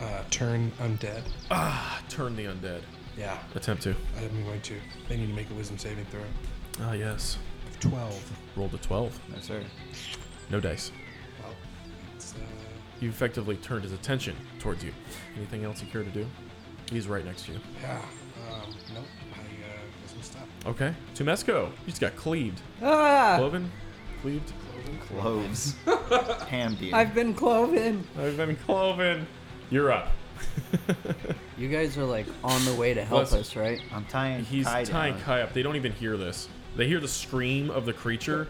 Speaker 1: uh, Turn Undead.
Speaker 5: Ah, Turn the undead.
Speaker 1: Yeah,
Speaker 5: Attempt to.
Speaker 1: I'm going to. They need to make a wisdom saving throw.
Speaker 5: Ah, yes.
Speaker 1: 12.
Speaker 5: Rolled a 12.
Speaker 2: No, sir.
Speaker 5: No dice.
Speaker 1: Well, it's, uh,
Speaker 5: You effectively turned his attention towards you. Anything else you care to do? He's right next to you.
Speaker 1: yeah. Um, nope. I uh, was messed up.
Speaker 5: Okay. Tumesco, you just got cleaved.
Speaker 6: Ah!
Speaker 5: Cloven? Cleaved? [LAUGHS]
Speaker 2: Cloves. Ham deer.
Speaker 6: I've been cloven.
Speaker 5: I've been cloven. You're up.
Speaker 6: You guys are like on the way to help
Speaker 5: Bless-
Speaker 6: us, right?
Speaker 2: I'm tying
Speaker 5: He's
Speaker 2: Kai
Speaker 5: tying
Speaker 2: down.
Speaker 5: Kai up. They don't even hear this. They hear the scream of the creature.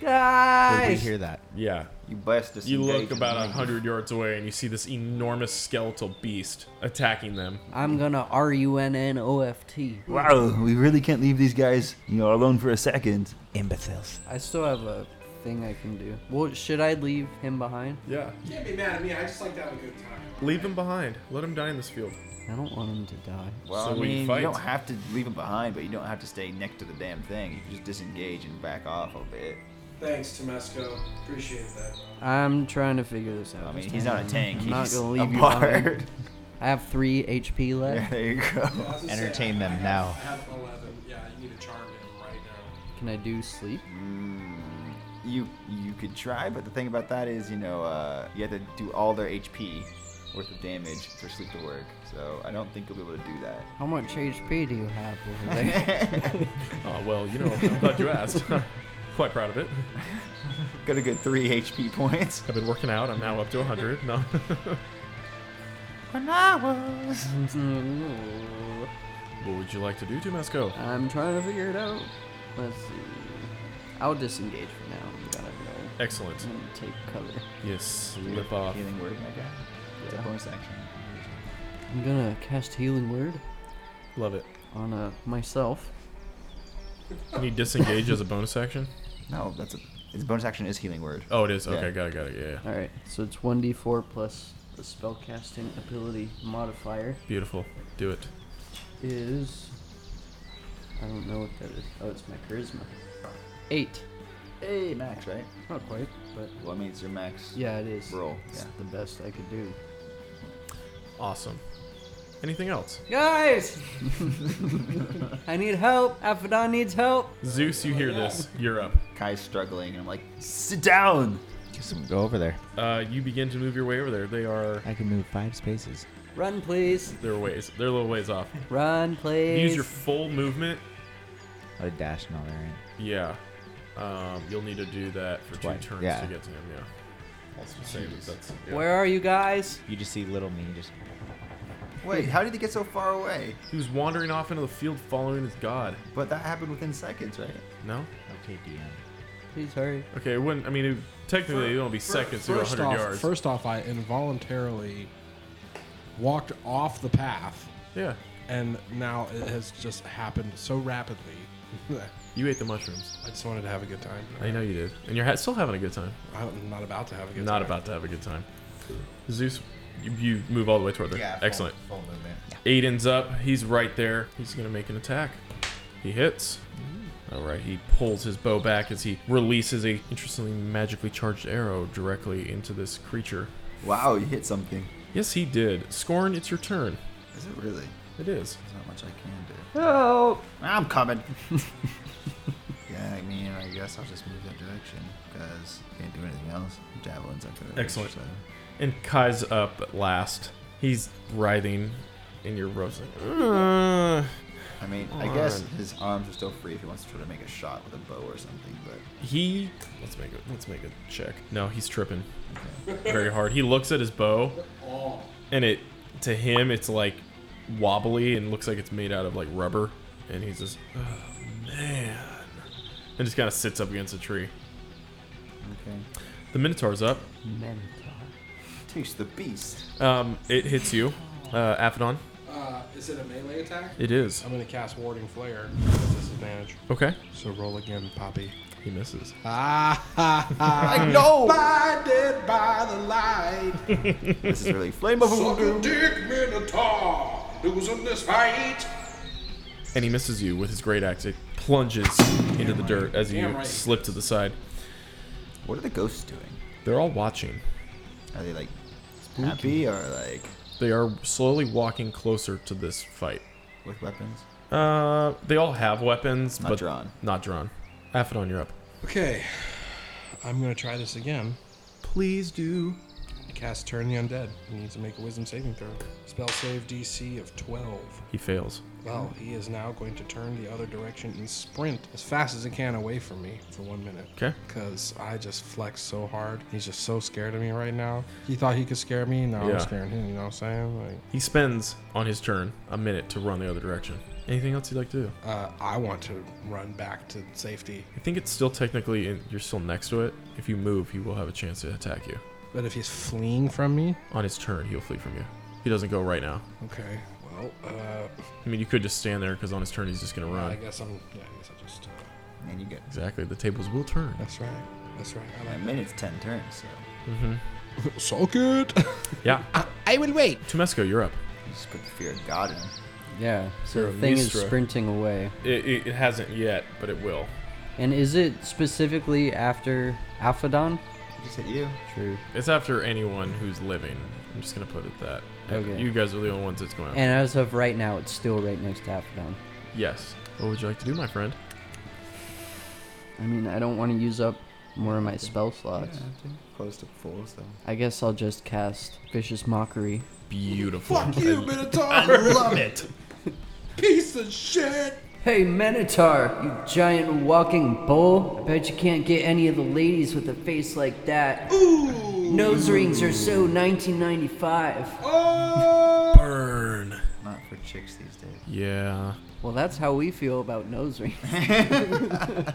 Speaker 3: Did we
Speaker 6: Guys!
Speaker 3: hear that?
Speaker 5: Yeah.
Speaker 2: You best disengage.
Speaker 5: You look
Speaker 2: and
Speaker 5: about a
Speaker 2: leave.
Speaker 5: hundred yards away and you see this enormous skeletal beast attacking them.
Speaker 6: I'm gonna R U N N O F T.
Speaker 7: Wow, we really can't leave these guys, you know, alone for a second.
Speaker 3: Imbeciles.
Speaker 6: I still have a thing I can do. Well, should I leave him behind?
Speaker 5: Yeah.
Speaker 1: You can't be mad at me. I just like to have a good time.
Speaker 5: Leave him behind. Let him die in this field.
Speaker 6: I don't want him to die.
Speaker 2: Well,
Speaker 5: So
Speaker 2: I
Speaker 5: we
Speaker 2: mean,
Speaker 5: fight.
Speaker 2: you don't have to leave him behind, but you don't have to stay next to the damn thing. You can just disengage and back off a bit.
Speaker 1: Thanks, Tomesco. Appreciate that.
Speaker 6: I'm trying to figure this out.
Speaker 2: I mean, he's not a tank.
Speaker 6: I'm
Speaker 2: he's
Speaker 6: not gonna leave
Speaker 2: a
Speaker 6: you
Speaker 2: bard. [LAUGHS]
Speaker 6: behind. I have three HP
Speaker 2: Yeah,
Speaker 6: left.
Speaker 2: there you go.
Speaker 1: [LAUGHS]
Speaker 3: Entertain them now.
Speaker 1: I have 11. Yeah, you need to charm him right now.
Speaker 6: Can I do sleep?
Speaker 2: Mm, You you could try, but the thing about that is, you know, uh, you have to do all their HP worth of damage for sleep to work. So I don't think you'll be able to do that.
Speaker 6: How much HP do you
Speaker 2: [LAUGHS]
Speaker 6: have over there?
Speaker 5: Oh, well, you know, I'm glad
Speaker 6: [LAUGHS]
Speaker 5: you asked. Quite proud of it.
Speaker 2: [LAUGHS] Got a good three HP points.
Speaker 5: I've been working out. I'm now up to 100.
Speaker 2: [LAUGHS]
Speaker 5: No. what would you like to do, Tumesco?
Speaker 6: I'm trying to figure it out. Let's see. I'll disengage for now. We gotta go.
Speaker 5: Excellent.
Speaker 6: I'm gonna take cover.
Speaker 5: You slip off.
Speaker 2: Healing word, my guy. It's a bonus action.
Speaker 6: I'm gonna cast Healing Word
Speaker 5: Love it.
Speaker 6: on uh, myself. [LAUGHS]
Speaker 5: Can you disengage as a bonus action?
Speaker 2: No, that's a Its bonus action is healing word.
Speaker 5: Oh, it is.
Speaker 2: Yeah.
Speaker 5: Okay, got it, got it. Yeah, yeah.
Speaker 6: All right, so it's 1d4 plus the spellcasting ability modifier
Speaker 5: Beautiful. Do it.
Speaker 6: is. I don't know what that is. Oh, it's my charisma. Eight.
Speaker 2: Hey, max, right?
Speaker 6: Not quite, but
Speaker 2: Well, I mean, it's your max
Speaker 6: yeah, it is.
Speaker 2: roll.
Speaker 6: It's
Speaker 2: Yeah.
Speaker 6: the best I could do.
Speaker 5: Awesome. Anything else?
Speaker 6: Guys!
Speaker 5: [LAUGHS]
Speaker 6: I need help. Aphodon needs help.
Speaker 5: Zeus, you hear
Speaker 2: [LAUGHS]
Speaker 5: this. You're up.
Speaker 2: Kai's struggling, and I'm like, sit down!
Speaker 3: Just go over there.
Speaker 5: Uh, you begin to move your way over there. They are
Speaker 3: I can move five spaces.
Speaker 6: Run, please.
Speaker 5: they're ways. They're a little ways off.
Speaker 6: Run,
Speaker 5: You
Speaker 6: please.
Speaker 5: use your full movement.
Speaker 3: I would dash and all that, right?
Speaker 5: Yeah. Um, you'll need to do that for
Speaker 3: Twice,
Speaker 5: two turns
Speaker 3: yeah.
Speaker 5: to get to him. Yeah. That's the same. That's, yeah.
Speaker 6: Where are you guys?
Speaker 3: You just see little me just.
Speaker 2: Wait, how did he get so far away?
Speaker 5: He was wandering off into the field following his god.
Speaker 2: But that happened within seconds, right?
Speaker 5: No.
Speaker 3: Okay, DM.
Speaker 6: Please hurry.
Speaker 5: Okay. It wouldn't. I mean, it, technically, it won't be seconds. You're 100
Speaker 1: off,
Speaker 5: yards.
Speaker 1: First off, I involuntarily walked off the path,
Speaker 5: Yeah.
Speaker 1: and now it has just happened so rapidly. [LAUGHS] I
Speaker 5: You ate the mushrooms.
Speaker 1: just wanted to have a good time.
Speaker 5: I know you did, and you're ha- still having a good time.
Speaker 1: I'm not about to have a good
Speaker 5: Not
Speaker 1: time.
Speaker 5: about to have a good time. Zeus, you, you move all the way toward there. Excellent.
Speaker 2: Full movement.
Speaker 5: Aiden's up. He's right there. He's going to make an attack. He hits. All right. He pulls his bow back as he releases a interestingly magically charged arrow directly into this creature.
Speaker 2: Wow, you hit something.
Speaker 5: Yes, he did. Scorn, it's your turn.
Speaker 2: Is it really?
Speaker 5: It is. Oh.
Speaker 2: There's not much I can do.
Speaker 7: Oh,
Speaker 6: Help.
Speaker 2: I'm coming. [LAUGHS] yeah, I mean, I guess I'll just move that direction because can't do anything else. Javelin's not gonna. reach,
Speaker 5: Excellent.
Speaker 2: so-
Speaker 5: And Kai's up at last. He's writhing in your robes. Like, "Ugh."
Speaker 2: I mean, I guess his arms are still free if he wants to try to make a shot with a bow or something. But
Speaker 5: He let's make a let's make a check. No, he's tripping very hard. He looks at his bow, and it to him it's like wobbly and looks like it's made out of like rubber. And he's just oh, man, and just kind of sits up against a tree.
Speaker 2: okay,
Speaker 5: The minotaur's up.
Speaker 2: taste the beast.
Speaker 5: Um, it hits you, uh, Aphodon.
Speaker 1: Uh, is it a melee attack?
Speaker 5: It is
Speaker 1: I'm gonna cast Warding
Speaker 2: [LAUGHS]
Speaker 1: Flare with disadvantage.
Speaker 5: okay.
Speaker 1: So roll again, Poppy.
Speaker 5: He misses.
Speaker 2: Uh,
Speaker 1: Ah ha ha!
Speaker 5: [LAUGHS]
Speaker 2: I know.
Speaker 1: Blinded by the light.
Speaker 2: this is really flame of
Speaker 1: Suck a dick, Minotaur. Losing this fight.
Speaker 5: and he misses you with his great axe. It plunges into the dirt as you
Speaker 1: Damn right.
Speaker 5: slip to the side.
Speaker 2: What are the ghosts doing?
Speaker 5: They're all watching.
Speaker 2: Are they like happy or like
Speaker 5: They are slowly walking closer to this fight.
Speaker 2: with weapons?
Speaker 5: Uh, they all have weapons,
Speaker 2: Not
Speaker 5: but
Speaker 2: drawn.
Speaker 5: Not drawn. Aphodon, you're up.
Speaker 1: Okay, I'm gonna try this again.
Speaker 5: Please do.
Speaker 1: Cast Turn the Undead. He needs to make a Wisdom saving throw. Spell save DC of 12.
Speaker 5: He fails.
Speaker 1: Well, he is now going to turn the other direction and sprint as fast as he can away from me for one minute.
Speaker 5: Okay.
Speaker 1: Because I just flexed so hard. He's just so scared of me right now. He thought he could scare me. Now
Speaker 5: Yeah.
Speaker 1: I'm scaring him. You know what I'm saying? Like,
Speaker 5: He spends on his turn a minute to run the other direction. Anything else you'd like to do?
Speaker 1: uh, I want to run back to safety.
Speaker 5: I think it's still technically in, you're still next to it. If you move, he will have a chance to attack you.
Speaker 1: But if he's fleeing from me,
Speaker 5: On his turn, he'll flee from you. He doesn't go right now.
Speaker 1: okay. Well, uh,
Speaker 5: I mean, you could just stand there because on his turn he's just gonna
Speaker 1: I
Speaker 5: run.
Speaker 1: guess I'm. Yeah, I guess I just. Uh,
Speaker 2: And you get.
Speaker 5: Exactly. The tables will turn.
Speaker 1: that's right. That's right. I
Speaker 2: I
Speaker 1: like
Speaker 2: mean, it's ten turns, so
Speaker 11: Mm-hmm.
Speaker 1: that. [LAUGHS] So good.
Speaker 5: Yeah.
Speaker 1: I will wait.
Speaker 5: Tumesco, you're up.
Speaker 2: you just put the fear of God in him.
Speaker 6: Yeah. So
Speaker 5: You're
Speaker 6: the
Speaker 5: a
Speaker 6: thing is
Speaker 5: Mistra.
Speaker 6: sprinting away.
Speaker 5: It, it, it hasn't yet, but it will.
Speaker 6: And is it specifically after Aphodon?
Speaker 2: He just hit you.
Speaker 6: True.
Speaker 5: It's after anyone who's living. I'm just gonna put it that.
Speaker 6: Okay.
Speaker 5: You guys are the only ones that's going.
Speaker 6: And as of right now, it's still right next to Aphodon.
Speaker 5: yes. What would you like to do, my friend?
Speaker 6: I mean, I don't want to use up more of my spell slots.
Speaker 2: Close to full, so.
Speaker 6: I guess I'll just cast Vicious Mockery.
Speaker 5: Beautiful.
Speaker 1: You
Speaker 5: [LAUGHS]
Speaker 1: Minotaur,
Speaker 2: Love it.
Speaker 1: piece of shit.
Speaker 6: Hey, Minotaur, you giant walking bull. I bet you can't get any of the ladies with a face like that. Ooh! Nose rings are so 1995.
Speaker 1: Oh!
Speaker 5: Burn.
Speaker 2: Not for chicks these days.
Speaker 5: Yeah.
Speaker 6: Well, that's how we feel about nose
Speaker 2: [LAUGHS]
Speaker 6: rings.
Speaker 5: I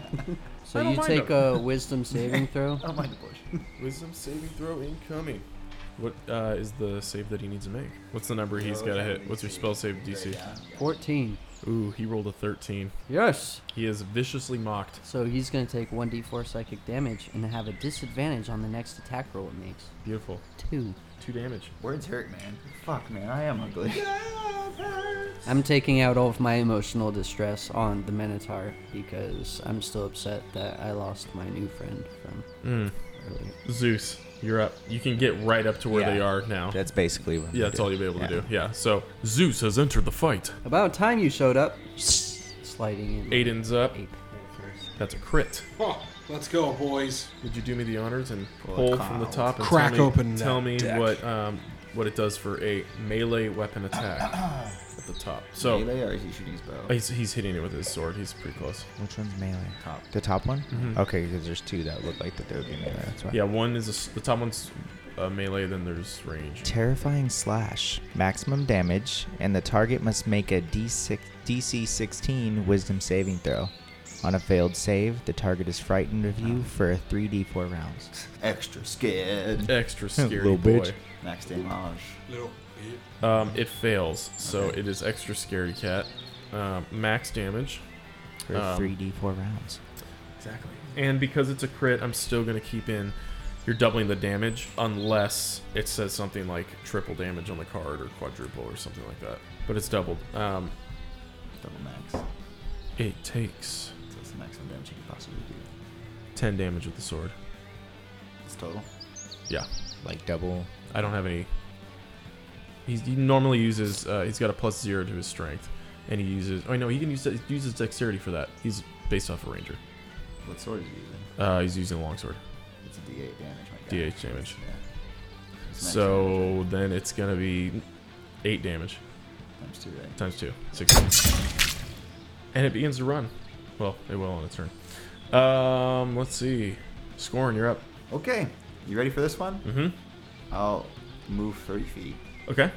Speaker 6: so
Speaker 5: don't
Speaker 6: you
Speaker 5: mind
Speaker 6: take
Speaker 5: [LAUGHS]
Speaker 6: a wisdom
Speaker 2: [LAUGHS]
Speaker 6: saving throw.
Speaker 2: I don't mind the bush. [LAUGHS]
Speaker 5: Wisdom saving throw incoming. What uh, is the save that he needs to make? What's the number he's got to hit? What's your spell save DC?
Speaker 6: 14.
Speaker 5: Ooh, he rolled a 13.
Speaker 6: Yes.
Speaker 5: He is viciously mocked.
Speaker 6: So he's going to take 1d4 psychic damage and have a disadvantage on the next attack roll it makes.
Speaker 5: Beautiful.
Speaker 6: Two.
Speaker 5: Two damage.
Speaker 2: Words hurt, man. Fuck, man, I am ugly. [LAUGHS]
Speaker 6: I'm taking out all of my emotional distress on the Minotaur because I'm still upset that I lost my new friend from
Speaker 5: Mm.
Speaker 6: earlier.
Speaker 5: Zeus, you're up. You can get right up to where they
Speaker 3: Yeah.
Speaker 5: are now.
Speaker 3: That's basically what. I'm
Speaker 5: yeah, that's all
Speaker 3: doing.
Speaker 5: you'll be able to do. Yeah, so Zeus has entered the fight.
Speaker 6: About time you showed up. Sliding in.
Speaker 5: Aiden's up.
Speaker 6: Ape.
Speaker 5: That's a crit.
Speaker 1: Oh, let's go, boys.
Speaker 5: Would you do me the honors and pull from the top and
Speaker 1: Crack
Speaker 5: tell me,
Speaker 1: open
Speaker 5: tell
Speaker 1: that
Speaker 5: me
Speaker 1: deck.
Speaker 5: what um, what it does for a melee weapon attack at the top? So Oh,
Speaker 2: Melee or is he shooting his bow?
Speaker 5: he's, he's hitting it with his sword. He's pretty close. Mm-hmm.
Speaker 3: Which one's melee? Top. The top one. Okay, because there's two that look like that they would be melee. That's why.
Speaker 5: Yeah, one is a s the top one's uh, melee. Then there's range.
Speaker 3: Terrifying slash, maximum damage, and the target must make a D6, DC 16 Wisdom saving throw. On a failed save, the target is frightened of
Speaker 2: Ah.
Speaker 3: you for 3d4 rounds.
Speaker 2: Extra scared.
Speaker 5: Extra scary
Speaker 3: [LAUGHS] Little
Speaker 5: boy.
Speaker 3: bitch.
Speaker 2: Max damage.
Speaker 5: Um, it fails, so it is extra scary cat. Um, max damage.
Speaker 3: For
Speaker 5: Um,
Speaker 3: 3d4 rounds.
Speaker 5: Exactly. And because it's a crit, I'm still going to keep in. You're doubling the damage unless it says something like triple damage on the card or quadruple or something like that. But it's doubled. Um,
Speaker 2: Double max. So
Speaker 5: it takes
Speaker 2: it's the maximum damage you can possibly do.
Speaker 5: 10 damage with the sword.
Speaker 2: It's total.
Speaker 5: Yeah.
Speaker 3: Like double.
Speaker 5: I don't have any. He's, he normally uses. Uh, he's got a plus zero to his strength, and he uses. Oh no, he can use he uses dexterity for that. He's based off a ranger.
Speaker 2: What sword is he using?
Speaker 5: Uh, he's using a longsword.
Speaker 2: It's a D8 damage. My God.
Speaker 5: D8 damage.
Speaker 2: Yeah. It's max damage
Speaker 5: So then it's gonna be eight damage.
Speaker 2: times two, right?
Speaker 5: times two. Six. And it begins to run. Well, it will on its turn. Um, let's see. Scorn, you're up.
Speaker 2: Okay, you ready for this one?
Speaker 5: Mm-hmm.
Speaker 2: I'll move 30 feet
Speaker 5: Okay.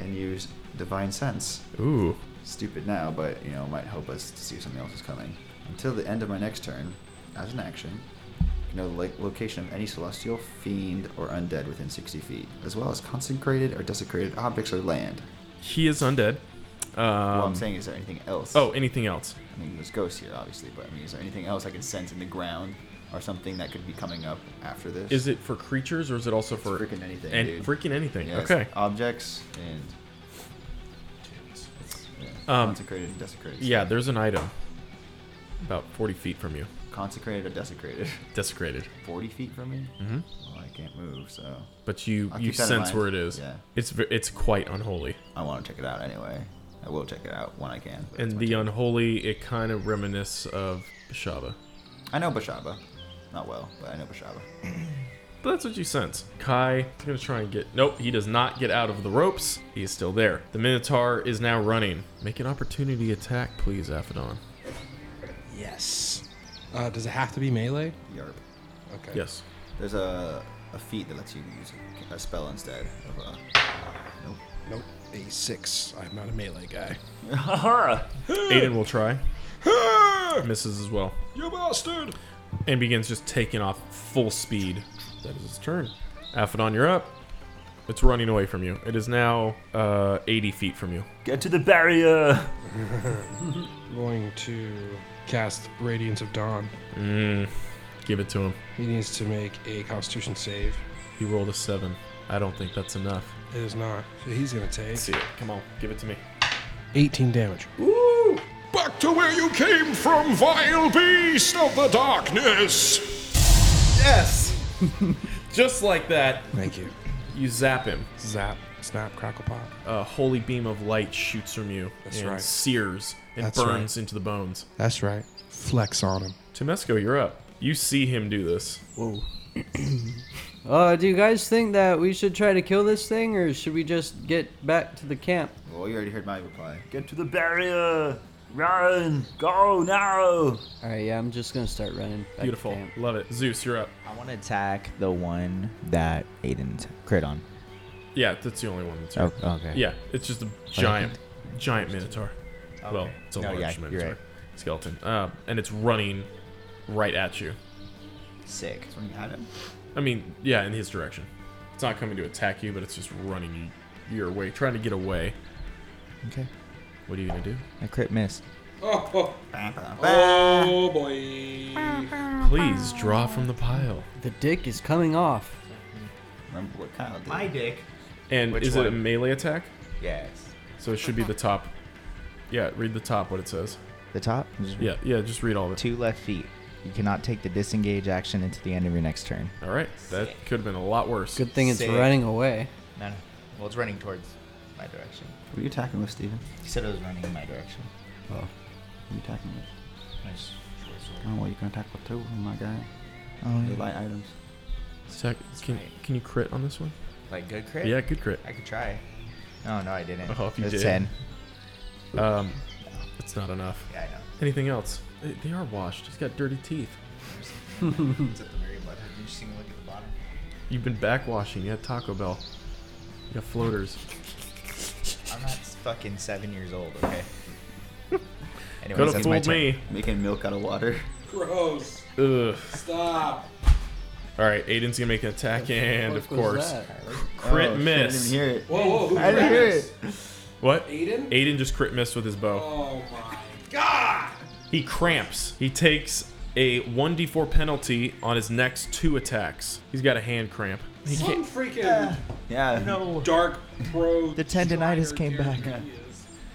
Speaker 2: and use divine sense.
Speaker 5: Ooh.
Speaker 2: Stupid now, but you know might help us to see if something else is coming. Until the end of my next turn, as an action, you know the lo- location of any celestial, fiend, or undead within 60 feet, as well as consecrated or desecrated objects or land.
Speaker 5: He is undead. Um,
Speaker 2: well, I'm saying, is there anything else?
Speaker 5: oh, anything else?
Speaker 2: I mean, there's ghosts here, obviously, but I mean, is there anything else I can sense in the ground or something that could be coming up after this?
Speaker 5: Is it for creatures or is it also for
Speaker 2: freaking anything,
Speaker 5: And
Speaker 2: dude.
Speaker 5: freaking anything.
Speaker 2: Yeah, it's
Speaker 5: okay.
Speaker 2: Objects and yeah,
Speaker 5: Um,
Speaker 2: consecrated and desecrated.
Speaker 5: Yeah, there's an item about 40 feet from you,
Speaker 2: Consecrated or desecrated.
Speaker 5: desecrated.
Speaker 2: 40 feet from me?
Speaker 5: Mhm.
Speaker 2: Well, I can't move, so
Speaker 5: But you
Speaker 2: I'll
Speaker 5: you
Speaker 2: keep that in
Speaker 5: sense
Speaker 2: mind.
Speaker 5: where it is.
Speaker 2: Yeah.
Speaker 5: It's ve- it's quite unholy.
Speaker 2: I want to check it out anyway. I will check it out when I can. but that's
Speaker 5: and
Speaker 2: my
Speaker 5: the
Speaker 2: turn.
Speaker 5: unholy, it kind of reminisce of Shava.
Speaker 2: I know Bashaba. Not well, but I know Bashaba.
Speaker 5: But that's what you sense. Kai is going to try and get. Nope, he does not get out of the ropes. He is still there. The Minotaur is now running. Make an opportunity attack, please, Aphodon.
Speaker 1: Yes. Uh, does it have to be melee?
Speaker 2: [CLEARS THROAT] Yarp.
Speaker 1: Okay.
Speaker 5: Yes.
Speaker 2: There's a, a feat that lets you use a spell instead of a.
Speaker 1: Nope. A six. I'm not a melee guy.
Speaker 5: Aiden will try. Misses as well.
Speaker 1: You bastard!
Speaker 5: And begins just taking off full speed. That is his turn. Aphodon, you're up. It's running away from you. It is now uh, 80 feet from you.
Speaker 7: Get to the barrier!
Speaker 1: I'm [LAUGHS] going to cast Radiance of Dawn.
Speaker 5: Mm, give it to him.
Speaker 1: He needs to make a Constitution save.
Speaker 5: He rolled a 7. I don't think that's enough.
Speaker 1: It is not. So he's going to take
Speaker 5: it. Come on, give it to me.
Speaker 1: 18 damage.
Speaker 4: Back to where you came from, vile beast of the darkness!
Speaker 5: Yes! Just like that,
Speaker 1: Thank you.
Speaker 5: you zap him.
Speaker 1: Zap, snap, crackle, pop.
Speaker 5: A holy beam of light shoots from you
Speaker 1: That's
Speaker 5: and
Speaker 1: right.
Speaker 5: sears and
Speaker 1: That's
Speaker 5: burns into the bones.
Speaker 1: That's right. Flex on him.
Speaker 5: Temesco, you're up. You see him do this.
Speaker 6: [CLEARS THROAT] Uh, do you guys think that we should try to kill this thing or should we just get back to the camp?
Speaker 2: Well, you already heard my reply.
Speaker 7: Get to the barrier! Run! Go now!
Speaker 6: Alright, yeah, I'm just going to start running. Back to
Speaker 5: Beautiful.
Speaker 6: camp.
Speaker 5: Love it. Zeus, you're up.
Speaker 3: I want to attack the one that Aiden t- crit on.
Speaker 5: Yeah, that's the only one that's
Speaker 3: Oh, okay.
Speaker 5: Yeah, it's just a giant, giant minotaur. Well, it's a
Speaker 3: No,
Speaker 5: large
Speaker 3: yeah, you're
Speaker 5: minotaur
Speaker 3: right.
Speaker 5: skeleton. Uh, and it's running right at you.
Speaker 2: Sick. That's when you had him.
Speaker 5: I mean, yeah, in his direction. It's not coming to attack you, but it's just running you your way, trying to get away.
Speaker 3: Okay.
Speaker 5: What are you gonna do?
Speaker 3: I crit miss.
Speaker 1: Oh, oh, oh boy.
Speaker 5: Please draw from the pile.
Speaker 6: The dick is coming off.
Speaker 2: Remember [LAUGHS] what Kyle did.
Speaker 3: My dick.
Speaker 5: And
Speaker 3: Which
Speaker 5: is it a
Speaker 3: one?
Speaker 5: melee attack?
Speaker 3: Yes.
Speaker 5: So it should be the top. Yeah, read the top what it says.
Speaker 3: The top. Just
Speaker 5: Yeah, yeah, just read all of it.
Speaker 3: Two left feet. You cannot take the disengage action until the end of your next turn.
Speaker 5: All right, that
Speaker 3: Sick.
Speaker 5: could have been a lot worse.
Speaker 6: Good thing it's
Speaker 3: Sick.
Speaker 6: running away.
Speaker 3: No, no. Well, it's running towards my direction.
Speaker 2: What are you attacking with, Steven?
Speaker 3: He said it was running in my direction.
Speaker 2: Oh, What are you attacking with?
Speaker 3: Nice.
Speaker 2: Oh, well, you can attack with two. Oh my god.
Speaker 3: Oh,
Speaker 2: They're
Speaker 3: yeah.
Speaker 2: light items.
Speaker 5: Sec, can,
Speaker 3: right.
Speaker 5: can you crit on this one?
Speaker 3: Like good crit?
Speaker 5: Yeah, good crit.
Speaker 3: I could try. Oh, no, I didn't.
Speaker 5: Oh, if you
Speaker 3: That's
Speaker 5: did. [LAUGHS]
Speaker 3: 10.
Speaker 5: Um, it's not enough.
Speaker 3: Yeah, I know.
Speaker 5: Anything else? They, they are washed. He's got dirty
Speaker 2: [LAUGHS]
Speaker 5: teeth.
Speaker 3: [LAUGHS] It's at the very bottom. You just seem to look at the bottom.
Speaker 5: You've been backwashing. You had Taco Bell. You got floaters.
Speaker 3: I'm not fucking seven years old, [LAUGHS] okay? Anyways,
Speaker 5: Could have
Speaker 3: that's my
Speaker 5: fooled
Speaker 3: turn.
Speaker 5: me.
Speaker 2: Making milk out
Speaker 5: [LAUGHS]
Speaker 2: of water.
Speaker 1: Gross.
Speaker 5: Ugh.
Speaker 1: Stop.
Speaker 5: All right, Aiden's gonna make an attack, and
Speaker 6: What
Speaker 5: of
Speaker 6: was
Speaker 5: course,
Speaker 6: that?
Speaker 5: crit
Speaker 2: Oh, shit, I didn't
Speaker 5: miss.
Speaker 2: hear it.
Speaker 1: Whoa, whoa. Who
Speaker 2: I didn't hear it.
Speaker 5: What?
Speaker 1: Aiden?
Speaker 5: Aiden just crit missed with his bow.
Speaker 1: Oh my god.
Speaker 5: He cramps. He takes a 1d4 penalty on his next two attacks. He's got a hand cramp. He
Speaker 1: Some
Speaker 5: can't.
Speaker 1: freaking
Speaker 2: Yeah.
Speaker 1: dark pro.
Speaker 3: [LAUGHS] The tendonitis came back.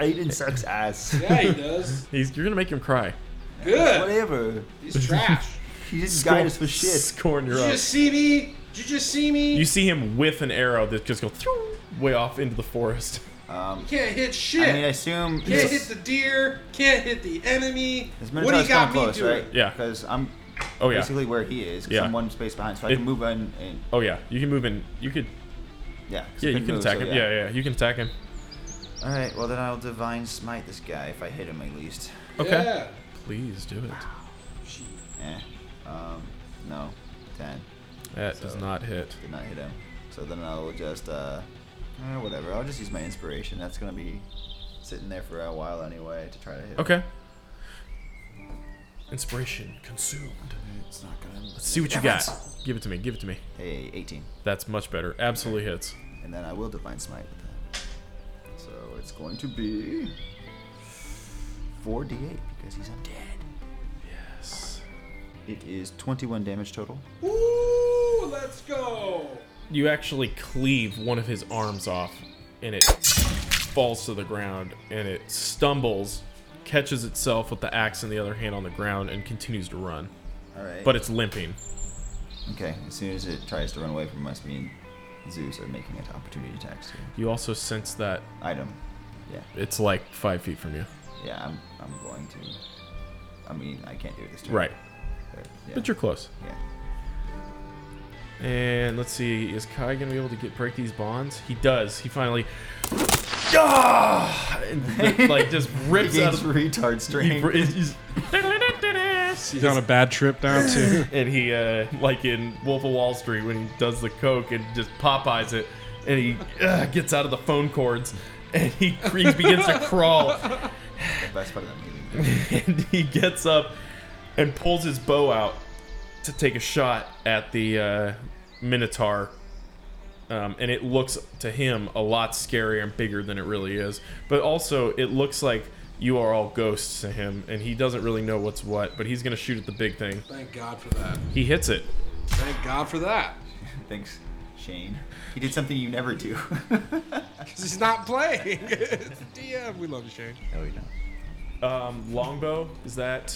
Speaker 2: Aiden sucks ass.
Speaker 1: Yeah, he does.
Speaker 5: He's, you're gonna make him cry.
Speaker 1: Good.
Speaker 2: Whatever.
Speaker 1: He's trash.
Speaker 2: [LAUGHS] He didn't guide us for shit.
Speaker 5: Scorn, you're
Speaker 1: Did you
Speaker 5: up.
Speaker 1: just see me? Did you just see me?
Speaker 5: You
Speaker 1: You
Speaker 5: see him whiff an arrow that just goes throom, way off into the forest.
Speaker 2: Um,
Speaker 1: can't hit shit.
Speaker 2: I mean, I assume.
Speaker 1: can't hit the deer. Can't hit the enemy.
Speaker 2: This
Speaker 1: What do
Speaker 2: Minotaur's
Speaker 1: you got
Speaker 2: kinda
Speaker 1: me
Speaker 2: close,
Speaker 1: doing?
Speaker 2: right?
Speaker 5: Yeah.
Speaker 2: Because I'm
Speaker 5: Oh yeah.
Speaker 2: basically where he is. 'cause
Speaker 5: Yeah.
Speaker 2: I'm one space behind, so I
Speaker 5: It-
Speaker 2: can move in. And,
Speaker 5: Oh yeah. You can move in. You could.
Speaker 2: yeah. 'cause I
Speaker 5: Yeah, you
Speaker 2: couldn't
Speaker 5: can
Speaker 2: move,
Speaker 5: attack
Speaker 2: so
Speaker 5: him. Yeah. yeah, You can attack him.
Speaker 2: All right. Well, then I'll divine smite this guy if I hit him at least.
Speaker 5: Okay.
Speaker 1: Yeah.
Speaker 5: Please do it.
Speaker 2: Eh. Um. No. Ten.
Speaker 5: That does not hit.
Speaker 2: Did not hit him. So then I'll just uh, eh, whatever. I'll just use my inspiration. That's gonna be sitting there for a while anyway to try to hit. him.
Speaker 5: Okay. Inspiration consumed.
Speaker 2: It's not
Speaker 5: [LAUGHS]
Speaker 2: gonna.
Speaker 5: Let's see what you got. Give it to me. Give it to me.
Speaker 2: Hey, 18.
Speaker 5: That's much better. Absolutely hits.
Speaker 2: And then I will divine smite with that. So it's going to be 4d8 because he's undead.
Speaker 5: Yes.
Speaker 2: It is 21 damage total.
Speaker 1: Ooh, let's go.
Speaker 5: You actually cleave one of his arms off, and it falls to the ground, and it stumbles, catches itself with the axe in the other hand on the ground, and continues to run.
Speaker 2: All right.
Speaker 5: But it's limping.
Speaker 2: okay. As soon as it tries to run away from us, me and Zeus are making an opportunity attack to
Speaker 5: You also sense that
Speaker 2: item. Yeah.
Speaker 5: it's like five feet from you.
Speaker 2: Yeah. I'm. I'm going to. I mean, I can't do it this turn.
Speaker 5: Right.
Speaker 2: But, yeah.
Speaker 5: But you're close.
Speaker 2: Yeah.
Speaker 5: And let's see, is Kai gonna be able to get break these bonds? He does. He finally, ah, And, like just
Speaker 2: He
Speaker 5: rips out.
Speaker 2: gains
Speaker 5: Of,
Speaker 2: retard
Speaker 5: he,
Speaker 2: strength.
Speaker 5: br- is- is-
Speaker 1: He's on a bad trip down too.
Speaker 5: [LAUGHS] and he, uh, like in Wolf of Wall Street, when he does the coke and just Popeyes it, and he uh, gets out of the phone cords, and he, he begins to crawl,
Speaker 2: Best part of that meeting.
Speaker 5: [LAUGHS] and he gets up and pulls his bow out to take a shot at the uh, minotaur um, and it looks to him a lot scarier and bigger than it really is but also it looks like you are all ghosts to him and he doesn't really know what's what but he's gonna shoot at the big thing
Speaker 1: Thank God for that.
Speaker 5: he hits it
Speaker 1: Thank God for that.
Speaker 2: [LAUGHS] Thanks, Shane. He did something you never do. [LAUGHS]
Speaker 1: Because he's not playing. it's DM. We love you, Shane.
Speaker 2: no, you don't.
Speaker 5: um, longbow is that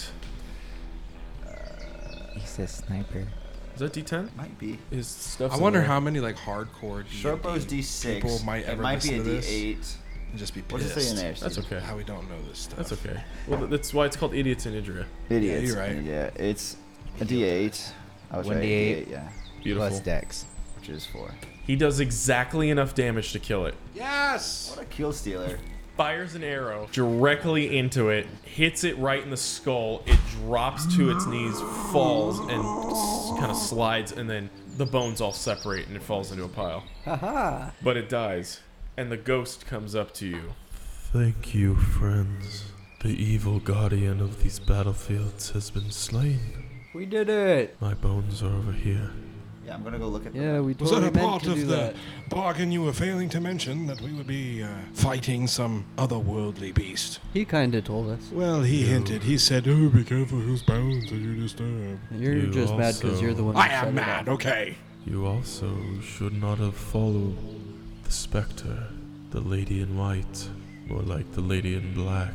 Speaker 3: [LAUGHS] He's a sniper.
Speaker 5: is that d10
Speaker 2: Might be.
Speaker 5: his stuff
Speaker 1: I wonder how many like hardcore
Speaker 2: Sharpo's
Speaker 1: D&D
Speaker 2: D6.
Speaker 1: people might
Speaker 2: it
Speaker 1: ever
Speaker 2: might be
Speaker 1: listen
Speaker 2: a
Speaker 1: to this.
Speaker 2: D8.
Speaker 1: and just be
Speaker 2: What does
Speaker 1: pissed.
Speaker 2: it say in there?
Speaker 5: that's
Speaker 2: Steven?
Speaker 5: okay
Speaker 1: How we don't know this stuff.
Speaker 5: that's okay well th- that's why it's called idiots and injury
Speaker 2: Idiots.
Speaker 1: Yeah, you're right.
Speaker 2: Yeah, it's a D8. I was right.
Speaker 3: 1d8.
Speaker 2: D8, yeah.
Speaker 5: beautiful
Speaker 3: Plus dex.
Speaker 2: Which is four.
Speaker 5: he does exactly enough damage to kill it
Speaker 1: Yes.
Speaker 2: What a kill stealer.
Speaker 5: fires an arrow directly into it, hits it right in the skull. It drops to its knees, falls, and kind of slides, and then the bones all separate and it falls into a pile.
Speaker 6: Haha.
Speaker 5: But it dies, and the ghost comes up to you.
Speaker 8: Thank you, friends. The evil guardian of these battlefields has been slain.
Speaker 6: We did it.
Speaker 8: My bones are over here.
Speaker 2: Yeah, I'm gonna go look at.
Speaker 6: Yeah, we
Speaker 1: Was
Speaker 6: totally
Speaker 1: that a
Speaker 6: meant
Speaker 1: part
Speaker 6: to do
Speaker 1: of the
Speaker 6: that.
Speaker 1: bargain you were failing to mention that we would be uh, fighting some otherworldly beast?
Speaker 6: He kind of told us.
Speaker 1: Well, he hinted. He said, "Oh, be careful whose bones that you disturb."
Speaker 6: You're
Speaker 8: You
Speaker 6: just mad because you're the one.
Speaker 1: I
Speaker 6: who shut
Speaker 1: am
Speaker 6: it
Speaker 1: mad.
Speaker 6: up.
Speaker 1: Okay.
Speaker 8: You also should not have followed the specter, the lady in white, more like the lady in black.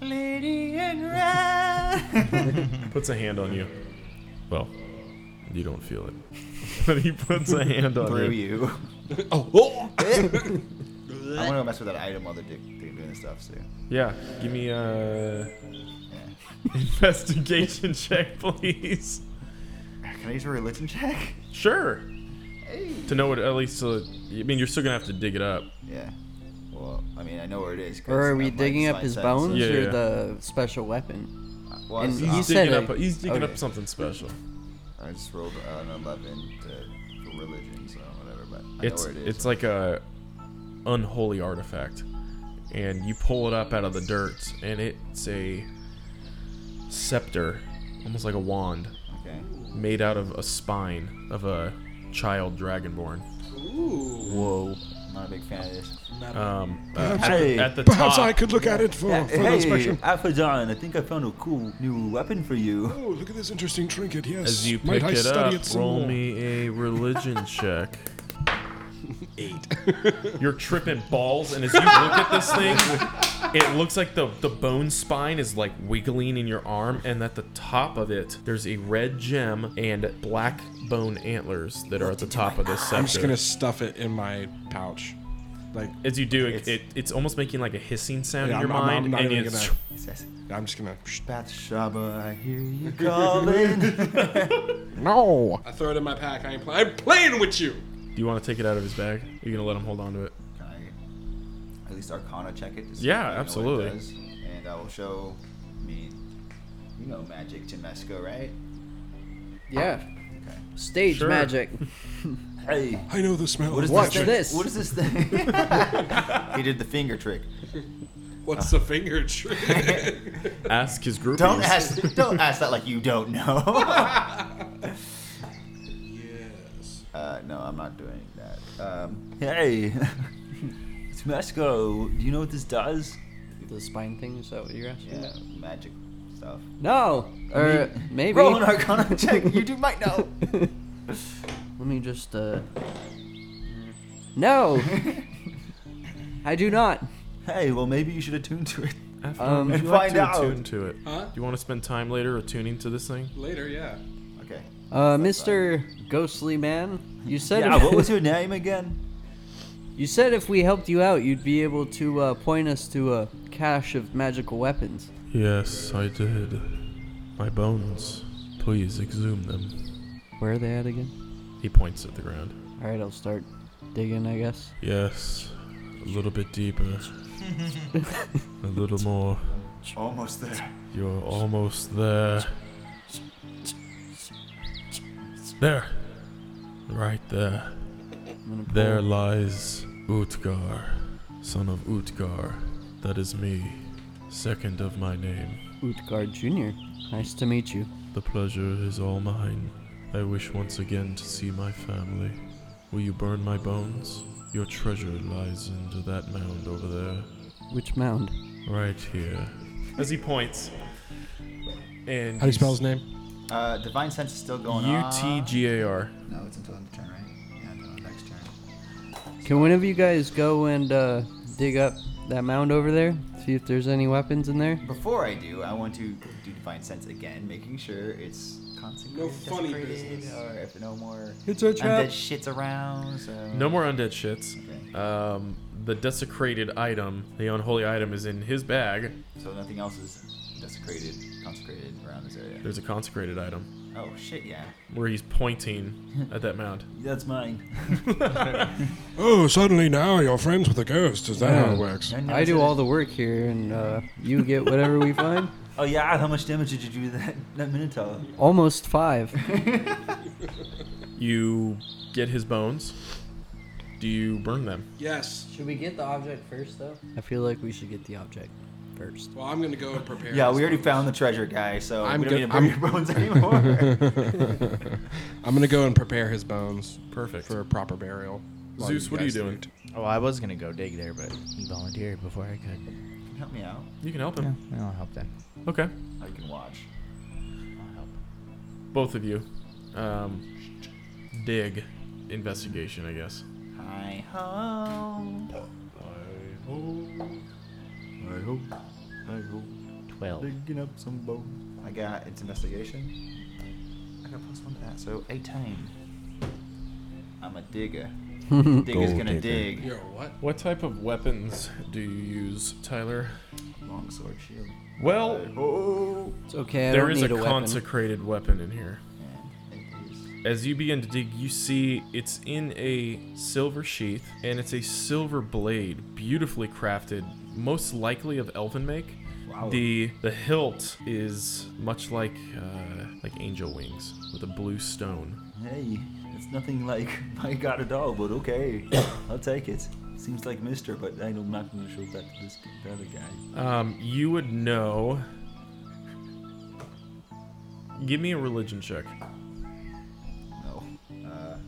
Speaker 11: Lady in red.
Speaker 5: [LAUGHS] Puts a hand on you. Well, you don't feel it. [LAUGHS] But he puts a hand on
Speaker 2: Through
Speaker 5: you.
Speaker 2: you.
Speaker 5: [LAUGHS]
Speaker 1: Oh, oh.
Speaker 2: I want to mess with that item while they're do- they're doing this stuff. So
Speaker 5: Yeah, give me
Speaker 2: [LAUGHS]
Speaker 5: a investigation check, please.
Speaker 2: can I use a religion check?
Speaker 5: Sure. To know what at least, uh, I mean, you're still gonna have to dig it up.
Speaker 2: Yeah. Well, I mean, I know where it is. 'cause
Speaker 6: Or are
Speaker 2: I'm,
Speaker 6: we
Speaker 2: like,
Speaker 6: digging up
Speaker 2: slight
Speaker 6: his
Speaker 2: sense.
Speaker 6: bones
Speaker 5: Yeah,
Speaker 6: or
Speaker 5: yeah.
Speaker 6: the special weapon?
Speaker 2: Uh, Well,
Speaker 6: And
Speaker 2: it's
Speaker 6: you
Speaker 2: not-
Speaker 5: He's
Speaker 6: said
Speaker 5: digging up.
Speaker 6: it.
Speaker 5: He's digging
Speaker 6: Okay.
Speaker 5: up something special.
Speaker 2: I just rolled uh, an 11 to, for religion, so whatever. But I
Speaker 5: It's
Speaker 2: know where it is.
Speaker 5: it's like a unholy artifact, and you pull it up out of the dirt, and it's a scepter, almost like a wand,
Speaker 2: okay.
Speaker 5: made out of a spine of a child dragonborn.
Speaker 2: Whoa. I'm not a big fan of this.
Speaker 5: Um,
Speaker 2: Hey,
Speaker 5: at the
Speaker 1: Perhaps
Speaker 5: top,
Speaker 1: I could look at it for for further
Speaker 2: hey,
Speaker 1: inspection.
Speaker 2: Alpha John, I think I found a cool new weapon for you.
Speaker 1: Oh, look at this interesting trinket. Yes.
Speaker 5: as you
Speaker 1: Might
Speaker 5: pick
Speaker 1: I
Speaker 5: it up,
Speaker 1: study it some
Speaker 5: roll
Speaker 1: more?
Speaker 5: me a
Speaker 2: [LAUGHS]
Speaker 5: religion check.
Speaker 1: Eight.
Speaker 5: You're tripping balls, and as you look at this thing, it looks like the, the bone spine is like wiggling in your arm, and at the top of it, there's a red gem and black bone antlers that are at the top of this scepter.
Speaker 1: I'm just gonna stuff it in my pouch. Like
Speaker 5: As you do, it,
Speaker 2: It's-
Speaker 5: it, it's almost making like a hissing sound
Speaker 1: Yeah,
Speaker 5: in your
Speaker 1: I'm- I'm- I'm not
Speaker 5: mind, and
Speaker 1: even
Speaker 5: it's
Speaker 1: gonna-
Speaker 2: It says,
Speaker 1: I'm just gonna. [LAUGHS]
Speaker 2: Bathsheba, I [LAUGHS] hear you calling.
Speaker 1: No. I throw it in my pack. I ain't playing. I'm playing with you.
Speaker 5: Do you want to take it out of his bag? Are you gonna let him hold on to it?
Speaker 2: Can I at least Arcana check it? to see
Speaker 5: Yeah,
Speaker 2: if I know what it
Speaker 5: absolutely.
Speaker 2: does? And I will show me, you know, magic to Mesco, right?
Speaker 6: Yeah. Stage
Speaker 1: [LAUGHS]
Speaker 5: Sure.
Speaker 6: magic.
Speaker 2: Hey,
Speaker 1: I know the smell
Speaker 2: what
Speaker 1: of
Speaker 2: is
Speaker 1: watch.
Speaker 2: this? Thing?
Speaker 6: this.
Speaker 2: What is
Speaker 1: [LAUGHS]
Speaker 2: this thing? he did the finger trick.
Speaker 1: What's the finger trick?
Speaker 2: [LAUGHS]
Speaker 5: Ask his groupies.
Speaker 2: Don't ask. Don't ask that like you
Speaker 1: [LAUGHS]
Speaker 2: don't know.
Speaker 1: yes.
Speaker 2: Uh, no, I'm not doing that. Um,
Speaker 6: [LAUGHS]
Speaker 2: hey, it's Mesco. Do you know what this does?
Speaker 6: the spine thing, is that what you're asking?
Speaker 2: Yeah, magic stuff.
Speaker 6: No! Or maybe.
Speaker 2: Roll an Arcana check.
Speaker 6: [LAUGHS]
Speaker 2: You do might know.
Speaker 6: Let me just, uh.
Speaker 2: [LAUGHS]
Speaker 6: No! I do not.
Speaker 2: hey, well maybe you should attune to it.
Speaker 5: After,
Speaker 6: Um,
Speaker 5: would you
Speaker 2: And
Speaker 5: like
Speaker 2: find
Speaker 5: to
Speaker 2: out.
Speaker 5: attune to it?
Speaker 1: Huh?
Speaker 5: Do you want to spend time later attuning to this thing?
Speaker 1: Later, yeah.
Speaker 2: Okay.
Speaker 6: Uh, Mr. Ghostly Man, you said
Speaker 2: Yeah.
Speaker 6: if, [LAUGHS]
Speaker 2: What was your name again?
Speaker 6: you said if we helped you out, you'd be able to uh, point us to a cache of magical weapons.
Speaker 8: Yes, I did. My bones. Please exhume them.
Speaker 6: Where are they at again?
Speaker 5: He points at the ground.
Speaker 6: All right, I'll start digging, I guess.
Speaker 8: Yes, a little bit
Speaker 5: [LAUGHS]
Speaker 8: deeper. a little more.
Speaker 2: Almost there.
Speaker 8: You're almost there. There. Right there.
Speaker 6: gonna
Speaker 8: There lies Utgar, son of Utgar. That is me, second of my name.
Speaker 6: Utgard Jr. Nice to meet you.
Speaker 8: The pleasure is all mine. I wish once again to see my family. Will you burn my bones? Your treasure lies into that mound over there,
Speaker 6: Which mound?
Speaker 8: right here.
Speaker 5: As he points, and
Speaker 1: How do you spell his name?
Speaker 2: Uh, divine sense is still going
Speaker 5: U
Speaker 2: on.
Speaker 5: T G A R.
Speaker 2: No, it's until end of turn, right? Yeah, until end of next turn.
Speaker 6: Can one of you guys go and uh, dig up that mound over there? See if there's any weapons in there?
Speaker 2: Before I do, I want to do divine sense again, making sure it's consecrated,
Speaker 1: funny
Speaker 2: desecrated,
Speaker 1: business.
Speaker 2: or if no more
Speaker 6: It's a
Speaker 2: undead shit's around. So
Speaker 5: No more undead shits.
Speaker 2: Okay.
Speaker 5: Um, the desecrated item, the unholy item, is in his bag.
Speaker 2: So nothing else is desecrated, consecrated around this area.
Speaker 5: There's a consecrated item
Speaker 2: Oh shit, yeah,
Speaker 5: where he's pointing at that mound.
Speaker 2: that's mine.
Speaker 1: Oh, suddenly now you're friends with a ghost. Is that how
Speaker 6: Yeah.
Speaker 1: it works?
Speaker 6: I do all the work here, and uh, you get whatever we find. [LAUGHS]
Speaker 2: Oh yeah, how much damage did you do to that that minotaur?
Speaker 6: Almost five.
Speaker 5: You get his bones. Do you burn them?
Speaker 1: Yes.
Speaker 6: Should we get the object first, though? I feel like we should get the object.
Speaker 3: first.
Speaker 1: Well, I'm gonna go and prepare.
Speaker 2: Yeah, we already found the treasure guy, so
Speaker 1: I'm
Speaker 2: we don't
Speaker 1: good-
Speaker 2: need to
Speaker 1: I'm-
Speaker 2: bring bones [LAUGHS] anymore.
Speaker 1: I'm gonna go and prepare his bones
Speaker 5: Perfect.
Speaker 1: for a proper burial. while
Speaker 5: Zeus, what are you
Speaker 1: guys
Speaker 5: doing?
Speaker 1: do it.
Speaker 3: Oh, I was gonna go dig there, but he volunteered before I could.
Speaker 2: Help me out.
Speaker 5: You can help
Speaker 3: Yeah,
Speaker 5: him.
Speaker 3: I'll help then.
Speaker 5: Okay.
Speaker 2: I can watch.
Speaker 3: I'll help.
Speaker 5: Both of you. Um, dig. Investigation, I guess.
Speaker 2: Hi ho.
Speaker 7: Oh, I hope. I hope.
Speaker 3: Twelve.
Speaker 7: Digging up some bones.
Speaker 2: I got its investigation. I got plus one to that, so 18. I'm a
Speaker 3: [LAUGHS]
Speaker 2: digger. Digger's
Speaker 13: Gold digger.
Speaker 2: gonna dig.
Speaker 1: Yo, what?
Speaker 5: What type of weapons do you use, Tyler?
Speaker 2: Long sword shield.
Speaker 5: Well,
Speaker 2: Oh.
Speaker 6: It's okay. I
Speaker 5: there
Speaker 6: don't
Speaker 5: is a,
Speaker 6: need a, weapon.
Speaker 5: consecrated weapon in here. As you begin to dig, you see it's in a silver sheath, and it's a silver blade, beautifully crafted, most likely of elven make. The the hilt is much like uh, like angel wings with a blue stone.
Speaker 2: Hey, it's nothing like [LAUGHS] my god at all, but okay. [COUGHS] I'll take it. Seems like Mister, but I'm not gonna show that to this the other guy.
Speaker 5: Um, you would know. Give me a religion check.
Speaker 2: No. Uh,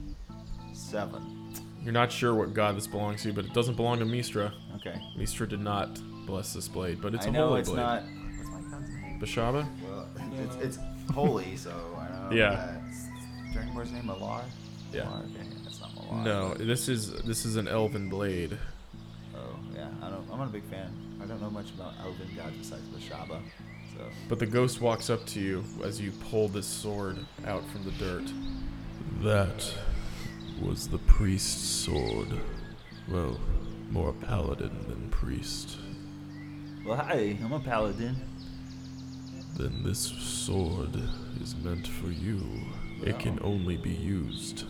Speaker 2: seven.
Speaker 5: You're not sure what god this belongs to, but it doesn't belong to Mistra.
Speaker 2: Okay.
Speaker 5: Mistra did not bless this blade, but it's
Speaker 2: I
Speaker 5: a
Speaker 2: know
Speaker 5: holy
Speaker 2: it's
Speaker 5: blade.
Speaker 2: not. What's my god's name?
Speaker 5: Bashaba?
Speaker 2: Well, it's, it's holy, so
Speaker 5: [LAUGHS]
Speaker 2: I don't know.
Speaker 5: Yeah.
Speaker 2: that. Is Dragonborn's name Malar?
Speaker 5: Yeah.
Speaker 2: Malar? Oh, Okay, that's not Malar.
Speaker 5: No, this is this is an elven blade.
Speaker 2: Oh, yeah. I don't, I'm not a big fan. I don't know much about Elven gods besides Bashaba. So,
Speaker 5: But the ghost walks up to you as you pull this sword out from the dirt.
Speaker 8: That was the priest's sword. Well, more paladin than priest.
Speaker 2: well, hi. I'm a paladin.
Speaker 8: Then this sword is meant for you. It can only be used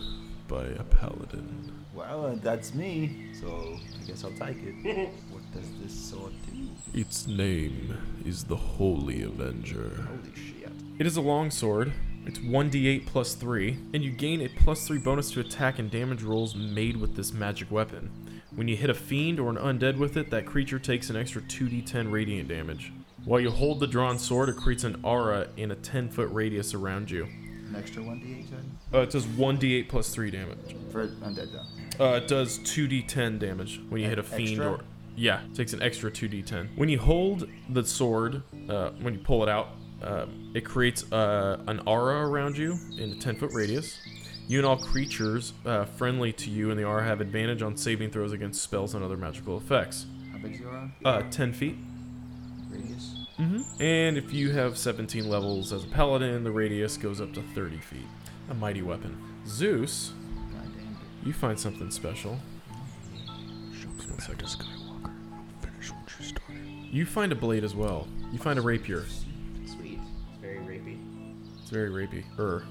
Speaker 8: by a paladin.
Speaker 2: Well, uh, that's me. So I guess I'll take [LAUGHS] it. what does this sword do?
Speaker 8: Its name is the Holy Avenger.
Speaker 2: Holy shit!
Speaker 5: It is a long sword. It's 1d8 plus 3, and you gain a plus 3 bonus to attack and damage rolls made with this magic weapon. When you hit a fiend or an undead with it, that creature takes an extra 2d10 radiant damage. While you hold the drawn sword, it creates an aura in a 10 foot radius around you.
Speaker 2: An extra one d8 then?
Speaker 5: Uh, it does 1d8 plus 3 damage.
Speaker 2: for undead though.
Speaker 5: Uh, it does 2d10 damage when you hit a fiend
Speaker 2: extra?
Speaker 5: or. Yeah, it takes an extra 2d10. When you hold the sword, uh, when you pull it out, uh, it creates uh, an aura around you in a 10 foot radius. You and all creatures uh, friendly to you and the aura have advantage on saving throws against spells and other magical effects.
Speaker 2: How big's your arm?
Speaker 5: Uh, 10 feet.
Speaker 2: Radius.
Speaker 5: And if you have 17 levels as a paladin, the radius goes up to 30 feet. A mighty weapon. Zeus,
Speaker 2: God damn
Speaker 5: you find something special. Just one second. You find a blade as well. You find a rapier.
Speaker 3: Sweet. It's very rapey.
Speaker 5: It's very rapey. Er.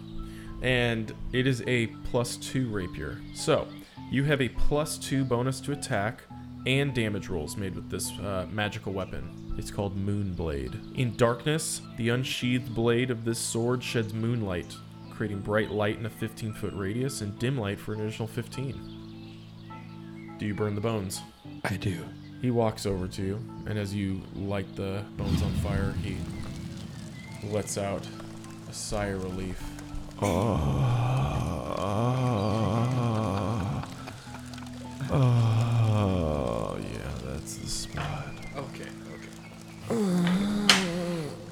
Speaker 5: And it is a plus two rapier. So you have a plus two bonus to attack and damage rolls made with this uh, magical weapon. It's called Moonblade. In darkness, the unsheathed blade of this sword sheds moonlight, creating bright light in a 15 foot radius and dim light for an additional 15. Do you burn the bones?
Speaker 1: I do.
Speaker 5: He walks over to you, and as you light the bones on fire, he lets out a sigh of relief.
Speaker 8: Ah. Ah. yeah, that's the spot.
Speaker 1: Okay. Okay.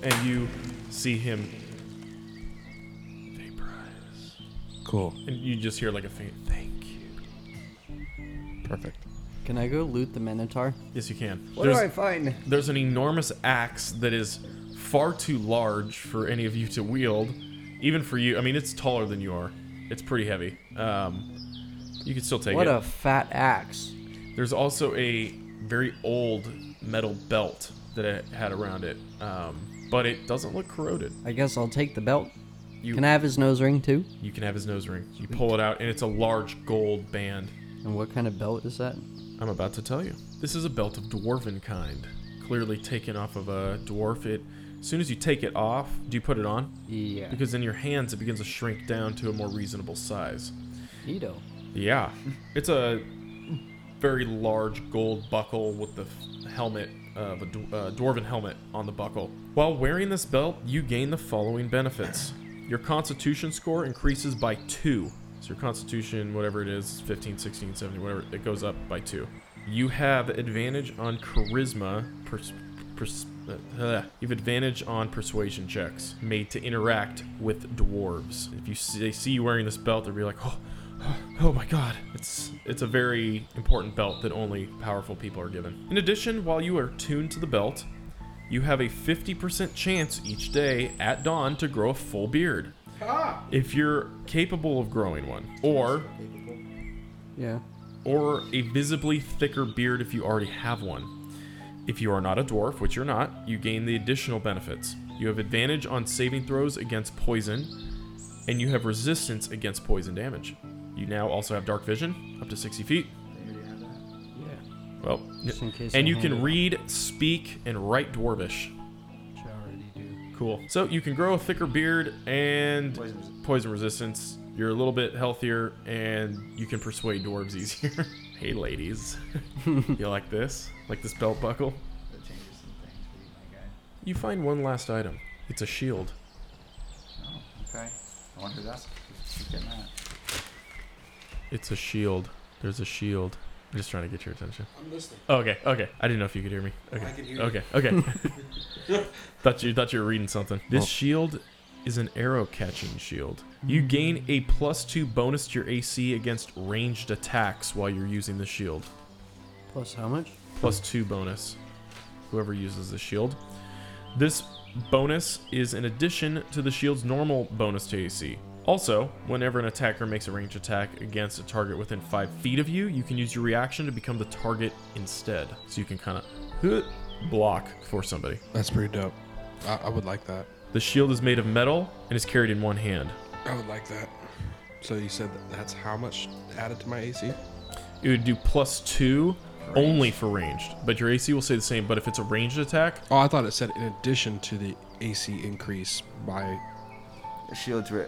Speaker 5: And you see him,
Speaker 8: Vaporize.
Speaker 13: Cool.
Speaker 5: and you just hear like a faint, thank you.
Speaker 13: Perfect.
Speaker 6: Can I go loot the Minotaur?
Speaker 5: Yes, you can.
Speaker 6: What
Speaker 5: there's,
Speaker 6: do I find?
Speaker 5: there's an enormous axe that is far too large for any of you to wield, even for you. I mean, it's taller than you are. It's pretty heavy. Um, you can still take
Speaker 6: What
Speaker 5: it.
Speaker 6: a fat axe.
Speaker 5: There's also a very old metal belt that it had around it, um, but it doesn't look corroded.
Speaker 6: I guess I'll take the belt.
Speaker 5: You
Speaker 6: Can I have his nose ring too?
Speaker 5: you can have his nose ring. You pull it out, and it's a large gold band.
Speaker 6: And what kind of belt is that?
Speaker 5: I'm about to tell you. This is a belt of dwarven kind, clearly taken off of a dwarf. It, as soon as you take it off, do you put it on?
Speaker 6: Yeah.
Speaker 5: Because in your hands, it begins to shrink down to a more reasonable size.
Speaker 6: Neato.
Speaker 5: Yeah. It's a very large gold buckle with the f- helmet of a dw- uh, dwarven helmet on the buckle. While wearing this belt, you gain the following benefits: your Constitution score increases by two. So your Constitution, whatever it is, 15, 16, 17, whatever, it goes up by two. You have advantage on Charisma. Pers- pers- uh, uh, you have advantage on persuasion checks made to interact with dwarves. If you see, they see you wearing this belt, they'll be like, "Oh, Oh my god. It's it's a very important belt that only powerful people are given. In addition, while you are tuned to the belt, you have a 50% chance each day at dawn to grow a full beard. If you're capable of growing one, or
Speaker 6: Yeah.
Speaker 5: or a visibly thicker beard if you already have one. If you are not a dwarf, which you're not, you gain the additional benefits. You have advantage on saving throws against poison, and you have resistance against poison damage. You now also have dark vision up to 60 feet. Well,
Speaker 6: Just in case
Speaker 5: and
Speaker 6: I
Speaker 5: you can
Speaker 6: hand it.
Speaker 5: read, speak, and write dwarvish.
Speaker 6: Which I already do.
Speaker 5: Cool. So you can grow a thicker beard and poison, resistance. You're a little bit healthier, and you can persuade dwarves easier. [LAUGHS] hey, ladies, [LAUGHS] you like this? Like this belt buckle? You find one last item. It's a shield.
Speaker 2: Okay. I wonder who that's. who's getting that.
Speaker 5: It's a shield. There's a shield. I'm just trying to get your attention. I'm listening. Oh, okay, okay. I didn't know if you could hear me. Okay. I can hear okay, okay. [LAUGHS] thought you thought you were reading something. This shield is an arrow catching shield. You gain a plus two bonus to your AC against ranged attacks while you're using the shield.
Speaker 6: Plus how much?
Speaker 5: Plus two bonus. Whoever uses the shield. This bonus is in addition to the shield's normal bonus to AC. Also, whenever an attacker makes a ranged attack against a target within five feet of you, you can use your reaction to become the target instead. So you can kind of block for somebody.
Speaker 1: That's pretty dope. I, I would like that.
Speaker 5: The shield is made of metal and is carried in one hand.
Speaker 1: I would like that. So you said that that's how much added to my AC?
Speaker 5: It would do plus two only for ranged, but your AC will stay the same. But if it's a ranged attack,
Speaker 1: Oh, I thought it said in addition to the AC increase by.
Speaker 2: The shield re-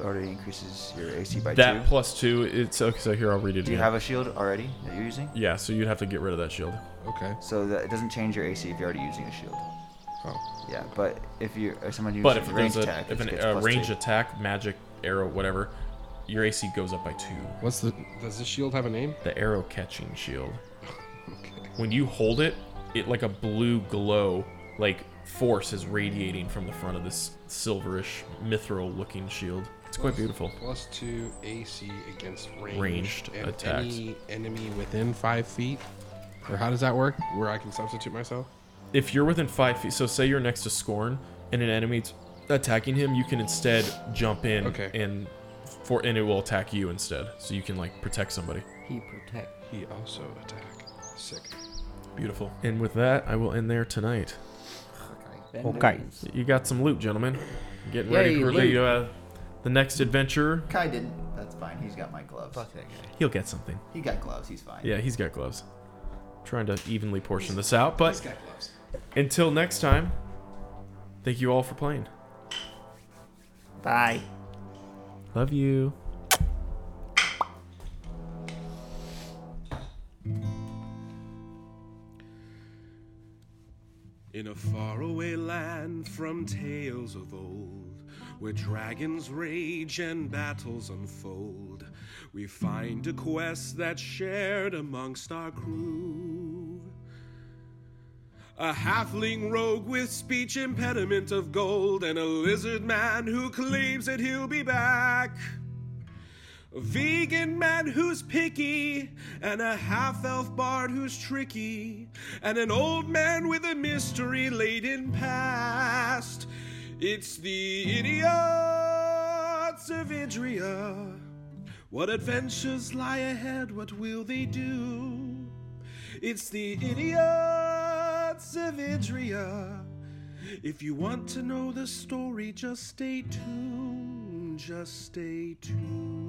Speaker 2: already increases your AC by
Speaker 5: that
Speaker 2: two.
Speaker 5: plus two, it's okay. So here, I'll read it
Speaker 2: Do you
Speaker 5: again.
Speaker 2: have a shield already that you're using?
Speaker 5: yeah, so you'd have to get rid of that shield.
Speaker 1: Okay.
Speaker 2: So that it doesn't change your AC if you're already using a shield.
Speaker 1: Oh.
Speaker 2: Yeah, but if you or someone uses
Speaker 5: But if
Speaker 2: a
Speaker 5: there's
Speaker 2: range
Speaker 5: a,
Speaker 2: attack,
Speaker 5: if
Speaker 2: it
Speaker 5: an,
Speaker 2: gets
Speaker 5: a
Speaker 2: plus
Speaker 5: range
Speaker 2: two.
Speaker 5: attack, magic, arrow, whatever, your AC goes up by two.
Speaker 1: What's the? Does this shield have a name?
Speaker 5: The arrow catching shield.
Speaker 1: Okay.
Speaker 5: When you hold it, it like a blue glow, like force is radiating from the front of this silverish mithril looking shield. It's quite beautiful.
Speaker 1: Plus two AC against ranged,
Speaker 5: Ranged
Speaker 1: and
Speaker 5: attacks.
Speaker 1: any enemy within five feet. Or how does that work? Where I can substitute myself?
Speaker 5: if you're within five feet, so say you're next to Scorn and an enemy's attacking him, you can instead jump in
Speaker 1: Okay.
Speaker 5: and for and it will attack you instead. So you can like protect somebody.
Speaker 6: He protect.
Speaker 1: He also attack. Sick.
Speaker 5: Beautiful. And with that, I will end there tonight.
Speaker 3: Okay.
Speaker 5: You got some loot, gentlemen. Getting
Speaker 6: Yay,
Speaker 5: ready for
Speaker 6: loot.
Speaker 5: the uh, the next adventure.
Speaker 2: Kai didn't. That's fine. He's got my gloves. Fuck that guy.
Speaker 5: He'll get something.
Speaker 2: He got gloves. He's fine.
Speaker 5: Yeah, he's got gloves. Trying to evenly portion this out, but until next time, thank you all for playing.
Speaker 11: Bye.
Speaker 5: Love you.
Speaker 4: In a faraway land from tales of old, where dragons rage and battles unfold, we find a quest that's shared amongst our crew. A halfling rogue with speech impediment of gold, and a lizard man who claims that he'll be back. A vegan man who's picky, and a half elf bard who's tricky, and an old man with a mystery laden past. It's the idiots of Idria. What adventures lie ahead? What will they do? It's the idiots of Idria. If you want to know the story, just stay tuned. Just stay tuned.